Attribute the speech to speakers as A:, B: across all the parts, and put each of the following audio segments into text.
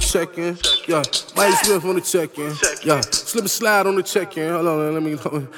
A: check-in. Yeah, Mike Smith on the check-in. Yeah, slip and slide on the check-in. Hold on, let me hold on.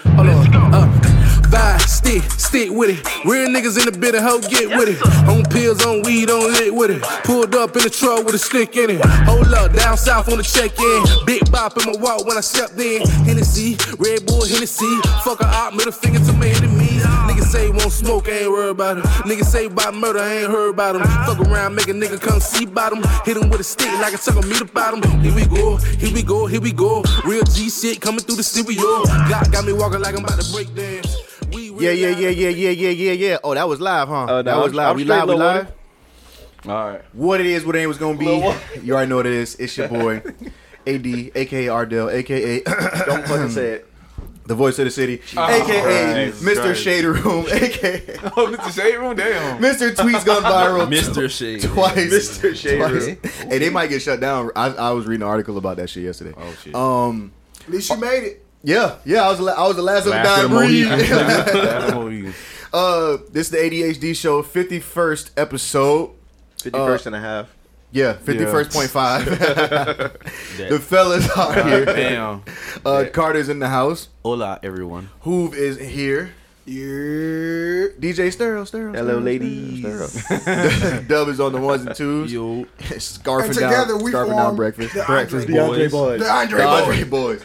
A: Uh, vibe, stick, stick with it. Real niggas in the bit of hoe get with it. On pills, on weed, on lit with it. Pulled up in the truck with a stick in it. Hold up, down south on the check-in. Big bop in my walk when I stepped in. Hennessy, Red Bull, Hennessy. Fuck a op, middle finger to my enemies. Niggas say won't smoke, I ain't worried about 'em. Niggas say about murder, I ain't heard about 'em. Fuck around, make a nigga come see about 'em. Hit him with a stick like a sucker, meet about 'em. Here we go, here we go, here we go. Real G shit coming through the stereo. Glock got me walking like I'm about to break dance. We
B: Yeah, yeah,
A: real
B: yeah, yeah, yeah, yeah, yeah, yeah. Oh, that was live, huh?
C: no,
B: that was
C: I'm-
B: live.
C: I'm
B: we
C: straight,
B: live, we
C: Lil
B: live.
C: Wayne. All right.
B: What it is, what it ain't was gonna be.
C: Lil Wayne.
B: You already know what it is. It's your boy, AD, aka Ardell, aka
C: Don't fucking say it.
B: the voice of the city, aka
C: Christ.
B: Mr.
C: Christ.
B: Shade Room, aka
D: Oh, Mr. Shade Room, damn.
B: Mr. Tweets Gone Viral.
E: Mr. Shade.
B: Twice,
C: Mr. Shade Room.
B: Twice. Hey, they might get shut down. I, I was reading an article about that shit yesterday.
C: Oh shit.
B: Um,
A: At least you made it.
B: yeah, yeah, I was the la- I was the last of the
C: Last
B: dying
C: of the
B: breed.
C: That's what we-
B: uh, this is the ADHD show, fifty first episode.
C: 51st and a half.
B: Yeah, fifty first point five. The fellas are here.
C: Damn.
B: Uh, Carter's in the house.
C: Hola, everyone.
B: Hoove is here. Yeah. DJ Stereo, Stereo. Stereo,
C: Hello, ladies.
B: Stereo, Stereo. Dub is on the ones and twos.
C: Yo.
B: Scarfing
A: And together
B: down,
A: we
B: scarfing down
A: form
B: breakfast.
A: the Breakfast Andre
C: DeAndre Boys.
A: The Andre
B: The
A: Boy.
B: Andre Boys.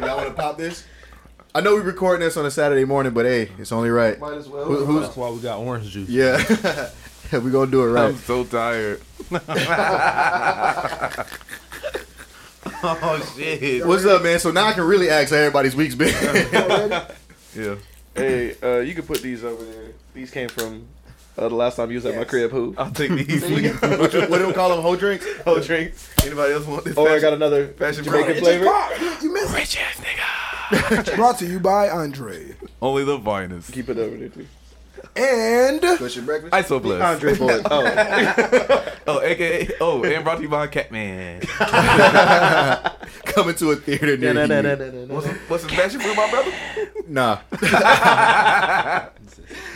B: Y'all want to pop this? I know we're recording this on a Saturday morning, but hey, it's only right.
C: Might as well.
B: Who- who's,
E: That's why we got orange juice.
B: yeah. we going to do it right.
C: Um,
D: I'm so tired.
C: Oh shit.
B: What's up, man? So now I can really ask how everybody's week's been.
D: Yeah.
C: Hey, uh, you can put these over there. These came from uh, the last time you was at my crib. Who?
D: I'll take these.
B: what do we call them? Whole drinks?
C: Oh, drink.
D: Anybody else want this?
C: Oh, I got another
D: Fashion
C: Jamaican
D: Pro.
C: flavor.
A: You missed Rich ass nigga. Brought to you by Andre.
D: Only the finest.
C: Keep it over there too.
A: And
B: What's your breakfast?
D: I so blessed.
B: Andre Boys.
D: Oh, aka. Oh, and brought to you by Catman.
B: Coming to a theater near you.
D: What's what's the fashion for my brother?
B: Nah.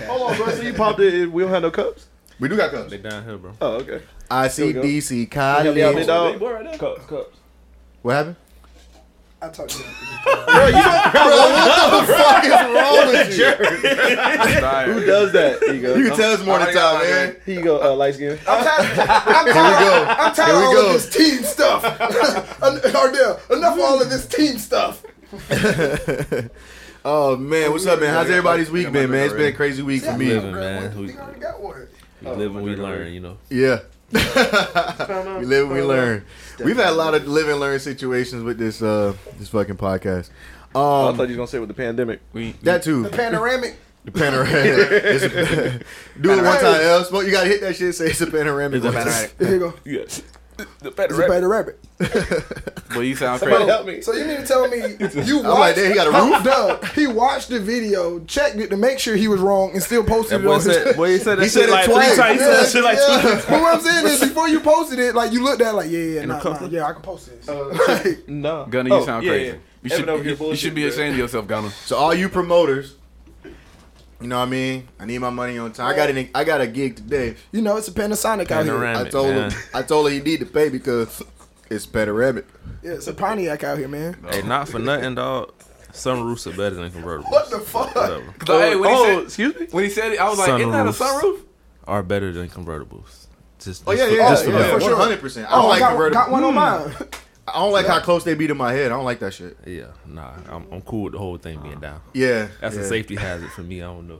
C: Hold on, bro. So you popped it. and We don't have no cups.
B: We do got cups.
E: They down here, bro.
C: Oh, okay.
B: ICDC
C: Help me out, big
B: college.
C: dog. Cups, cups.
B: What happened?
A: I talked to you.
B: Fuck is wrong with you?
D: I'm tired.
C: Who does that? Here you go.
B: You can tell it's morning
D: I
B: time,
D: got my
B: man.
D: drink.
C: Here you go. Uh, light skin.
A: I'm tired. I'm
B: Here we
A: tired.
B: go.
A: I'm tired
B: Here
A: of
B: we
A: all
B: go.
A: of this team stuff. Ardell, enough of all of this team stuff.
B: oh man, what's up, man? How's everybody's week
D: got
B: been,
D: my
B: man? It's
D: drink
B: been a crazy week for me.
E: living, man.
A: We
E: We-
A: already got one.
E: We live and we learn, you know.
B: Yeah. we live and we learn. We've had a lot of live and learn situations with this uh this fucking podcast.
C: Oh, I
B: Um
C: thought you was gonna say with the pandemic.
D: We,
B: that too.
A: Panoramic.
B: The panoramic. It's a- Do it one time, else. But you gotta hit that shit. Say it's a panoramic.
E: It's a panoramic.
A: Here you go.
D: yeah. The better
A: It's a
D: rap.
A: better rabbit.
D: But you sound
C: Somebody
D: crazy.
C: help me.
A: So you mean to tell me you watched?
B: I'm like, damn, he got a roof.
A: Doug, he watched the video, checked it to make sure he was wrong, and still posted it on his.
E: boy, he said
B: He said it twice.
A: Yeah, yeah. But what I'm saying is, before you posted it, like you looked at, it like, yeah, yeah, nah, nah, yeah, I can post this.
B: Uh,
A: Like,
C: No.
D: Gunner, you
C: Oh,
D: sound
C: yeah,
D: crazy.
C: yeah.
D: You
C: Evan
D: should,
C: over here
D: you, you should
C: bullshitting,
D: be
C: bro.
D: ashamed of yourself, Gunner.
B: So all you promoters, you know what I mean? I need my money on time. I got an, I got a gig today.
A: you know, it's a Panasonic out here.
E: Panoramic.
B: I
E: it,
B: told
E: man.
B: him I told him you need to pay because it's panoramic.
A: Yeah, it's a Pontiac out here, man.
E: Hey, not for nothing, dog. Sunroofs are better than convertibles.
A: What the fuck?
E: Whatever.
D: So, hey, when,
C: oh,
D: he said,
C: excuse me.
D: when he said it, I was like, isn't that a
E: Sunroofs.
D: sunroof?
E: Are better than convertibles. Just,
B: Oh yeah,
E: just for-
B: yeah,
E: just
B: yeah,
E: for
B: yeah,
E: that.
A: for sure.
B: one hundred percent. I don't
A: Oh, I
B: like Hmm.
A: got,
B: convertible.
A: got one on mine.
B: I don't like how close they be to my head. I don't like that shit.
E: Yeah, nah, I'm, I'm cool with the whole thing being down.
B: Yeah,
E: That's
B: yeah.
E: a safety hazard for me. I don't know.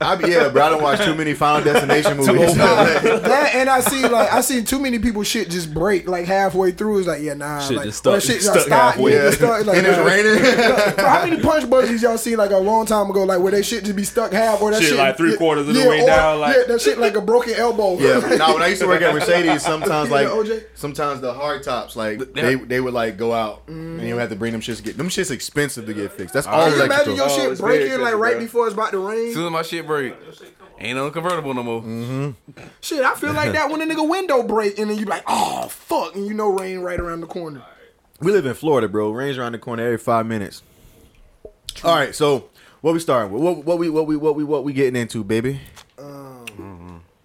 B: I be, yeah, bro. I don't watch too many Final Destination movies.
A: that and I see like I see too many people shit just break like halfway through. It's like yeah nah,
E: Shit
A: like,
E: just stuck-
A: that shit got
E: stuck
A: stopped,
E: halfway.
A: yeah,
B: yeah,
A: just stuck, like,
B: and it's
A: nah.
B: raining.
A: Bro, how many punch budgies y'all seen like a long time ago, like where they shit just be stuck half or that shit,
E: Shit, like, three quarters of the way
A: or-
E: down, like-
A: yeah, that shit like a broken elbow.
B: yeah, now when I used to work at Mercedes, sometimes
A: You
B: like
A: know, OJ?
B: sometimes the hard tops like
D: yeah.
B: they they would like go out and you would have to bring them shits to get them shits expensive to get fixed. That's all
A: Can you imagine
B: electrical.
A: your
C: Oh,
A: shit
C: it's very
A: breaking like
C: expensive,
A: right
C: bro.
A: before it's about to rain?
D: As soon as my shit break, ain't no convertible no more.
C: Mm.
A: Shit, I feel like that when a nigga window break and then you be like, oh fuck, and you know rain right around the corner.
B: We live in Florida, bro. Rain's around the corner every five minutes. All right, so what we starting with? What, what we what we what we what we getting into, baby?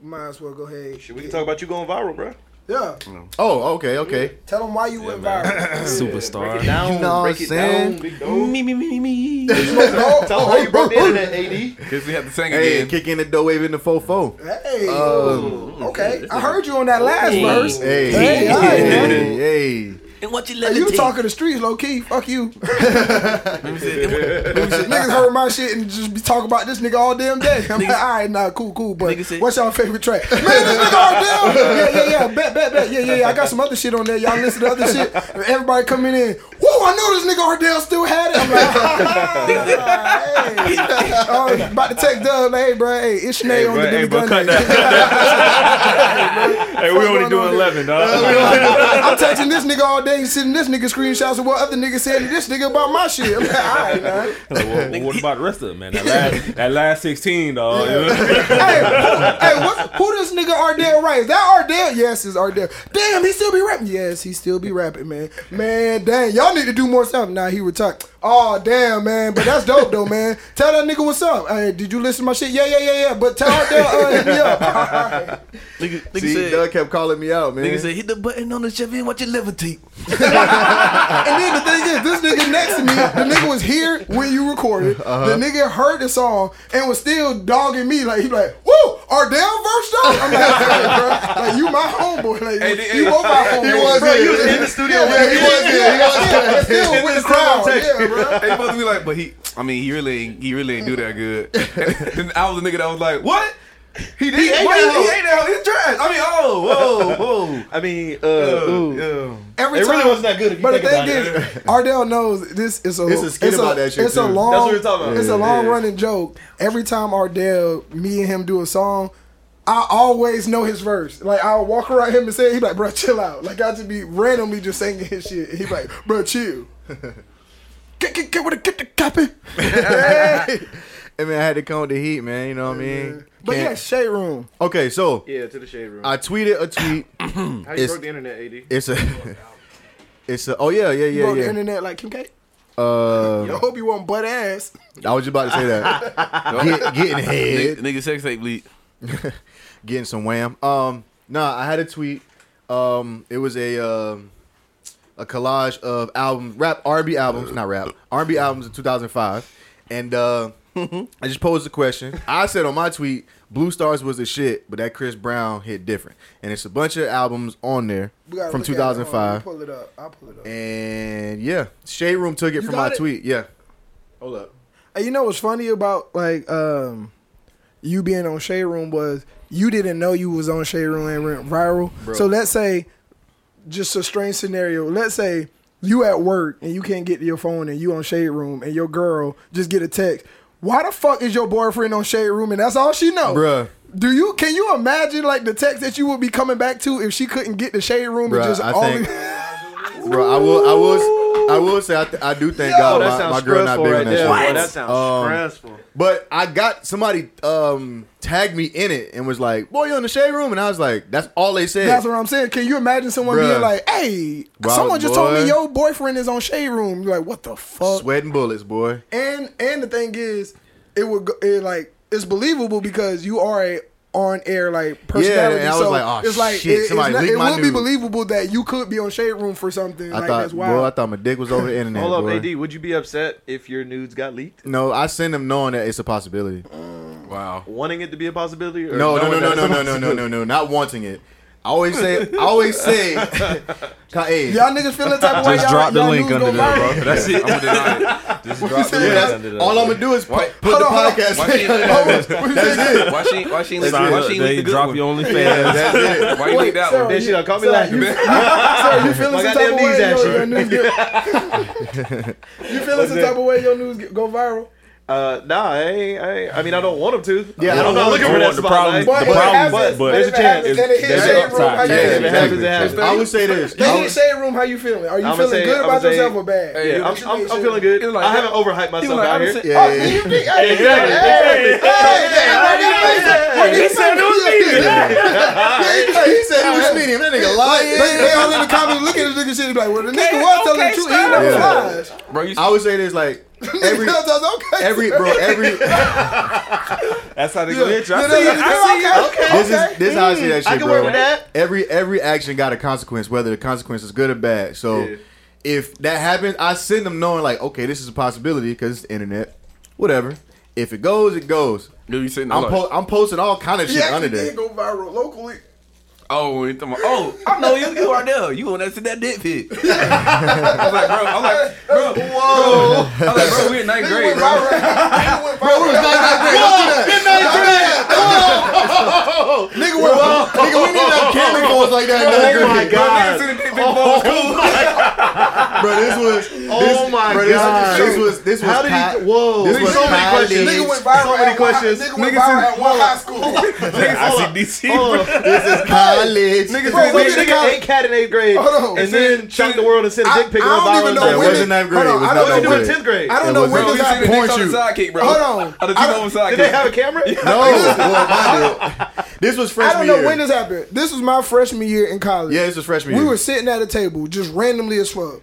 A: Might as well go ahead.
C: We can talk about you going viral, bro.
F: Yeah.
B: Oh, okay, okay.
F: Tell them why you went viral.
E: Superstar.
B: You know what I'm
C: break it
B: saying?
C: down, big dog.
E: me, me, me, me.
C: Tell them how you broke the internet, AD.
D: Because we have to sing
B: Hey,
D: again.
B: kick in the dough wave in the fo fo.
F: Hey. okay. I heard you on that last verse.
B: Hey,
F: Hey, all right, man.
B: hey, hey.
F: you talking the streets low key. Fuck you. Niggas heard my shit and just be talking about this nigga all damn day. I'm like, all right, nah, cool, cool. But
D: Nigga said-
F: what's y'all favorite track? Man, this nigga all damn. Yeah, yeah, yeah. Bet, bet, bet. Yeah, yeah, yeah. I got some other shit on there. Y'all listen to other shit. Everybody coming in. Woo, I know this nigga Ardell still had it. I'm like, hey. Oh, about to text Doug, like, hey, bro, hey, it's Sinead on the Diddy Gun Day.
G: Hey, we only
F: going on
G: doing
F: there?
G: eleven, dog.
F: I'm texting this nigga all day, sending this nigga screenshots of what other niggas said to this nigga about my shit. I'm like, all right, man.
G: Well, what about the rest of them, man? That last, that last sixteen, dog. you know?
F: hey, who, hey what, who this nigga Ardell right? Is that Ardell? Yes, it's Ardell. Damn, he still be rapping. Yes, he still be rapping, man. Man, damn, y'all need to do more stuff. Nah, he retired. Oh, damn, man. But that's dope, though, man. Tell that nigga what's up. Hey, did you listen to my shit? Yeah, yeah, yeah, yeah. But tell Ardell, uh, hit me up. Alright.
D: Nigga, nigga
B: See,
D: said,
B: Doug kept calling me out, man.
D: nigga said, hit the button on the Chevy and watch it levitate.
F: And then the thing is, this nigga next to me, the nigga was here when you recorded.
C: Uh-huh.
F: The nigga heard the song and was still dogging me. Like, he like, woo, Ardell verse though? I'm like, hey, bro, like, you my homeboy. Like,
D: the-
F: you were my homeboy.
B: He was
F: bro.
B: here.
F: You
B: In
C: the studio
F: Yeah,
C: with
F: yeah,
C: me.
F: he was here. He was
B: Yeah.
F: here. Still with the crowd. Yeah, bro.
D: They supposed to be like, but he, I mean, he really, ain't, he really ain't do that good. And I was a nigga that was like, what? He did. He,
C: ate
D: what?
C: that
D: he
C: hoe.
D: ate that. hoe. He's trash. I mean, oh, whoa, whoa.
C: I mean, uh, ooh.
F: Every
C: It
F: time,
C: really wasn't that good if you
F: But the
C: think
F: thing
C: about it.
F: is, Ardell knows this is a
B: It's a skit about that shit,
F: It's a
B: too.
F: long.
C: That's what we're talking about.
F: It's
C: Yeah,
F: a long
C: yeah.
F: running joke. Every time Ardell, me and him do a song. I always know his verse. Like I'll walk around him and say, "He like, bro, chill out." Like I just be randomly just singing his shit. He like, bro, chill. Get get get with the get the copy.
B: hey, man, I had to come with the heat, man. You know what I mean?
F: But yeah,
B: Can't-
F: shade room.
B: Okay, so
C: yeah, to the shade room.
B: I tweeted a tweet.
C: how you
B: it's-
C: broke the internet, AD?
B: It's a, it's a. Oh yeah, yeah,
F: You
B: yeah,
F: on the
B: yeah.
F: internet like Kim K.
B: Uh,
F: I hope you want butt ass.
B: I was just about to say that. Get, getting
D: Nigga,
B: head,
D: nigga sex tape leak.
B: getting some wham. Um, nah, I had a tweet. Um, it was a um, a collage of albums, rap R&B albums, not rap R&B albums in 2005, and uh, I just posed a question. I said on my tweet, "Blue Stars was the shit, but that Chris Brown hit different." And it's a bunch of albums on there
F: We gotta
B: from
F: look at it.
B: 2005.
F: Hold on, Pull it up. I'll pull it up.
B: And yeah, Shade Room took it from my
F: got it?
B: tweet. Yeah. Hold up.
F: And you know what's funny about like um you being on Shade Room was you didn't know you was on Shade Room and went viral. So let's say just a strange scenario. Let's say you at work and you can't get to your phone and you on Shade Room and your girl just get a text. Why the fuck is your boyfriend on Shade Room and that's all she know?
B: Bruh.
F: Do you can you imagine like the text that you would be coming back to if she couldn't get the Shade Room
B: Bruh,
F: and just
B: I
F: only
B: Bro, I will I will I will say I, th- I do thank God
C: that
B: my,
C: sounds
B: my girl not
C: stressful
B: big
C: right
B: on
C: there.
B: that
C: boy.
B: shit.
C: That sounds
B: Um,
C: stressful.
B: But I got somebody um tagged me in it and was like, "Boy, you in the shade room?" And I was like, "That's all they said."
F: That's what I'm saying. Can you imagine someone
B: Bruh.
F: being like, "Hey,
B: Wild
F: someone just told
B: boy.
F: me your boyfriend is on shade room." You're like, "What the fuck?"
B: Sweating bullets, boy.
F: And and the thing is, it would go, it like it's believable because you are a on air like personality.
B: and I was
F: so
B: like, "Aw,
F: it's like
B: shit,
F: it, it's
B: somebody
F: not-
B: leaked
F: it
B: my
F: would be
B: nude."
F: believable that you could be on shade room for something.
B: I
F: like
B: thought,
F: that's
B: boy, I
F: wild.
B: thought my dick was over the internet.
C: Hold up,
B: boy.
C: AD. Would you be upset if your nudes got leaked?
B: No, I send them knowing that it's a possibility.
D: Wow.
C: Wanting it to be a possibility? Or
B: No, no, no,
C: knowing
B: no,
C: that
B: no,
C: it's
B: no,
C: a
B: no, no, no, no, not wanting it. I always say, I always say, hey,
F: Y'all niggas feeling the type of way.
G: Just
F: y'all,
G: drop the
F: y'all
G: link
F: nudes
G: under
F: go
G: there,
F: viral.
G: bro. That's it.
D: I'm gonna
B: Drop the link. That's- all I'm gonna do is put, put the
F: Hold on, hold
B: podcast.
D: Why she,
F: Oh,
B: That's it.
D: why, why she, why she ain't leak,
B: Sign
D: why
B: up,
D: she ain't leak
E: They
D: the good
E: drop
D: one?
E: your OnlyFans.
B: That's it.
D: Why you leak that
F: Sarah,
D: one?
C: Then she done call me
F: Sarah,
C: lacking,
F: you-
C: man.
F: Sarah, you feeling
C: My
F: some type
C: goddamn
F: of
C: knees
F: way?
C: at
F: yo,
C: you.
F: your nudes get- You feeling some type of way? Your news go viral.
C: Uh, nah, I, ain't, I, ain't, I mean, I don't want them to.
B: Yeah, I
C: I'm
B: don't
C: not
B: want
C: looking
B: them
C: for
B: to.
C: that
B: The
C: spotlight.
G: The
F: But, it
G: problem-
F: happens,
C: but
F: but
C: there's
F: if
C: a
F: it
C: chance.
F: happens, then it hit
G: There's
F: shade
G: an
F: room.
G: upside.
F: How you
G: Yeah,
C: if
F: feeling?
C: it happens, it happens.
B: I would say this. I
F: They hit
B: would-
F: shade room. How you feeling? Are you
C: I'ma
F: feeling
C: say-
F: good
C: I'ma
F: about
C: say-
F: yourself or bad?
C: Yeah, I'm, I'm,
F: What you mean,
C: I'm
F: shade
C: feeling
F: room?
C: good. I haven't overhyped myself out here.
B: Yeah,
F: Oh,
B: yeah,
F: do
B: yeah.
F: you think? Hey,
C: Exactly, exactly.
F: hey, hey, hey, hey, hey,
B: Hey, hey, he said he was medium. That nigga
F: They,
B: lying.
F: they all in the comments looking at this nigga shit. Be like, well, the nigga was telling the truth. He never
B: Yeah.
F: lies.
D: Bro, you,
B: I would say this like
F: Every,
B: every
F: okay,
B: every bro, every
G: That's how they go hit you. I
B: No, no,
G: see
B: no,
G: you.
B: no,
G: I see you.
B: this is this is how I see that shit,
C: I can
B: bro.
C: work with that.
B: Every every action got a consequence, whether the consequence is good or bad. So
C: Yeah.
B: if that happens, I send them knowing like, okay, this is a possibility because it's the internet, whatever. If it goes, it goes.
D: Do you sitting there
B: I'm
D: like,
B: po- I'm posting all kind of shit
F: Yeah,
B: under
F: actually
B: there.
F: did go viral locally.
D: oh, when you talking about, oh, I know you, you are there. You want to send that dick pic? I'm like, bro, I'm like, bro, whoa. I'm like, bro, we in ninth grade, bro.
B: Nigga, we nigga, we need that camera goes like that. in ninth grade.
D: Niggas sending dick pics before school.
B: bro, this was. This,
C: Oh my
B: bro, this,
C: God.
B: This was. This was.
C: How did
B: pa-
C: he? Whoa!
B: This was
C: so many
B: college.
C: questions.
B: Nigga went
C: viral. So many questions.
F: Nigga went viral at one high school.
G: I see DC. bro.
B: This is college.
C: Niggas
F: Bro,
C: bro,
F: we
C: nigga,
F: did
C: nigga
F: college.
C: ate cat in eighth grade,
F: Hold on.
C: and then shocked the world and sent a dick pic
F: I
C: on
F: don't even
C: viral.
B: it
F: know
C: Like,
F: when
C: what
B: was
F: did-
B: in ninth
F: hold
B: grade.
F: on,
B: It was not
F: I
C: what
F: don't know
C: you
B: ninth
C: do in
B: grade.
C: tenth grade?
F: I don't
B: It
F: know
B: was
F: when
D: Bro,
F: did
D: we
F: I
D: sending dicks on
B: point
D: the
B: you.
D: sidekick, bro.
F: Hold on.
D: On oh, the
F: I
D: two
F: don't-
D: on sidekick.
C: Did they have a camera?
B: No, well, mine did. This was
F: I
B: freshman
F: don't know
B: year.
F: when this happened. This was my freshman year in college.
B: yeah, this was freshman
F: we
B: year.
F: were sitting at a table, just randomly as fuck.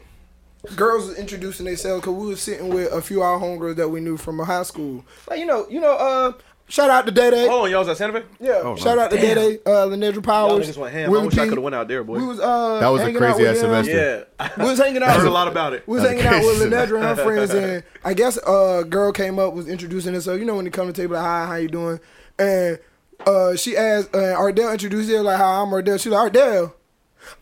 F: Girls was introducing themselves because we was sitting with a few of our homegirls that we knew from a high school. Like you know, you know. Uh, shout out to Day Day.
C: Hold on, y'all was at Santa Fe.
F: yeah.
B: Oh,
F: shout out to Day Day. Uh,
C: Oh.
F: Lenedra
C: Y'all
F: Powers.
C: niggas went ham. I
F: Willie
C: wish I
F: P.
C: could have went out there, boy.
F: We was uh.
B: That was a
F: hanging out
B: crazy
F: with
B: ass
F: them.
B: semester.
C: yeah, I
F: We was hanging out.
C: heard a lot about it.
F: We was hanging out with
B: crazy.
F: Lenedra and her friends, and I guess a girl came up was introducing herself. You know when you come to the table, like hi, how you doing? And uh, she asked, uh, Ardell introduced her like, hi, I'm Ardell. She like, Ardell.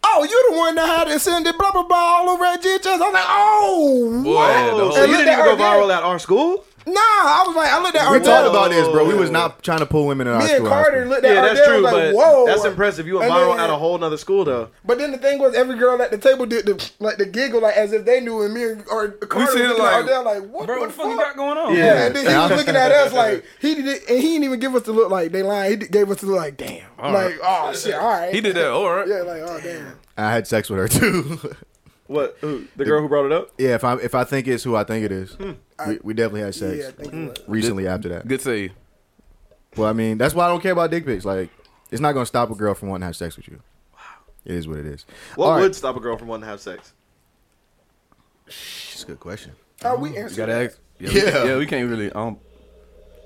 F: Oh, you the one that had it send it blah blah blah all over at GHS. I was like, oh,
D: Boy,
F: what?
D: the whole-
C: So
F: And
C: you
F: look
C: didn't even
F: at
C: go
F: Ardell.
C: viral at our school?
F: Nah, I was like, I looked at
B: We
F: Ardell.
B: talked about this, bro. We was not trying to pull women in our
F: Me
B: school.
F: and
B: in high
F: Carter
B: school.
F: looked at
C: Yeah,
F: Ardell.
C: that's true,
F: like,
C: but
F: whoa,
C: that's impressive. You went
F: And
C: viral
F: then-
C: at a whole nother school, though.
F: But then the thing was, every girl at the table did the like the giggle, like as if they knew, and me and or Carter was
D: sitting
F: looking
D: like,
F: at Ardell, like, what,
E: Bro,
F: the,
E: what the fuck
F: fuck
E: you got going on?
F: Yeah, Oh, and then he was looking at us like he did, it, and he didn't even give us the look like they lying. He d- gave us the look like damn, like oh shit, all right.
D: He did that, all right.
F: Yeah, like oh damn.
B: I had sex with her too.
C: What? Who, the girl who brought it up?
B: yeah, if I if I think it's who I think it is, we, we definitely had sex
F: Hmm. Yeah, I think it was.
B: recently after that.
D: Good save.
B: Well, I mean, that's why I don't care about dick pics. Like, it's not gonna stop a girl from wanting to have sex with you. Wow, it is what it is.
C: What
B: All right.
C: would stop a girl from wanting to have sex?
B: It's a good question.
F: How we answer?
D: Gotta
F: that?
D: ask. Yeah, we-
B: Yeah.
D: yeah, we can't really. I don't,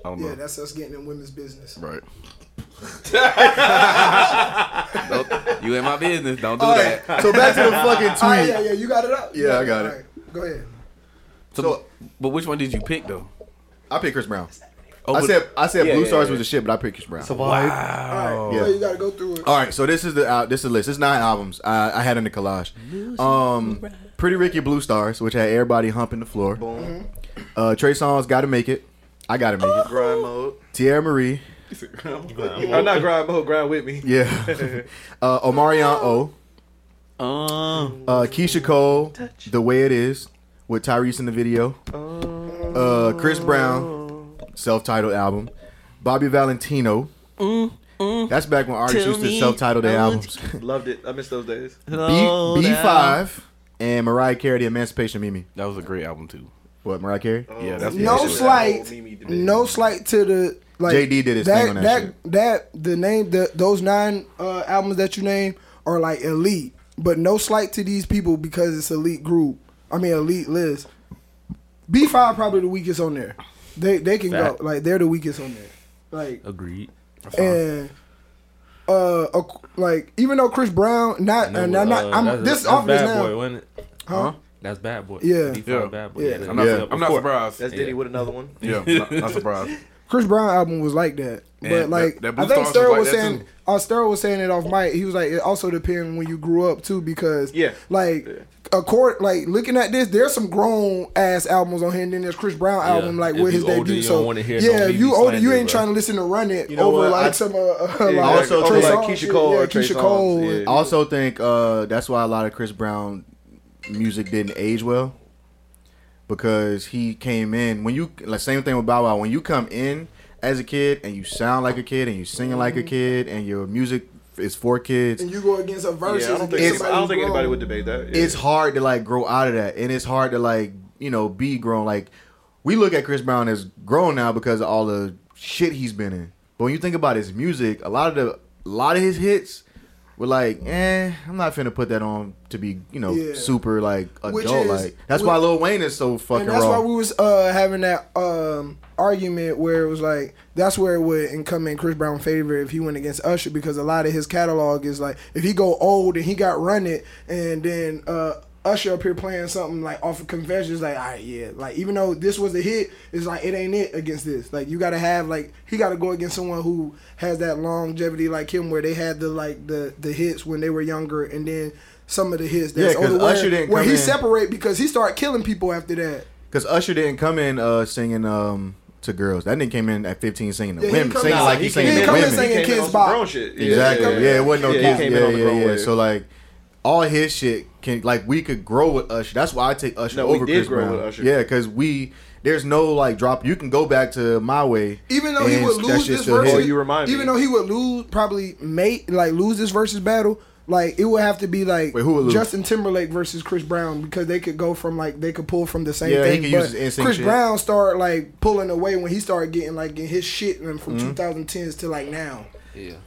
D: I don't know.
F: Yeah, that's us getting in women's business.
D: Right. Nope, you in my business. Don't do that.
B: So back to the fucking tweet.
F: Oh yeah, yeah, you got it up. You
B: Yeah, I got
F: all
B: it.
F: right, Go ahead.
D: So, but which one did you pick though?
B: I picked Chris Brown.
D: Oh,
B: I
D: but-
B: said I said
C: Yeah,
B: Blue
C: yeah,
B: Stars
C: yeah.
B: was a shit, but I picked Chris Brown.
F: All right,
B: Yeah.
F: so you gotta go through it.
B: All right, so this is the uh, this is the list. It's nine albums I, I had in the collage. Um, Pretty Ricky Blue Stars, which had everybody humping the floor. Uh, Trey Songz, Gotta Make It. I Gotta Make It.
C: Grind mode.
B: Tierra Marie,
C: Or not grind mode, grind with me.
B: yeah. uh, Omarion O.
D: Um,
B: Uh, Keisha Cole, The Way It Is, with Tyrese in the video. Uh, Chris Brown, self-titled album. Bobby Valentino. That's back when artists used to self-title their albums.
C: Loved it. I miss those days.
B: B B five and Mariah Carey, The Emancipation of Mimi.
D: that was a great album too.
B: What Mariah Carey?
D: Yeah, that's
F: No
D: yeah,
F: slight,
C: That whole Mimi debate.
F: no slight to the like.
B: JD did his thing on that shit.
F: that the name the those nine uh, albums that you name are like elite, but no slight to these people because it's elite group. I mean elite list. B five probably the weakest on there. They they can
E: Fact.
F: go like they're the weakest on there. Like
E: Agreed.
F: and. Uh, a, like even though Chris Brown, not
E: No,
F: uh, not, not
E: uh, that's-
F: I'm, this
E: that's
F: is obvious
E: bad
F: now.
E: boy, wasn't it?
F: Huh?
E: That's bad boy.
F: Yeah.
E: Defund
D: Yeah.
E: Bad boy.
F: Yeah.
E: that's-
D: I'm not,
B: Yeah.
D: I'm not surprised.
C: That's Diddy with another one.
D: yeah, not, not surprised.
F: Chris Brown album was like that. But
D: that-
F: like
D: that Blue
F: I
D: Stars
F: think
D: was
F: Sterl
D: like
F: was
D: that,
F: saying
D: too.
F: uh, Sterl was saying it off mic. He was like it also depends when you grew up too because
C: Yeah.
F: like accord like looking at this there's some grown ass albums on here and then there's Chris Brown album like
E: If
F: with
E: you
F: his
E: older,
F: debut
E: you don't
F: so
E: wanna hear no
F: yeah if you
E: BB
F: older you
E: slander,
F: ain't
E: bro.
F: trying to listen to Run It
B: You know
F: over
B: what?
F: like
B: I-
F: some uh, uh, like,
C: Yeah,
B: Also
C: over
B: Trey
C: like
F: Songz,
C: Keisha
F: yeah,
C: Cole
F: yeah,
C: or Trey
F: Keisha
C: Songz,
F: Cole.
C: yeah.
B: I also think uh, that's why a lot of Chris Brown music didn't age well because he came in when you like same thing with Bow Wow. When you come in as a kid and you sound like a kid and you singing like a kid and your music is for kids,
F: and you go against a versus
C: Yeah, I don't think,
F: against
C: I don't
F: somebody
C: think
F: who's
C: anybody
F: grown.
C: would debate that. Yeah.
B: it's hard to like grow out of that and it's hard to like you know be grown. Like we look at Chris Brown as grown now because of all the shit he's been in. But when you think about his music, a lot of the a lot of his hits were like, eh, I'm not finna put that on to be, you know,
F: Yeah.
B: super like
F: Which
B: adult.
F: is-
B: like that's why
F: which-
B: Lil Wayne is so fucking
F: and that's
B: raw.
F: why we was uh, having that um, argument where it was like that's where it would and come in Chris Brown favor if he went against Usher because a lot of his catalog is like if he go old and he got run it and then uh, Usher up here playing something like off of Confessions like all right yeah like even though this was a hit it's like it ain't it against this like you gotta have like he gotta go against someone who has that longevity like him where they had the like the the hits when they were younger and then. Some of the hits,
B: Yeah,
F: that's
B: 'cause
F: older, where,
B: Usher didn't
F: where
B: come
F: he
B: in-
F: separate because he started killing people after that.
B: Cause Usher didn't come in uh, singing um, to girls. That nigga came in at 15 singing to
F: Yeah, he
B: women,
F: come-
B: singing
F: nah,
B: like
F: he
B: he's singing
F: came
B: to
F: in-
B: women.
F: come singing
C: He came in
F: Kids
C: on some
F: Bop.
C: grown shit. Yeah,
B: Exactly. Yeah, it wasn't no
C: Yeah, he
B: kids.
C: came in
B: Yeah,
C: on the
B: yeah,
C: grown
B: yeah.
C: wave.
B: So like, all his shit can like we could grow with Usher. That's why I take Usher
C: No, we
B: over
C: did
B: Chris
C: grow
B: Brown.
C: with Usher.
B: Yeah, because we there's no like drop. You can go back to my way.
F: even though he
B: and
F: would
B: that
F: lose
B: shit
F: this
B: still hit.
F: versus,
C: Oh, you remind me.
F: even though he would lose probably mate like lose this versus battle, like it would have to be like
B: Wait, who would lose?
F: Justin Timberlake versus Chris Brown because they could go from like they could pull from the same
B: Yeah, he
F: thing.
B: could
F: but
B: use his instinct
F: Chris
B: shit.
F: Brown started like pulling away when he started getting like in his shit and from 2010s to like now.
D: Yeah.
B: Mm-hmm.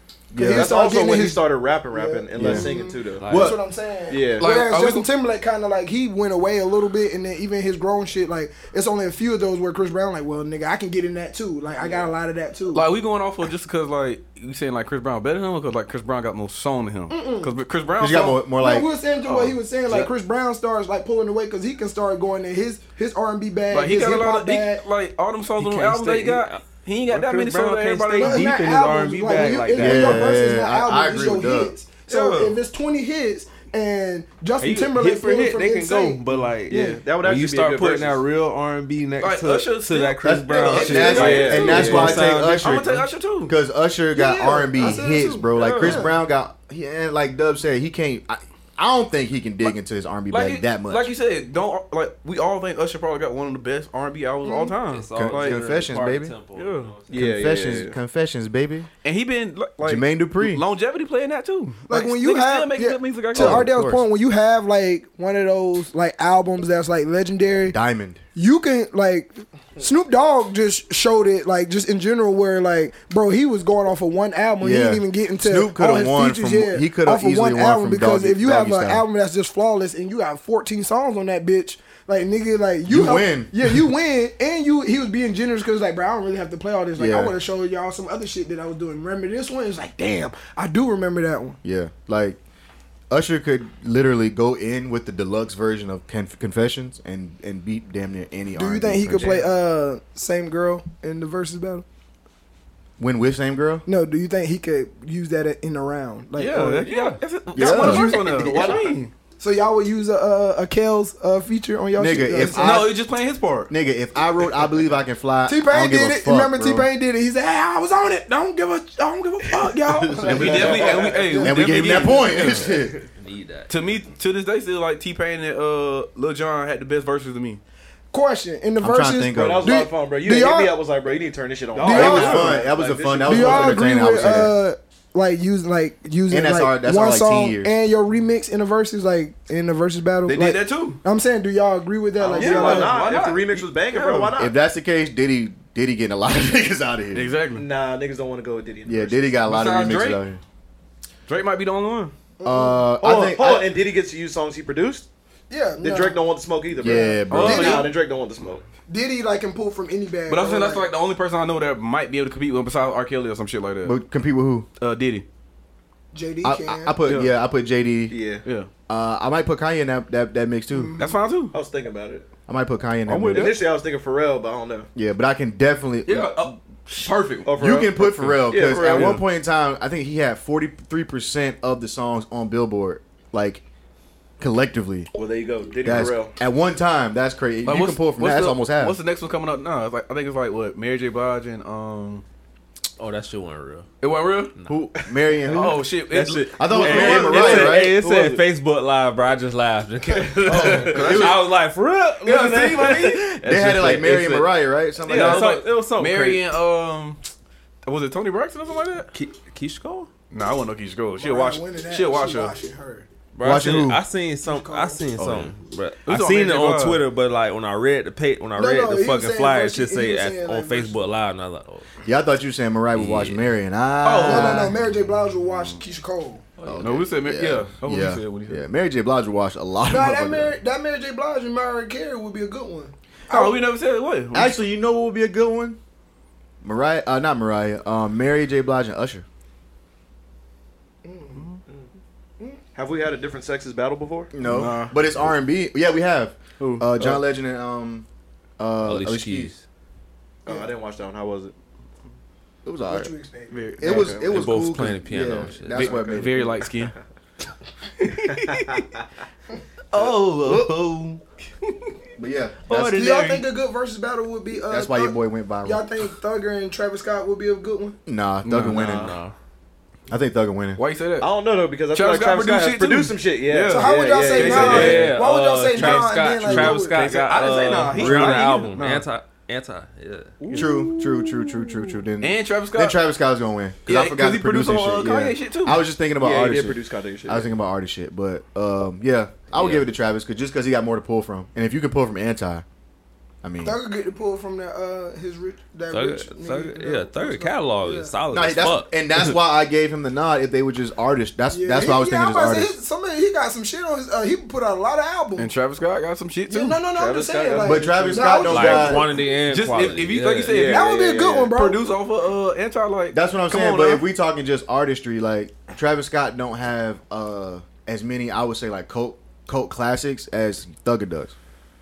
B: Yeah,
F: he
C: That's
F: started
C: also
F: getting
C: when he
F: his-
C: started rapping, rapping, and less
B: Yeah.
C: singing too, though.
D: What?
F: That's what I'm saying.
C: Yeah.
D: Like,
F: Whereas
D: are we
F: Justin
D: gon-
F: Timberlake kind of like he went away a little bit, and then even his grown shit, like it's only a few of those where Chris Brown, like, well, nigga, I can get in that too. Like, I got a lot of that too.
D: Like we going off of just because like you saying like Chris Brown better than him because like Chris Brown got more song than him because Chris Brown
B: He got
D: song-
B: more, more
F: Like,
B: like
F: we were saying to what he was saying, like
D: yeah.
F: Chris Brown starts like pulling away because he can start going in his his R and B bag,
D: like he
F: his
D: got a
F: hip
D: lot
F: hop
D: of he,
F: bag.
D: like all them songs
E: He
D: on the
E: can't
D: album they
E: stay-
D: got. He ain't got that
E: Chris
D: many songs
E: Brown
D: that
E: can't
D: everybody else
F: But it's
E: stay deep
F: not
E: in his
F: albums,
E: R&B
F: like,
E: bag
F: you-
E: like
F: it's
E: that.
F: your
B: Yeah,
F: verses,
B: yeah,
F: not
B: I- I
F: albums,
B: agree
F: it's your
B: with Doug.
F: hits. So
E: Yeah.
F: if it's twenty hits and
E: He-
F: Justin Timberlake
E: hit for
F: pulling
E: hit,
F: from
E: they can
F: Insane,
E: go, but like,
F: Yeah.
E: yeah,
F: That
C: would
E: when
C: actually be
E: you
C: a
E: start
C: good
E: putting that
C: versus.
E: real R and B next
D: Like,
E: to,
D: Usher
E: to
D: still-
E: that Chris
B: That's-
E: Brown
B: and
E: shit,
B: that's,
E: like,
C: yeah,
B: and that's
C: yeah.
B: why I
E: It's
B: take
E: gonna sound-
B: Usher.
D: I'm gonna take Usher too.
B: Because Usher got
F: Yeah,
B: R and B
F: I said
B: hits,
F: too.
B: bro. Like Chris
F: Yeah.
B: Brown got, he, and like Dub said, he can't. I, I don't think he can dig into his R and B
D: Like
B: bag
D: you-
B: that much.
D: Like you said, don't like we all think Usher probably got one of the best R and B albums of all time.
E: It's
B: Con-
E: all during the
B: confessions,
E: party
B: baby.
E: tempo,
D: Yeah.
E: you know what I'm saying?
C: Yeah,
B: confessions,
C: yeah, yeah.
B: confessions, baby.
D: And he been li- like
B: Jermaine Dupri.
D: longevity playing that too.
F: like when you
D: niggas
F: have
D: still making
F: yeah,
D: good music. I
F: to
D: guess.
B: Ardell-
F: Ardell's
B: course.
F: point, when you have like one of those like albums that's like legendary,
B: Diamond.
F: you can like Snoop Dogg just showed it like just in general where like bro he was going off of one album he
B: Yeah.
F: didn't even get into
B: Snoop
F: all
B: coulda
F: his
B: won
F: features
B: from-
F: yeah
B: he coulda
F: off of
B: easily
F: one
B: won
F: album
B: from
F: because
B: Doggy-
F: if you have
B: Doggy
F: an
B: Style.
F: album that's just flawless and you got 14 songs on that bitch like nigga like you,
B: You
F: help-
B: win.
F: yeah you win and you he was being generous because like bro I don't really have to play all this like I
B: Yeah.
F: want to show y'all some other shit that I was doing remember this one it's like damn I do remember that one
B: Yeah, like Usher could literally go in with the deluxe version of Conf- Confessions and and beat damn near any.
F: do you
B: R&B
F: think he could
B: version.
F: play uh same girl in the versus battle
B: Win with same girl?
F: no do you think he could use that in the round like
D: yeah,
F: or-
D: that- yeah, that's it. That's
B: Yeah.
D: one of the first one. though. What I mean?
F: So y'all would use a a, a Kels uh, feature on y'all
B: Nigga,
F: shit.
B: if I-
D: No, he was just playing his part.
B: Nigga, if I wrote "I Believe I Can Fly,"
F: T
B: I
F: Pain
B: don't give
F: did
B: a
F: it,
B: fuck,
F: remember T
B: bro.
F: Pain did it. He said, "Hey, I was on it. Don't give a, I don't give a fuck,
D: And we
F: y'all."
D: definitely, and we, hey,
B: And we gave him that
D: definitely-
B: point. Shit.
E: Need that.
D: To me, to this day, still like T Pain and uh, Lil Jon had the best verses to me.
F: Question in the
B: I'm trying to
F: verses.
B: think
C: Bro, that
B: of.
C: was
F: Do-
C: a lot of fun, bro. You
F: do
C: hit
F: y'all-
C: me up, was like, bro, you need to turn this shit on.
B: it
F: y'all-
B: was fun. That was a
C: Like,
B: fun. That
C: this
B: was
F: Do
C: shit-
B: most
F: y'all agree
B: entertaining. I would
F: with
B: say that.
F: uh, like using like using
B: And that's
F: like
B: our- that's
F: one
B: our, like, teen
F: song
B: years.
F: and your remix in the verses like in the verses battle?
D: They
F: like,
D: did that too. Oh,
F: I'm saying, do y'all agree with that? Like,
C: Yeah,
F: y'all
C: why
F: like-
C: not?
D: Why
C: If the
D: not?
C: remix was banging, bro, why
B: If
C: not?
B: that's the case, Diddy Diddy getting a lot of niggas out of here.
D: Exactly.
C: Nah, niggas don't want to go with Diddy. in the
B: Yeah,
C: verse.
B: Diddy got a lot of
D: Besides
B: remixes
D: Drake?
B: out here.
D: Drake might be the only one.
B: Uh,
C: Hold
B: I
C: on,
B: think.
C: hold on.
B: I,
C: And Diddy gets to use songs he produced.
F: Yeah,
C: Then
F: no.
C: Drake don't want the smoke either, bro.
B: Yeah, bro.
C: Oh,
F: Diddy-
C: nah, then Drake don't want the smoke.
F: Diddy like can pull from any bag.
D: But I'm saying that's
F: Or,
D: like the only person I know that might be able to compete with him besides R. Kelly or some shit like that.
B: but compete with who?
D: Uh, Diddy.
F: JD
B: I,
F: can.
B: I, I put yeah. I put JD.
C: Yeah.
D: Yeah,
B: Uh, I might put Kanye in that, that, that mix too.
D: that's fine too.
C: I was thinking about it.
B: I might put Kanye in that
D: with
B: mix.
C: Initially, I was thinking Pharrell, but I don't know.
B: Yeah, but I can definitely.
D: Yeah, uh, perfect.
C: Oh,
B: You
C: Pharrell?
B: can put Pharrell
C: Yeah,
B: because
C: Pharrell,
B: at
C: yeah.
B: one point in time, I think he had forty three percent of the songs on Billboard, like collectively.
C: Well, there you go. Diddy
B: That's
C: Pharrell.
B: at one time. That's crazy.
D: Like,
B: you
D: what's-
B: can pull from
D: what's
B: that. That's
D: the-
B: almost half.
D: What's the next one coming up? No, it's like I think it's like what Mary J. Blige and um,
E: Oh, that shit wasn't real.
D: it wasn't real.
B: who? Mary and who?
D: Oh shit,
G: That
D: it-
G: shit.
B: I thought it was
G: Hey,
B: Mariah
G: it
B: Mariah,
G: said-
B: right?
G: hey, it
C: Who
G: said
C: was
G: Facebook Live, bro. I just laughed. I was like, for real?
D: Yeah, see what I mean?
B: they had it like Mary and Mariah, right? Something
G: Yeah, it
B: like
G: was,
B: that.
G: like, it was something
D: Mary
G: crazy.
D: and um, was it Tony Braxton or something like that?
E: Ke- Keisha Cole?
D: No, I wouldn't know Keisha Cole. She'll
F: Brian
D: watch.
F: winning that,
D: She'll
F: she
D: watch her.
F: watching her.
G: Bro,
B: Watching
G: I seen,
B: who?
G: I seen some. I seen something. But I
D: It's on
G: seen it on
D: Live.
G: Twitter, but like when I read the page, when I
F: No,
G: read
F: no, he
G: the
F: was
G: fucking
F: saying
G: flyer, it
F: versus-
G: should
F: he
G: say
F: was
G: at-
F: saying,
G: on
F: like, versus-
G: Facebook Live, and I was like, oh,
B: Yeah, I thought you were saying Mariah would watch Mary and
F: No,
B: I.
F: no, no. Mary J. Blige will watch Keisha Cole.
E: oh
B: Oh,
G: No,
B: okay.
G: we said Mar- yeah. That's what we
B: yeah.
G: said when he said-
B: yeah. Mary J. Blige watched a lot
F: Nah,
B: of
F: that
B: motherfuckers.
F: Mary, that Mary J. Blige and Mariah Carey would be a good one.
D: Oh, we never said it. What?
B: Actually, you know what would be a good one? Mariah, uh, not Mariah, um, Mary J. Blige and Usher.
C: Have we had a different sexes battle before?
B: No,
G: Nah.
B: but it's R and B. Yeah, we have
G: Who?
B: uh, John Legend and um, uh,
E: Alicia
B: Alicia Keys.
E: Keys.
C: Oh, I didn't watch that one. How was it?
B: It was alright.
F: What you expect?
B: It was
C: Okay.
B: it was
E: both
B: cool 'cause-
E: playing the piano
B: yeah,
E: and shit.
B: That's what made it.
D: Very light skin. oh, oh,
B: But yeah,
D: Oh,
B: that's,
F: Do
D: it
F: y'all
D: Ordinary.
F: think a good versus battle would be? Uh,
B: that's why your
F: Thug-
B: boy went viral.
F: Y'all think Thugger and Travis Scott would be a good one?
B: nah, Thugger winning.
D: Nah.
B: I think Thugger winning.
G: Why you say that?
C: I don't know though because I feel
G: Travis
C: like Travis
G: Scott
C: Scott
G: produced
C: has
G: shit, too.
C: produced some shit. Yeah.
F: So how would y'all
C: Yeah,
F: say
C: yeah,
F: nah?
C: yeah, yeah.
F: Why would y'all say
G: Travis
F: nah and
G: Scott,
F: then, like,
G: Travis
F: go with-
G: Scott got
D: I didn't say
G: uh,
D: nah. He-
E: Rihanna
D: I- he-
E: album.
D: nah.
E: Anti, anti, yeah.
B: True, true, true, true, true, true. Then
D: And Travis Scott.
B: then Travis Scott was gonna win because
D: Yeah,
B: I forgot
D: 'cause he
B: the producing shit.
D: produced on, uh,
B: yeah.
D: Kanye shit, too.
B: I was just thinking about
C: Yeah, he
B: artist
C: did
B: shit.
C: produce Kanye shit.
B: I was thinking about artist shit, but um, yeah, I would
E: Yeah.
B: give it to Travis because just because he got more to pull from, and if you can pull from anti, I mean,
F: Thugger get the pull from that uh his rich that
E: Thugger,
F: rich nigga,
E: Thugger,
F: you know,
E: yeah, Thugger
F: what's
E: catalog
F: Yeah.
E: is solid
C: Oh,
B: No,
E: as
B: that's,
E: fuck.
B: and that's why I gave him the nod. If they were just artists, that's
F: Yeah,
B: that's
F: he-
B: why I was
F: yeah,
B: thinking
F: I'm
B: just
F: about to say,
B: artists.
F: his- Somebody he got some shit on his. Uh, he put out a lot of albums.
G: and Travis Scott got some shit
F: Yeah,
G: too.
F: no, no, no. I'm
C: Travis
F: just
C: Scott
F: saying.
C: got-
F: Like,
B: But Travis
F: no,
B: Scott
F: I'm
B: don't
F: just-
B: got-
G: like quantity and
D: Oh, Just
G: quality.
D: if, if you
E: yeah,
D: like you said, if
G: yeah,
D: you
F: That would be a good one, bro.
G: produce off of uh, anti like
B: That's what I'm
G: Come
B: saying.
G: on
B: but
G: now.
B: if we talking just artistry, like Travis Scott don't have uh as many, I would say, like cult cult classics as Thugger does.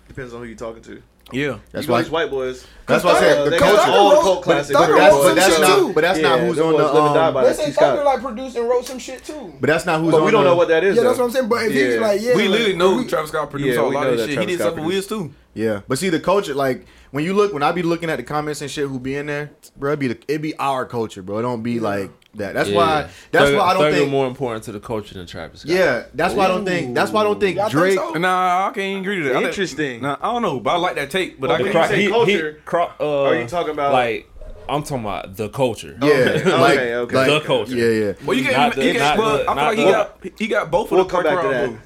C: Depends on who you're talking to.
G: yeah.
B: That's
C: you know
B: why.
C: these white boys.
B: That's why I
C: Uh,
B: said the
C: they
F: got
B: culture.
C: got all the cult
F: Thugger
C: classics.
F: wrote-
B: But
F: Thugger
B: that's,
F: wrote
B: but
F: some
B: that's
F: shit
B: not.
F: too.
B: But that's not
C: Yeah,
B: who's
C: them
B: on
C: boys
B: the.
C: live and die
B: um,
C: by
F: They
C: That's
F: say
C: T. Scott.
F: Thugger like produced and wrote some shit too.
B: but that's not who's
C: But
B: on.
C: we don't
B: the,
C: know what that is.
F: Yeah,
C: though.
F: that's what I'm saying. But if he's
C: Yeah.
F: like, yeah,
G: we
F: like,
G: literally know
F: we-
G: Travis Scott produced
C: Yeah,
G: all
C: we
G: lot
C: know
G: of
C: that
G: shit.
C: Travis
G: he did
C: Scott
G: something with Wiz too.
B: Yeah, but see the culture, like when you look, when I be looking at the comments and shit, who be in there, bro, it be the, it be our culture, bro. It don't be like that. That's why. That's why I don't think.
E: more important to the culture than Travis Scott.
B: yeah, that's why I don't think. That's why I don't think
F: Y'all think
B: Drake.
F: so?
G: Nah, I can't agree to that. I think-
C: Interesting.
G: Nah, I don't know, but I like that take. But I
C: when
G: can
C: you say culture,
E: cro- uh,
C: are you talking about-
E: like? I'm talking about the culture.
B: Yeah,
C: Okay,
B: like,
C: okay,
B: like-
E: the culture.
B: Yeah, yeah.
G: Well, you
E: Not
G: can't.
E: the-
G: You
E: not
G: can't. Well, I
E: the-
G: feel like he
E: not
G: got he got both
C: We'll
G: of the
C: come back to that.
G: crowd.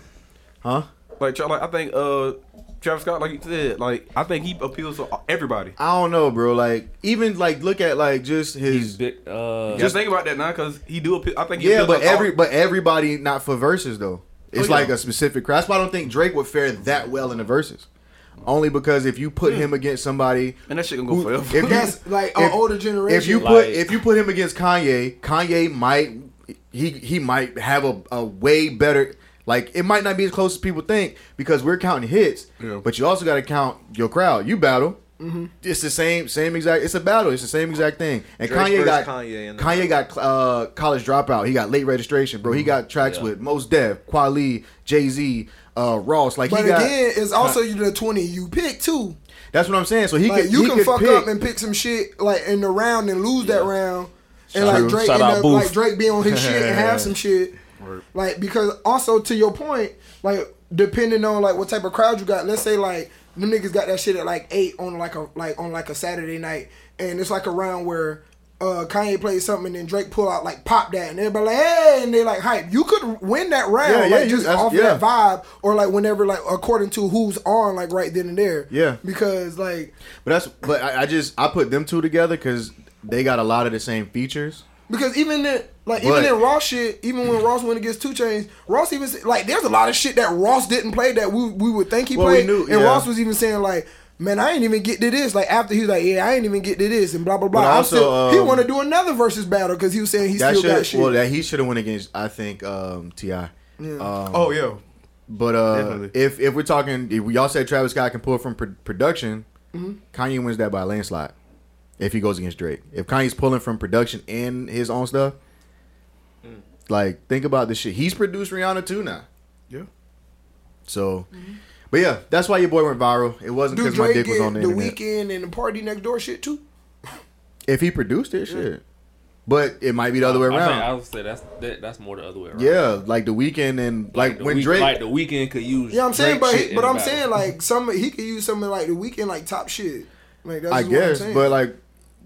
B: Huh?
G: Like Tra- like I think uh Travis Scott, like you said, like I think he appeals to everybody.
B: I don't know, bro. Like even like look at like just
E: He's
B: his.
E: big. Uh,
G: Just think about that now, because he do appeal. I think he
B: yeah,
G: appeals
B: but
G: to all-
B: every but everybody not for verses though. It's
G: yeah.
B: like a specific crowd. That's why I don't think Drake would fare that well in the verses. Only because if you put him against somebody
G: and that shit gonna go
B: who-
G: forever.
B: if you-
F: That's like an
B: if-
F: older generation.
B: if you put
E: Like-
B: if you put him against Kanye, Kanye might he he might have a, a way better like it might not be as close as people think because we're counting hits,
G: Yeah.
B: but you also got to count your crowd. You battle. It's the same same exact. It's a battle. It's the same exact thing. And
C: Drake
B: Kanye
C: versus
B: got
C: Kanye in the-
B: Kanye got uh, college dropout. He got late registration, bro. He got tracks
E: Yeah.
B: with Mos Def, Kweli, Jay Z, uh, Ross. Like
F: But
B: he got.
F: again, it's also you the twenty you pick too.
B: that's what I'm saying. So he
F: Like
B: could
F: you
B: he
F: can
B: could
F: fuck
B: pick.
F: up and pick some shit like in the round and lose that round, and like
B: True.
F: Drake
E: Shout
F: end
E: out
F: up,
E: Boof.
F: like Drake be on his shit and have some shit. Like because also to your point, like depending on like what type of crowd you got. Let's say like them niggas got that shit at like eight on like a like on like a Saturday night, and it's like a round where. Uh, Kanye plays something and then Drake pull out like pop that and everybody like hey and they like hype. You could win that round
B: Yeah, yeah,
F: like
B: you-
F: just
B: that's-
F: off
B: yeah.
F: that vibe or like whenever like according to who's on like right then and there.
B: Yeah.
F: because like
B: But that's but I, I just I put them two together because they got a lot of the same features.
F: Because even in
B: But-
F: like even in Ross shit, even when Ross went against Two Chains, Ross even said- like there's a lot of shit that Ross didn't play that we we would think he
B: Well, we
F: played,
B: knew-
F: and
B: yeah.
F: Ross was even saying like. Man, I ain't even get to this. Like after he was like, "Yeah, I ain't even get to this," and blah blah blah.
B: But
F: I'm
B: also,
F: still, he
B: um,
F: want to do another versus battle because he was saying he
B: That
F: still got
B: should
F: shit.
B: well that he should have went against I think um Ti. Um,
G: oh yeah,
B: but uh,
G: definitely.
B: if if we're talking, if we all say Travis Scott can pull from pro- production,
F: Mm-hmm.
B: Kanye wins that by a landslide. If he goes against Drake, if Kanye's pulling from production and his own stuff,
E: Mm.
B: like think about this shit. He's produced Rihanna too now.
G: Yeah.
B: So, but yeah, that's why your boy went viral. It wasn't
F: Mm-hmm. Do
B: because my
F: Drake
B: dick was
F: get
B: on the,
F: the,
B: internet.
F: weekend and the party next door shit too?
B: If he produced it, shit. But it might be the other way
E: I, think, I
B: around.
E: would say that's that, that's more the other way around.
B: Yeah, like the weekend and like
E: the
B: when
E: week-
B: Drake.
E: like the weekend could use.
F: Yeah, I'm saying,
E: Drake
F: but
E: shit
F: he,
E: in
F: but
E: the
F: I'm
E: battle.
F: saying like some he could use something like the weekend like top shit. Like that's
B: I
F: just what I'm
B: guess,
F: saying.
B: but like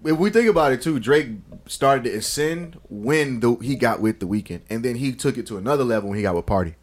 B: if we think about it too, Drake started to ascend when the, he got with the weekend, and then he took it to another level when he got with Party.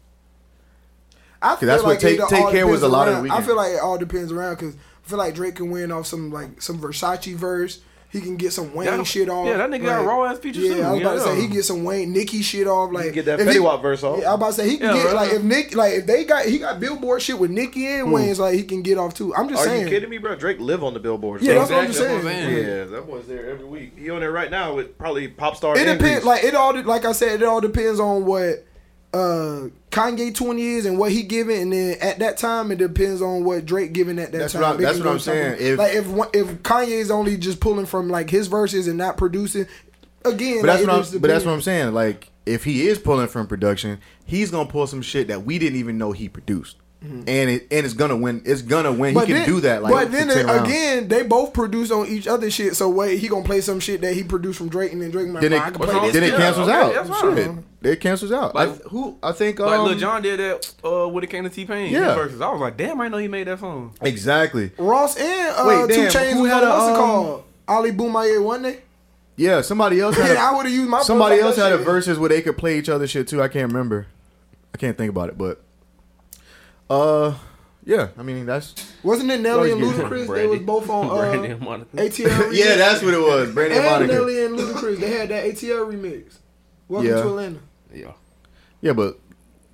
F: I feel
B: that's what
F: like
B: Take-
F: it all
B: Take Care was
F: depends
B: a lot of
F: around-
B: the
F: I
B: weekend.
F: feel like it all depends around because I feel like Drake can win off some like some Versace verse. He can get some Wayne
D: Yeah.
F: shit off.
D: Yeah, that nigga got
F: like-
D: raw ass features
F: Yeah,
D: too.
F: I was about to
D: Yeah.
F: say he get some Wayne Nicki shit off. Like
C: get that
F: if he-
C: Fetty Wap verse off.
F: Yeah, I was about to say he can
D: Yeah,
F: get
D: right.
F: like if Nick like if they got he got Billboard shit with Nicki and Wayne's like he can get off too. I'm just
C: Are
F: saying.
C: you kidding me, bro? Drake live on the billboards.
F: Yeah,
C: bro.
F: that's what I'm
D: Exactly, that's
F: saying.
D: what I'm saying.
C: Yeah, that boy's there every week. He on there right now with probably pop star.
F: It
C: and
F: depends.
C: Grease.
F: Like it all. de- Like I said, it all depends on what uh Kanye twenty is and what he giving, and then at that time it depends on what Drake giving at that
B: That's
F: time.
B: what I'm-
F: They
B: that's what
F: can go
B: I'm saying.
F: something-
B: If-
F: like if one- if Kanye's only just pulling from like his verses and not producing, again,
B: But that's
F: like, it
B: what
F: just
B: I'm. But that's
F: depends.
B: what I'm saying. Like, if he is pulling from production, he's gonna pull some shit that we didn't even know he produced, and it and it's gonna win. It's gonna win. he can do that. Like,
F: Mm-hmm. but
B: for 10
F: then
B: rounds.
F: again, they both produce on each other shit. So wait, he gonna play some shit that he produced from Drake, and then Drake might
B: then
F: "Nah, I
B: it
F: can
D: What's
F: play
D: wrong?
F: this.
B: then it
D: Yeah,
B: cancels
D: okay,
B: out.
D: that's fine.
B: Shit, it cancels out. I,
D: Like-
B: who I think um,
D: Like Lil Jon did that uh, when it came to T Pain.
B: Yeah.
D: Yeah. Versus. I was like, damn, I know he made that song.
B: exactly.
F: Ross and uh,
B: Wait,
F: Two
B: damn,
F: Chains.
B: who
F: Who
B: had
F: had
B: a,
F: what's it
B: um,
F: called? Ali Boomaye one day.
B: Yeah, somebody else had
F: Then I
B: a,
F: would have used my.
B: somebody
F: voice on
B: else
F: that
B: had a
F: shit.
B: verses where they could play each other shit too. I can't remember. I can't think about it, but uh, yeah. I mean that's
F: Wasn't it Nelly
B: Oh,
F: and
B: yeah.
F: Ludacris? They was
D: Brandy.
F: both on uh,
D: Brandon Monica.
F: ATL. remix.
B: what it was. Brandon
F: and Nelly and Ludacris. They had that ATL remix. Welcome
B: Yeah.
F: to Atlanta.
D: Yeah.
B: Yeah, but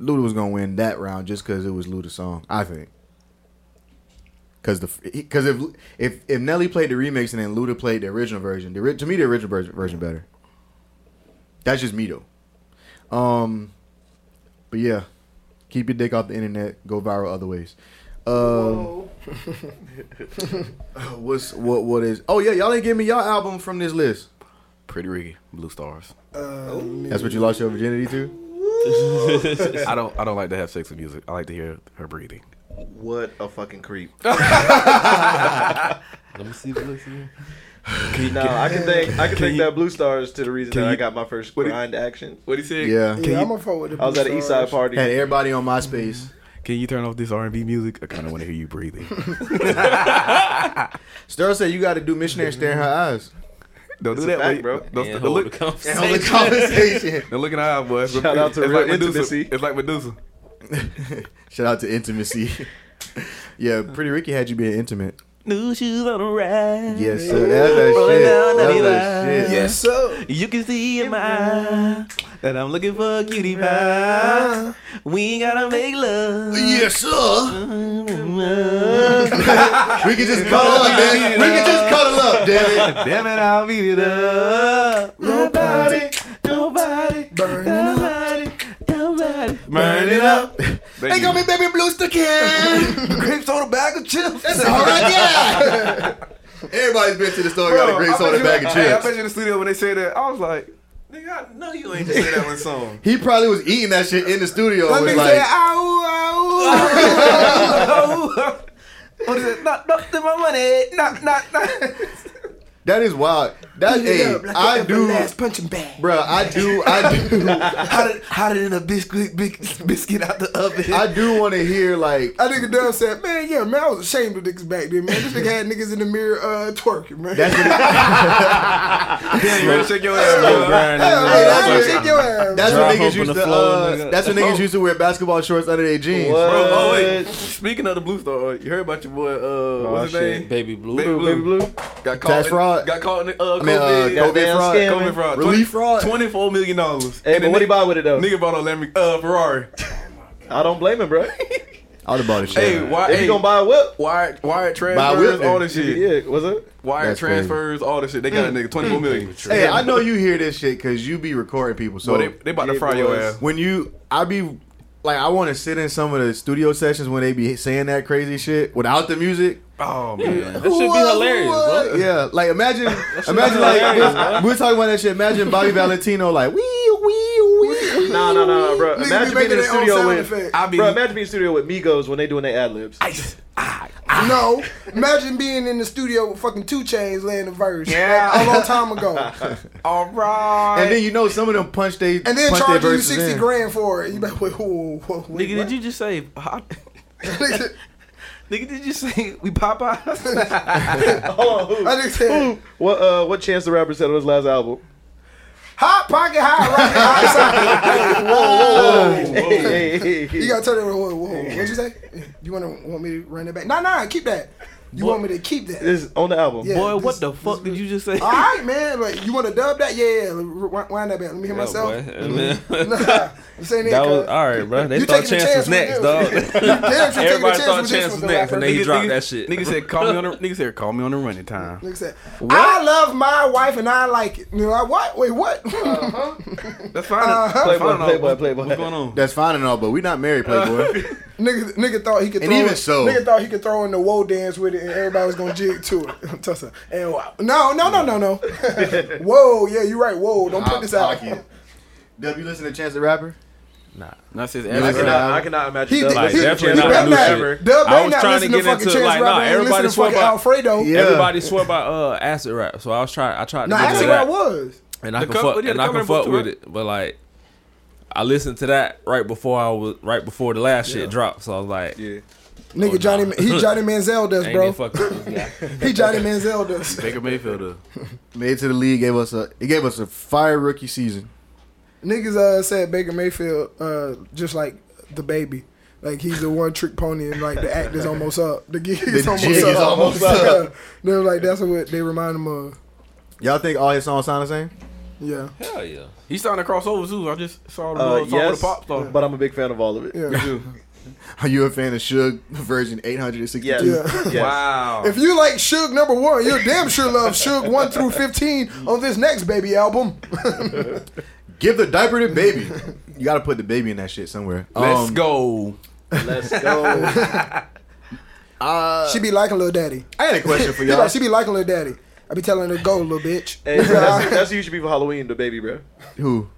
B: Luda was gonna win that round just because it was Luda's song. I think. Cause the because if if if Nelly played the remix and then Luda played the original version, the, ori- to me the original version, version better. That's just me though. Um, but yeah, keep your dick off the internet. Go viral other ways. Um,
F: Oh,
B: what's what what is? Oh yeah, y'all ain't give me y'all album from this list.
D: Pretty Ricky, Blue Stars.
B: That's what you lost your virginity to.
D: I don't. I don't like to have sex with music. I like to hear her breathing.
C: what a fucking creep.
D: Let me see. Let me see.
C: No, I can think. I can think
D: you-
C: that Blue Stars to the reason that I
D: you-
C: got my first
D: what do you-
C: grind action.
D: What he said?
B: Yeah,
F: Um, yeah, I'm gonna fuck with the
C: I was at an East Side party.
B: had everybody on MySpace.
D: Can you turn off this R and B music? I kind of want to hear you breathing.
B: Sterl said you got to do missionary stare in her eyes.
D: Don't do
C: a
D: that,
C: fact,
D: wait,
C: bro.
D: Don't,
E: And
D: don't
E: hold the
D: look.
E: conversation.
B: on the conversation.
D: Don't look in our eye, boy. It's
C: Shout out to
D: it's
C: Real
D: like Medusa.
C: Intimacy.
D: It's like Medusa.
B: Shout out to intimacy. yeah, Pretty Ricky had you being intimate.
H: New shoes on the ride.
B: Yes, sir. That's that
H: Rolling
B: shit.
H: down the
B: That's that shit.
F: Yes, sir.
H: You can see in my eye that I'm looking for a cutie pie. We ain't gotta make love.
B: Yes, sir. we can just cuddle up, man. We can just cuddle up, damn it.
D: Damn it, I'll beat it up.
F: Nobody,
H: Nobody,
F: burning up.
H: nobody, nobody.
D: Burn it up.
B: They got me baby blue sticking.
D: grapes on a bag of chips.
B: That's all right, yeah. Everybody's been to the store and got a great soda bag of
D: Hey, I
B: chips.
D: bet you in the studio when they said that, I was like, nigga, I know you ain't just say that one song.
B: he probably was eating that shit in the studio.
F: That
B: and was
F: nigga
B: like,
F: said, "Ow, ow, ow."
D: What is it? Not, not to my money. Not, not, not.
B: that is wild. That,
F: Beat it
B: hey,
F: up like
B: I
F: an
B: do,
F: everlast punching bag.
B: bruh, I do, I do.
D: Hotter, hotter than a biscuit, big- biscuit out the oven.
B: I do want to hear like
F: That nigga Dub said, "Man, yeah, man, I was ashamed of niggas back then, man. This nigga had niggas in the mirror uh, twerking, man.
B: that's what,
D: Damn, you ready to shake your ass, bro?
F: Hell,
B: Hey,
F: man, I
B: that's
F: shake your ass.
B: that's
E: Drop
B: what
E: open
B: niggas used
E: the
B: to
E: floor,
B: uh,
E: nigga.
B: that's what niggas used to wear basketball shorts under their jeans.
C: What?
D: Bro, oh wait. Speaking of the Blue Star, you heard about your boy? Uh, what's his
C: shit.
D: name?
E: Baby blue.
D: Baby Blue.
C: Baby Blue.
D: Got caught.
B: Tax
D: in-
B: fraud?
D: Got caught in the uh,
B: I mean, uh, COVID
D: COVID.
C: Goddamn
B: fraud.
C: scam.
D: COVID fraud.
B: Relief fraud.
D: Twenty-four million dollars.
C: Hey, but what he buy with it though?
D: Nigga bought a Lamborghini, uh, Ferrari.
C: I don't blame him, bro.
B: I would have bought a shit.
D: Hey, why?
C: If
D: Hey,
C: you gonna buy a whip,
D: wired, wired
B: whip
D: transfers,
B: then.
D: all this shit.
C: yeah, what's up?
D: Wired
B: That's crazy.
D: transfers, all this shit. They got a nigga
E: Mm.
D: twenty-four million.
B: Hey, I know you hear this shit because you be recording people. So
D: So they, they about to
C: Yeah,
D: fry your
C: boys.
D: ass.
B: when you, I be like, I want to sit in some of the studio sessions when they be saying that crazy shit without the music.
D: Oh man.
E: That should be hilarious, bro.
B: Yeah, like imagine, imagine like we we're talking about that shit. Imagine Bobby Valentino like wee wee wee. wee.
C: Nah, nah, nah, bro.
F: Niggas be
C: Imagine being
F: making
C: in the
F: their own
C: studio
F: sound
C: with,
F: effects.
D: I be-
C: bro. Imagine being in the studio with Migos when they doing their ad libs.
H: Ah.
F: No, imagine being in the studio with fucking two chains laying the verse.
D: Yeah.
F: a long time ago,
D: All right.
B: And then you know some of them punch they
F: and
B: punch
F: then
B: their
F: charging you
B: verses
F: sixty
B: in.
F: grand for it. You like, wait, whoa, whoa, whoa,
H: Nigga, did you just say? hot-
F: Nigga,
H: Nigga, did you say we pop out?
C: Hold on, who?
F: I just said,
C: What uh, what Chance the Rapper said on his last album?
F: hot pocket, hot rocket, hot socket. Like, whoa,
C: Hey, hey, hey.
F: You gotta tell them, whoa, whoa, whoa. What'd you say? You wanna want me to run it back? Nah, nah, keep that. You want me to keep that?
C: It's on the album.
F: Yeah,
H: Boy,
F: this-
H: what the
F: this
H: fuck did
F: really-
H: you just say?
D: Ah.
F: All right, man. Like, you want to dub that? Yeah, yeah. yeah. Rewind- Wind that back. Let me hear
E: Oh,
F: myself.
E: Mm-hmm.
F: Nah, I'm saying that.
E: That was
F: cuz-
E: all right, bro. They
F: You
E: thought
F: taking a
E: chance,
F: chance
E: was
F: with
E: next,
F: you.
E: dog.
F: Damn, she taking a
E: Everybody
F: chance
E: thought
F: with this
E: chance was
F: one,
E: next, and
F: rapper.
E: then he
H: Nigga-
E: dropped
H: nigga-
E: that shit.
H: Nigga said, "Call me on the." Nigga said, "Call me on the running time."
F: Nigga said, I love my wife and I like it. And you're like, what? Wait, what?
B: Uh-huh.
H: That's fine. Fine,
C: Playboy, Playboy,
H: what's-
C: Playboy.
H: What's going on?
B: That's fine and all, but we not married, Playboy.
F: nigga, nigga thought he could
B: And
F: throw
B: even so-
F: nigga thought he could throw in the woe dance with it and everybody was gonna jig to it. Tussa. and wow. No, no, no, no, no. whoa, yeah, you're right. Whoa, don't put this out.
B: Pocket. Dub, you listen to Chance the Rapper?
H: Not since
B: I
C: I
B: cannot-
C: cannot, I cannot imagine
F: He
C: that.
F: did-
C: Like,
F: he-
G: definitely
F: he
G: not
F: better
G: new shit.
F: Dub
G: I
F: ain't
G: was
F: not
G: trying to
F: listening
G: get
F: fucking
G: into,
F: Chance
G: like, nah,
F: Rapper. Ain't
G: everybody
F: listening to
G: swore
F: fucking
G: about-
F: Alfredo.
B: Yeah.
E: Everybody swore by uh, acid rap, so I was trying. I tried to
F: Nah,
E: get
F: actually,
E: into
F: where I
E: that,
F: was.
E: and I
H: The
E: can
H: co- yeah,
E: fuck,
H: the
E: and I can
H: covering
E: fuck
H: book,
E: with
H: right?
E: it. But like, I listened to that right before I was right before the last shit dropped, so I was like,
C: yeah.
G: Oh,
F: Nigga, Johnny, he Johnny Manziel does,
E: ain't
F: bro.
E: they fucking with this guy.
F: He Johnny Manziel does.
H: Baker Mayfield. uh,
B: Made it to the league, gave us a he gave us a fire rookie season.
F: Niggas uh, said Baker Mayfield uh, just like the baby. Like he's the one trick pony, and like the act is almost up. The gig is
B: The
F: almost
B: jig
F: up.
B: is almost up.
F: they were like, that's what they remind him of.
B: Y'all think all his songs sound the same?
F: Yeah,
E: Hell yeah.
H: He signed a crossover too. I just saw the,
C: Uh,
H: uh, saw
C: yes,
H: the pop star.
C: but I'm a big fan of all of it.
F: Yeah.
C: Me too.
B: Are you a fan of Suge version 862?
C: Yes.
F: Yeah.
C: yes.
H: Wow.
F: If you like Suge number one, you'll damn sure love Suge one through fifteen on this next baby album.
B: Give the diaper to baby. you got to put the baby in that shit somewhere.
H: Let's
B: Um,
H: go.
C: Let's go.
B: Uh,
F: she be liking little daddy.
B: I had a question for
F: She,
B: y'all.
F: like, she be liking little daddy. I be telling her to go, little bitch.
C: hey, bro, that's, that's who you should be for Halloween, the baby, bro.
B: Who?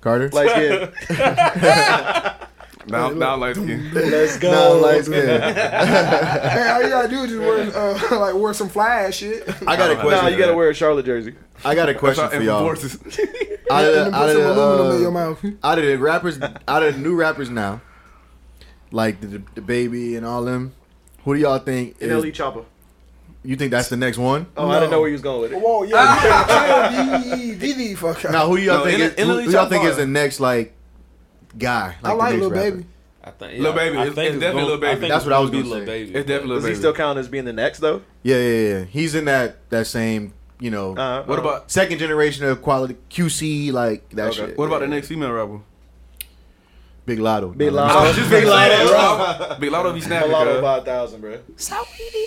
B: Carter?
C: Like, yeah.
H: Now, now light skin.
C: Let's go.
B: Nah, like, yeah.
F: hey, all you gotta do is just wear uh, like wear some fly ass shit.
B: I got a question.
C: Nah, you gotta wear a Charlotte jersey.
B: I got a question for y'all.
H: Enforces.
B: Out of,
F: and
B: the- out,
F: put
B: of
F: some
B: the,
F: aluminum in
B: uh,
F: your mouth.
B: out of the rappers, out of the new rappers now, like the, the baby and all them, who do y'all think
C: And LE
B: is,
C: Chopper.
B: you think that's the next one?
C: E Oh, I didn't know where you was going with it.
F: Whoa, yeah, chill, chill, V, V, fuck.
B: Now, who do y'all
H: No,
B: think?
H: N-
B: Is, who,
H: NLE
B: who y'all
H: Chopper.
B: think is the next like guy?
F: I
B: the
F: like
B: next
F: Lil
B: rapper?
F: Baby.
E: I think,
H: Lil Baby.
E: I
H: It's-
E: think
H: it's definitely
E: gonna-
H: Lil Baby.
E: think
B: That's
E: it's
B: what I was
E: gonna be
B: gonna
E: Lil
B: say.
E: Baby.
H: It's definitely
C: Does
H: Lil
C: he
H: Baby.
C: still count as being the next though?
B: Yeah, yeah, yeah. He's in that that same you know
C: Uh,
H: What
C: uh,
H: about
B: second generation of quality QC like that
C: Okay.
B: shit.
H: what about the next female rapper?
B: Big Lotto?
C: Big
H: I
C: Lotto?
H: was just gonna say that. Big Lotto be snapping.
C: Lotto
H: cuz.
C: five thousand, bro.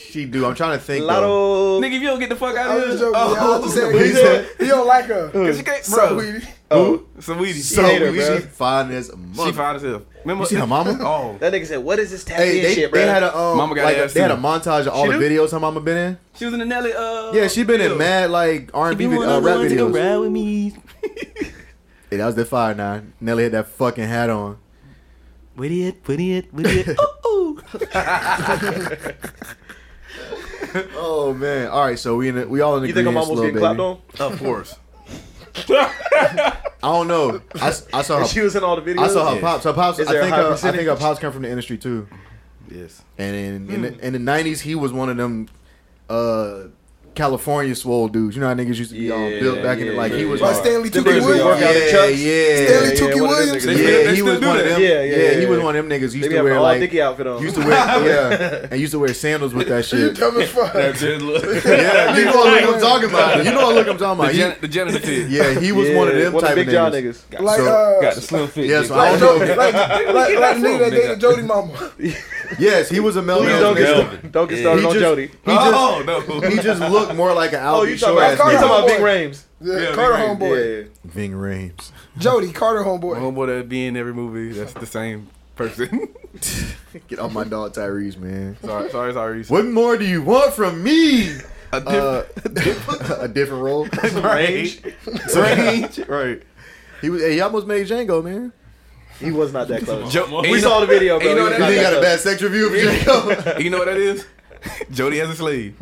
B: She do. I'm trying to think. though.
C: Lotto.
H: Nigga, if you don't get the fuck
F: I
H: out
F: was
H: of
F: just
H: here,
F: joking. I was just saying,
C: he
F: he
C: said-
F: said he don't like her.
H: because you can't,
F: So
H: bro.
F: we,
C: Oh,
H: Some weedy.
B: So
C: Hate her,
B: we
C: bruh.
B: should find this
H: She
B: month.
H: found herself. Remember
B: You see her mama?
H: Oh,
C: that nigga said, "What is this tapping
B: Hey, they,
C: shit, bro?"
B: they had a um,
H: Mama got
B: like,
H: ass
B: they had a
H: too.
B: montage of all
H: She
B: the
H: do?
B: videos her mama been in.
H: she was in the Nelly. Uh,
B: Yeah, she been
H: video.
B: in mad like R&B vid- uh, rap videos. Hey, that was the fire nine. Nelly had that fucking hat on.
H: With it, with it, with it. Ooh, ooh.
B: Oh man! All right, so we in the, we all in the
C: you think I'm almost getting clapped on?
H: Of course.
B: I don't know. I, s- I saw
C: And she
B: her.
C: was in all the videos.
B: I saw her pops. Her pops. I
C: Is there a
B: think
C: high
B: her, I
C: percentage?
B: think her pops come from the industry too.
H: Yes.
B: And in, in,
C: Hmm.
B: the, in the '90s, he was one of them uh, California swole dudes. You know how niggas used to be all
C: Yeah,
B: built back in the
C: yeah,
B: like he
C: yeah,
B: was.
C: yeah.
F: by
B: like-
F: Stanley
C: Them
F: Tucci
C: niggas be
F: Williams.
C: working out
B: Yeah,
C: the chucks.
B: yeah,
F: Stanley
C: yeah,
F: Tucci
C: one of them
F: Williams.
C: niggas.
B: yeah,
H: They
B: he
H: still
B: was
H: do
B: one of
H: that.
B: them.
C: Yeah, yeah,
B: he
C: yeah,
B: was
C: yeah.
B: one of them niggas.
C: They
B: Used to
C: be having
B: wear
C: all
B: like
C: Dickie outfit on.
B: used to wear yeah, and used to wear sandals with that
F: You
B: shit.
F: dumb as fuck.
E: That just look-
B: yeah, you know what look I'm talking about. You know what look I'm talking about.
H: The,
B: He-
H: gen- the janitor did.
B: yeah, he was
C: Yeah,
B: one of them
C: one
B: type
C: Big
B: of
C: John
B: niggas.
C: niggas.
F: Like,
B: So-
E: got the
F: uh,
E: slim fit.
B: Yeah,
E: nigga.
B: so I
F: like,
B: don't
F: Jody,
B: know.
F: like, like, like the nigga that dated Jody Mama.
B: Yes, he was a Mel.
C: Please
B: Mel
C: don't
B: nigga.
C: get don't get started
B: He
C: on
B: just-
C: Jody.
B: He just,
H: Oh no.
B: he just looked more like an
C: Oh,
B: Albie
C: you talking
B: Shore
C: about
B: ass
C: you talking
B: nigga.
C: about Big
F: Homeboy.
C: Rames?
F: Yeah,
H: Yeah,
F: Carter
H: right,
C: Yeah,
F: homeboy.
C: yeah.
B: Ving Rames.
F: Jody Carter homeboy.
H: Homeboy that be in every movie. That's the same person.
B: Get off my dog Tyrese, man.
H: sorry, sorry, sorry.
B: What more do you want from me?
H: A different
B: Uh, a different role.
H: range.
B: Range.
H: right.
B: He was. Hey, he almost made Django, man.
C: He was not that close.
H: Jo- and
C: We
H: you
C: saw
H: know-
C: the video,
H: and
C: bro.
H: you know
C: He
H: that
B: You
C: was not
H: nigga
B: ain't
C: that
B: got a
C: close.
B: bad sex review of Django.
H: You know what that is? Jody has a slave.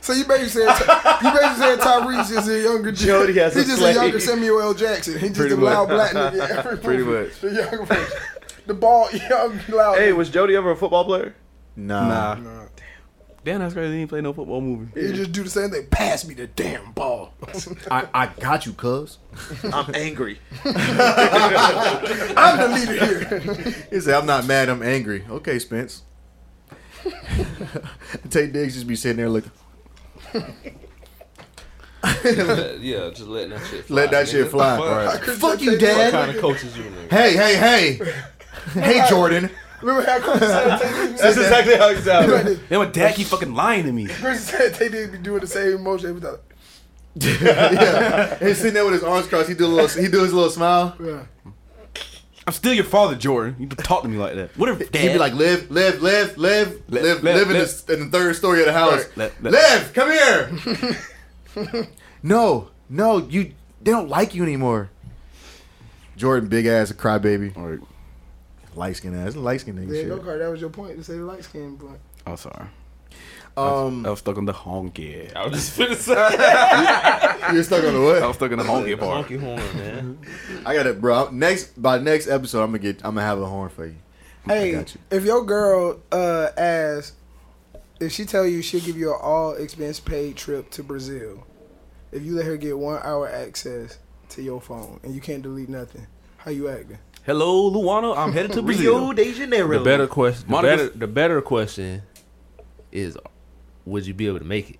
F: So you basically saying you basically saying Tyrese is a younger
C: Jody has
F: He's
C: a
F: just
C: slave.
F: a younger Samuel L. Jackson. He's just
H: Pretty
F: a loud
H: much.
F: black nigga. in Every
H: Pretty
F: movie.
H: much.
F: The younger version. The bald young loud.
C: Hey, was Jody ever a football player?
B: nah.
H: Damn, that's crazy. He ain't play no football movie.
F: You just do the same thing. Pass me the damn ball.
B: I, I got you, cuz.
C: I'm angry.
F: I'm the leader here.
B: He said, I'm not mad, I'm angry. Okay, Spence. Tate Diggs just be sitting there looking.
D: yeah, just letting that shit. Fly,
B: Let that
D: nigga.
B: shit fly.
D: Fuck,
B: Fuck you,
D: What
B: Dad.
D: kind of coaches you nigga?
B: Hey, hey, hey. hey, Jordan.
F: Remember how Chris said Tay Diggs-
C: That's exactly how it sounds.
H: Then my dad keep fucking lying to me.
F: Chris said they didn't be doing the same motion every time.
B: yeah. He's sitting there with his arms crossed. He do a little. He do his little smile.
F: Yeah.
H: I'm still your father, Jordan. You talk to me like that. What if dad?
B: He'd be like, live, live, live, live,
H: Live, live,
B: live, live in,
H: live.
B: The, in the third story of the house.
H: Live, live.
B: Live, come here. no, no, you. They don't like you anymore. Jordan, big ass, a crybaby,
H: All right.
B: light skin ass, light skin nigga.
F: There you
B: Shit.
F: go, Carter. That was your point to say the light skin point.
H: I'm sorry. I
B: Um,
H: was stuck on the honky.
G: I was just finna say.
B: you're stuck on the
H: I
B: what?
H: was stuck in the honky part.
D: Monkey horn, man.
B: I got it, bro. Next by next episode, I'm gonna get. I'm gonna have a horn for you.
F: Hey,
B: got you.
F: if your girl uh asks if she tell you she'll give you an all expense paid trip to Brazil, if you let her get one hour access to your phone and you can't delete nothing, how you acting?
H: Hello, Luana. I'm headed to Brazil.
D: de Janeiro.
E: The better question. The
H: Monica-
E: better, the better question is, would you be able to make it?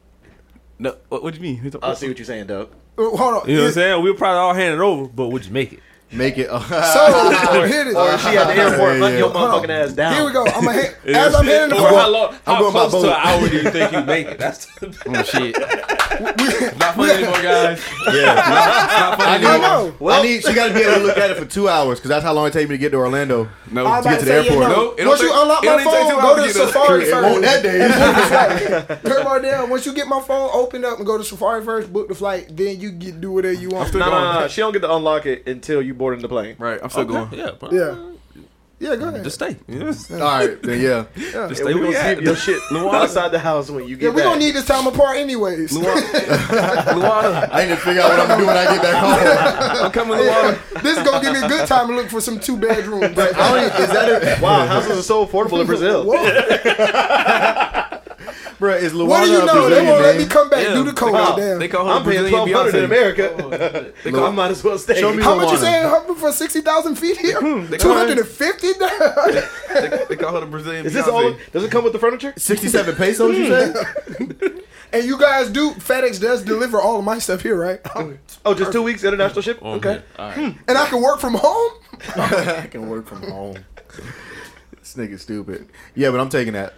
H: No, what, what do you mean? Who's-
C: I see what you're saying, Doug.
F: Uh, Hold on.
E: You know what I'm saying? We'll probably all hand it over, but would you make it?
B: Make it.
F: So here, it
C: Or
F: is.
C: if she at the airport,
B: Yeah,
C: hunt
B: yeah.
C: your motherfucking ass down.
F: here we go. I'm a hit. as I'm hitting the
E: Or
F: phone,
E: how long? How
B: going by
E: close to
B: boat.
E: an hour do you think you make it? That's
H: Oh, shit.
G: Not funny anymore, guys.
B: I need,
F: I know.
B: I need. She got to be able to look at it for two hours because that's how long it take me to get to Orlando.
H: No.
F: I'm
B: Oh, to
F: about
B: get
F: to
B: to the
F: say, you
B: airport.
F: know,
G: No, it don't
F: once you
G: take-
F: unlock
G: it
F: my
G: only take two
F: phone,
G: hours
F: go to
G: to get to-
F: Safari
B: It won't
F: first.
B: that day.
F: Turn my down. Once you get my phone, open up and go to Safari first, book the flight, then you get do whatever you want.
C: No, no, no. She don't get to unlock it until you boarding the plane.
H: Right. I'm still going.
E: yeah, bro.
F: Yeah. Yeah, go ahead.
E: Just stay.
B: All right, then yeah.
E: Just
C: And
E: stay
C: we
E: where
C: gonna
E: you
C: see
E: at.
C: if your shit outside the house when you get
F: yeah, we
C: back.
F: gonna need this time apart anyways.
H: Luana,
B: I need to figure out what I'm gonna do when I get back home.
H: I'm coming, Luana.
F: this is gonna give me a good time to look for some two bedroom. But
B: I don't even, is that a,
C: wow, houses are so affordable in Brazil.
F: what,
B: bro? Is Luana
F: what do you
B: a
F: know? They
B: Brazilian
F: won't let me
B: name?
F: come back
H: Yeah,
F: do the code.
C: wow.
F: Damn.
H: They call her
C: I'm
H: the
C: paying
H: Brazilian
C: twelve hundred in
H: Beyonce. Oh,
C: America. I might as well stay.
B: Show me
F: How much you
B: Luana.
F: saying huh, for sixty thousand feet here? Two hundred and fifty.
H: They, they call her the Brazilian
C: Is this
H: Beyonce.
C: all? Does it come with the furniture?
B: Sixty-seven pesos. You say?
F: And you guys do FedEx does deliver all of my stuff here, right?
C: Oh, just two weeks international ship.
H: Oh,
C: Okay.
F: And I can work from home.
B: I can work from home. This nigga stupid. Yeah, but I'm taking that.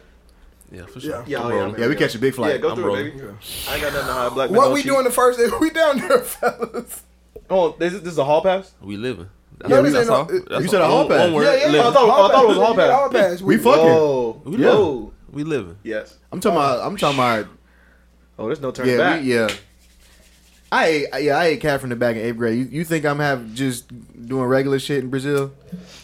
E: Yeah, for
F: Yeah.
E: sure.
C: Yeah, oh, man.
B: Yeah, we catch a big
C: Yeah,
B: flight.
C: go
E: I'm
C: through it,
E: rolling.
C: baby. I ain't got nothing to hide. Black men
F: What
C: don't
F: we
C: cheat.
F: doing the first day? We down there, fellas.
C: Oh, this is, this is a hall pass.
E: We living. That's,
F: Yeah,
E: yeah,
F: we-
E: that's all.
F: You
E: That's
B: said a hall
E: One-
B: pass.
E: one word,
F: Yeah, yeah.
E: living.
C: I thought- I thought it was all
F: You get
C: bad.
F: all pass.
B: We fucking.
C: Whoa.
E: Yeah.
C: Whoa.
E: We living.
C: Oh, Yes.
B: I'm talking about. I'm talking about.
C: Oh, there's no turning
B: Yeah,
C: back.
B: we, yeah. I ate, yeah, I ate cat from the back in eighth grade. You, you think I'm have just doing regular shit in Brazil?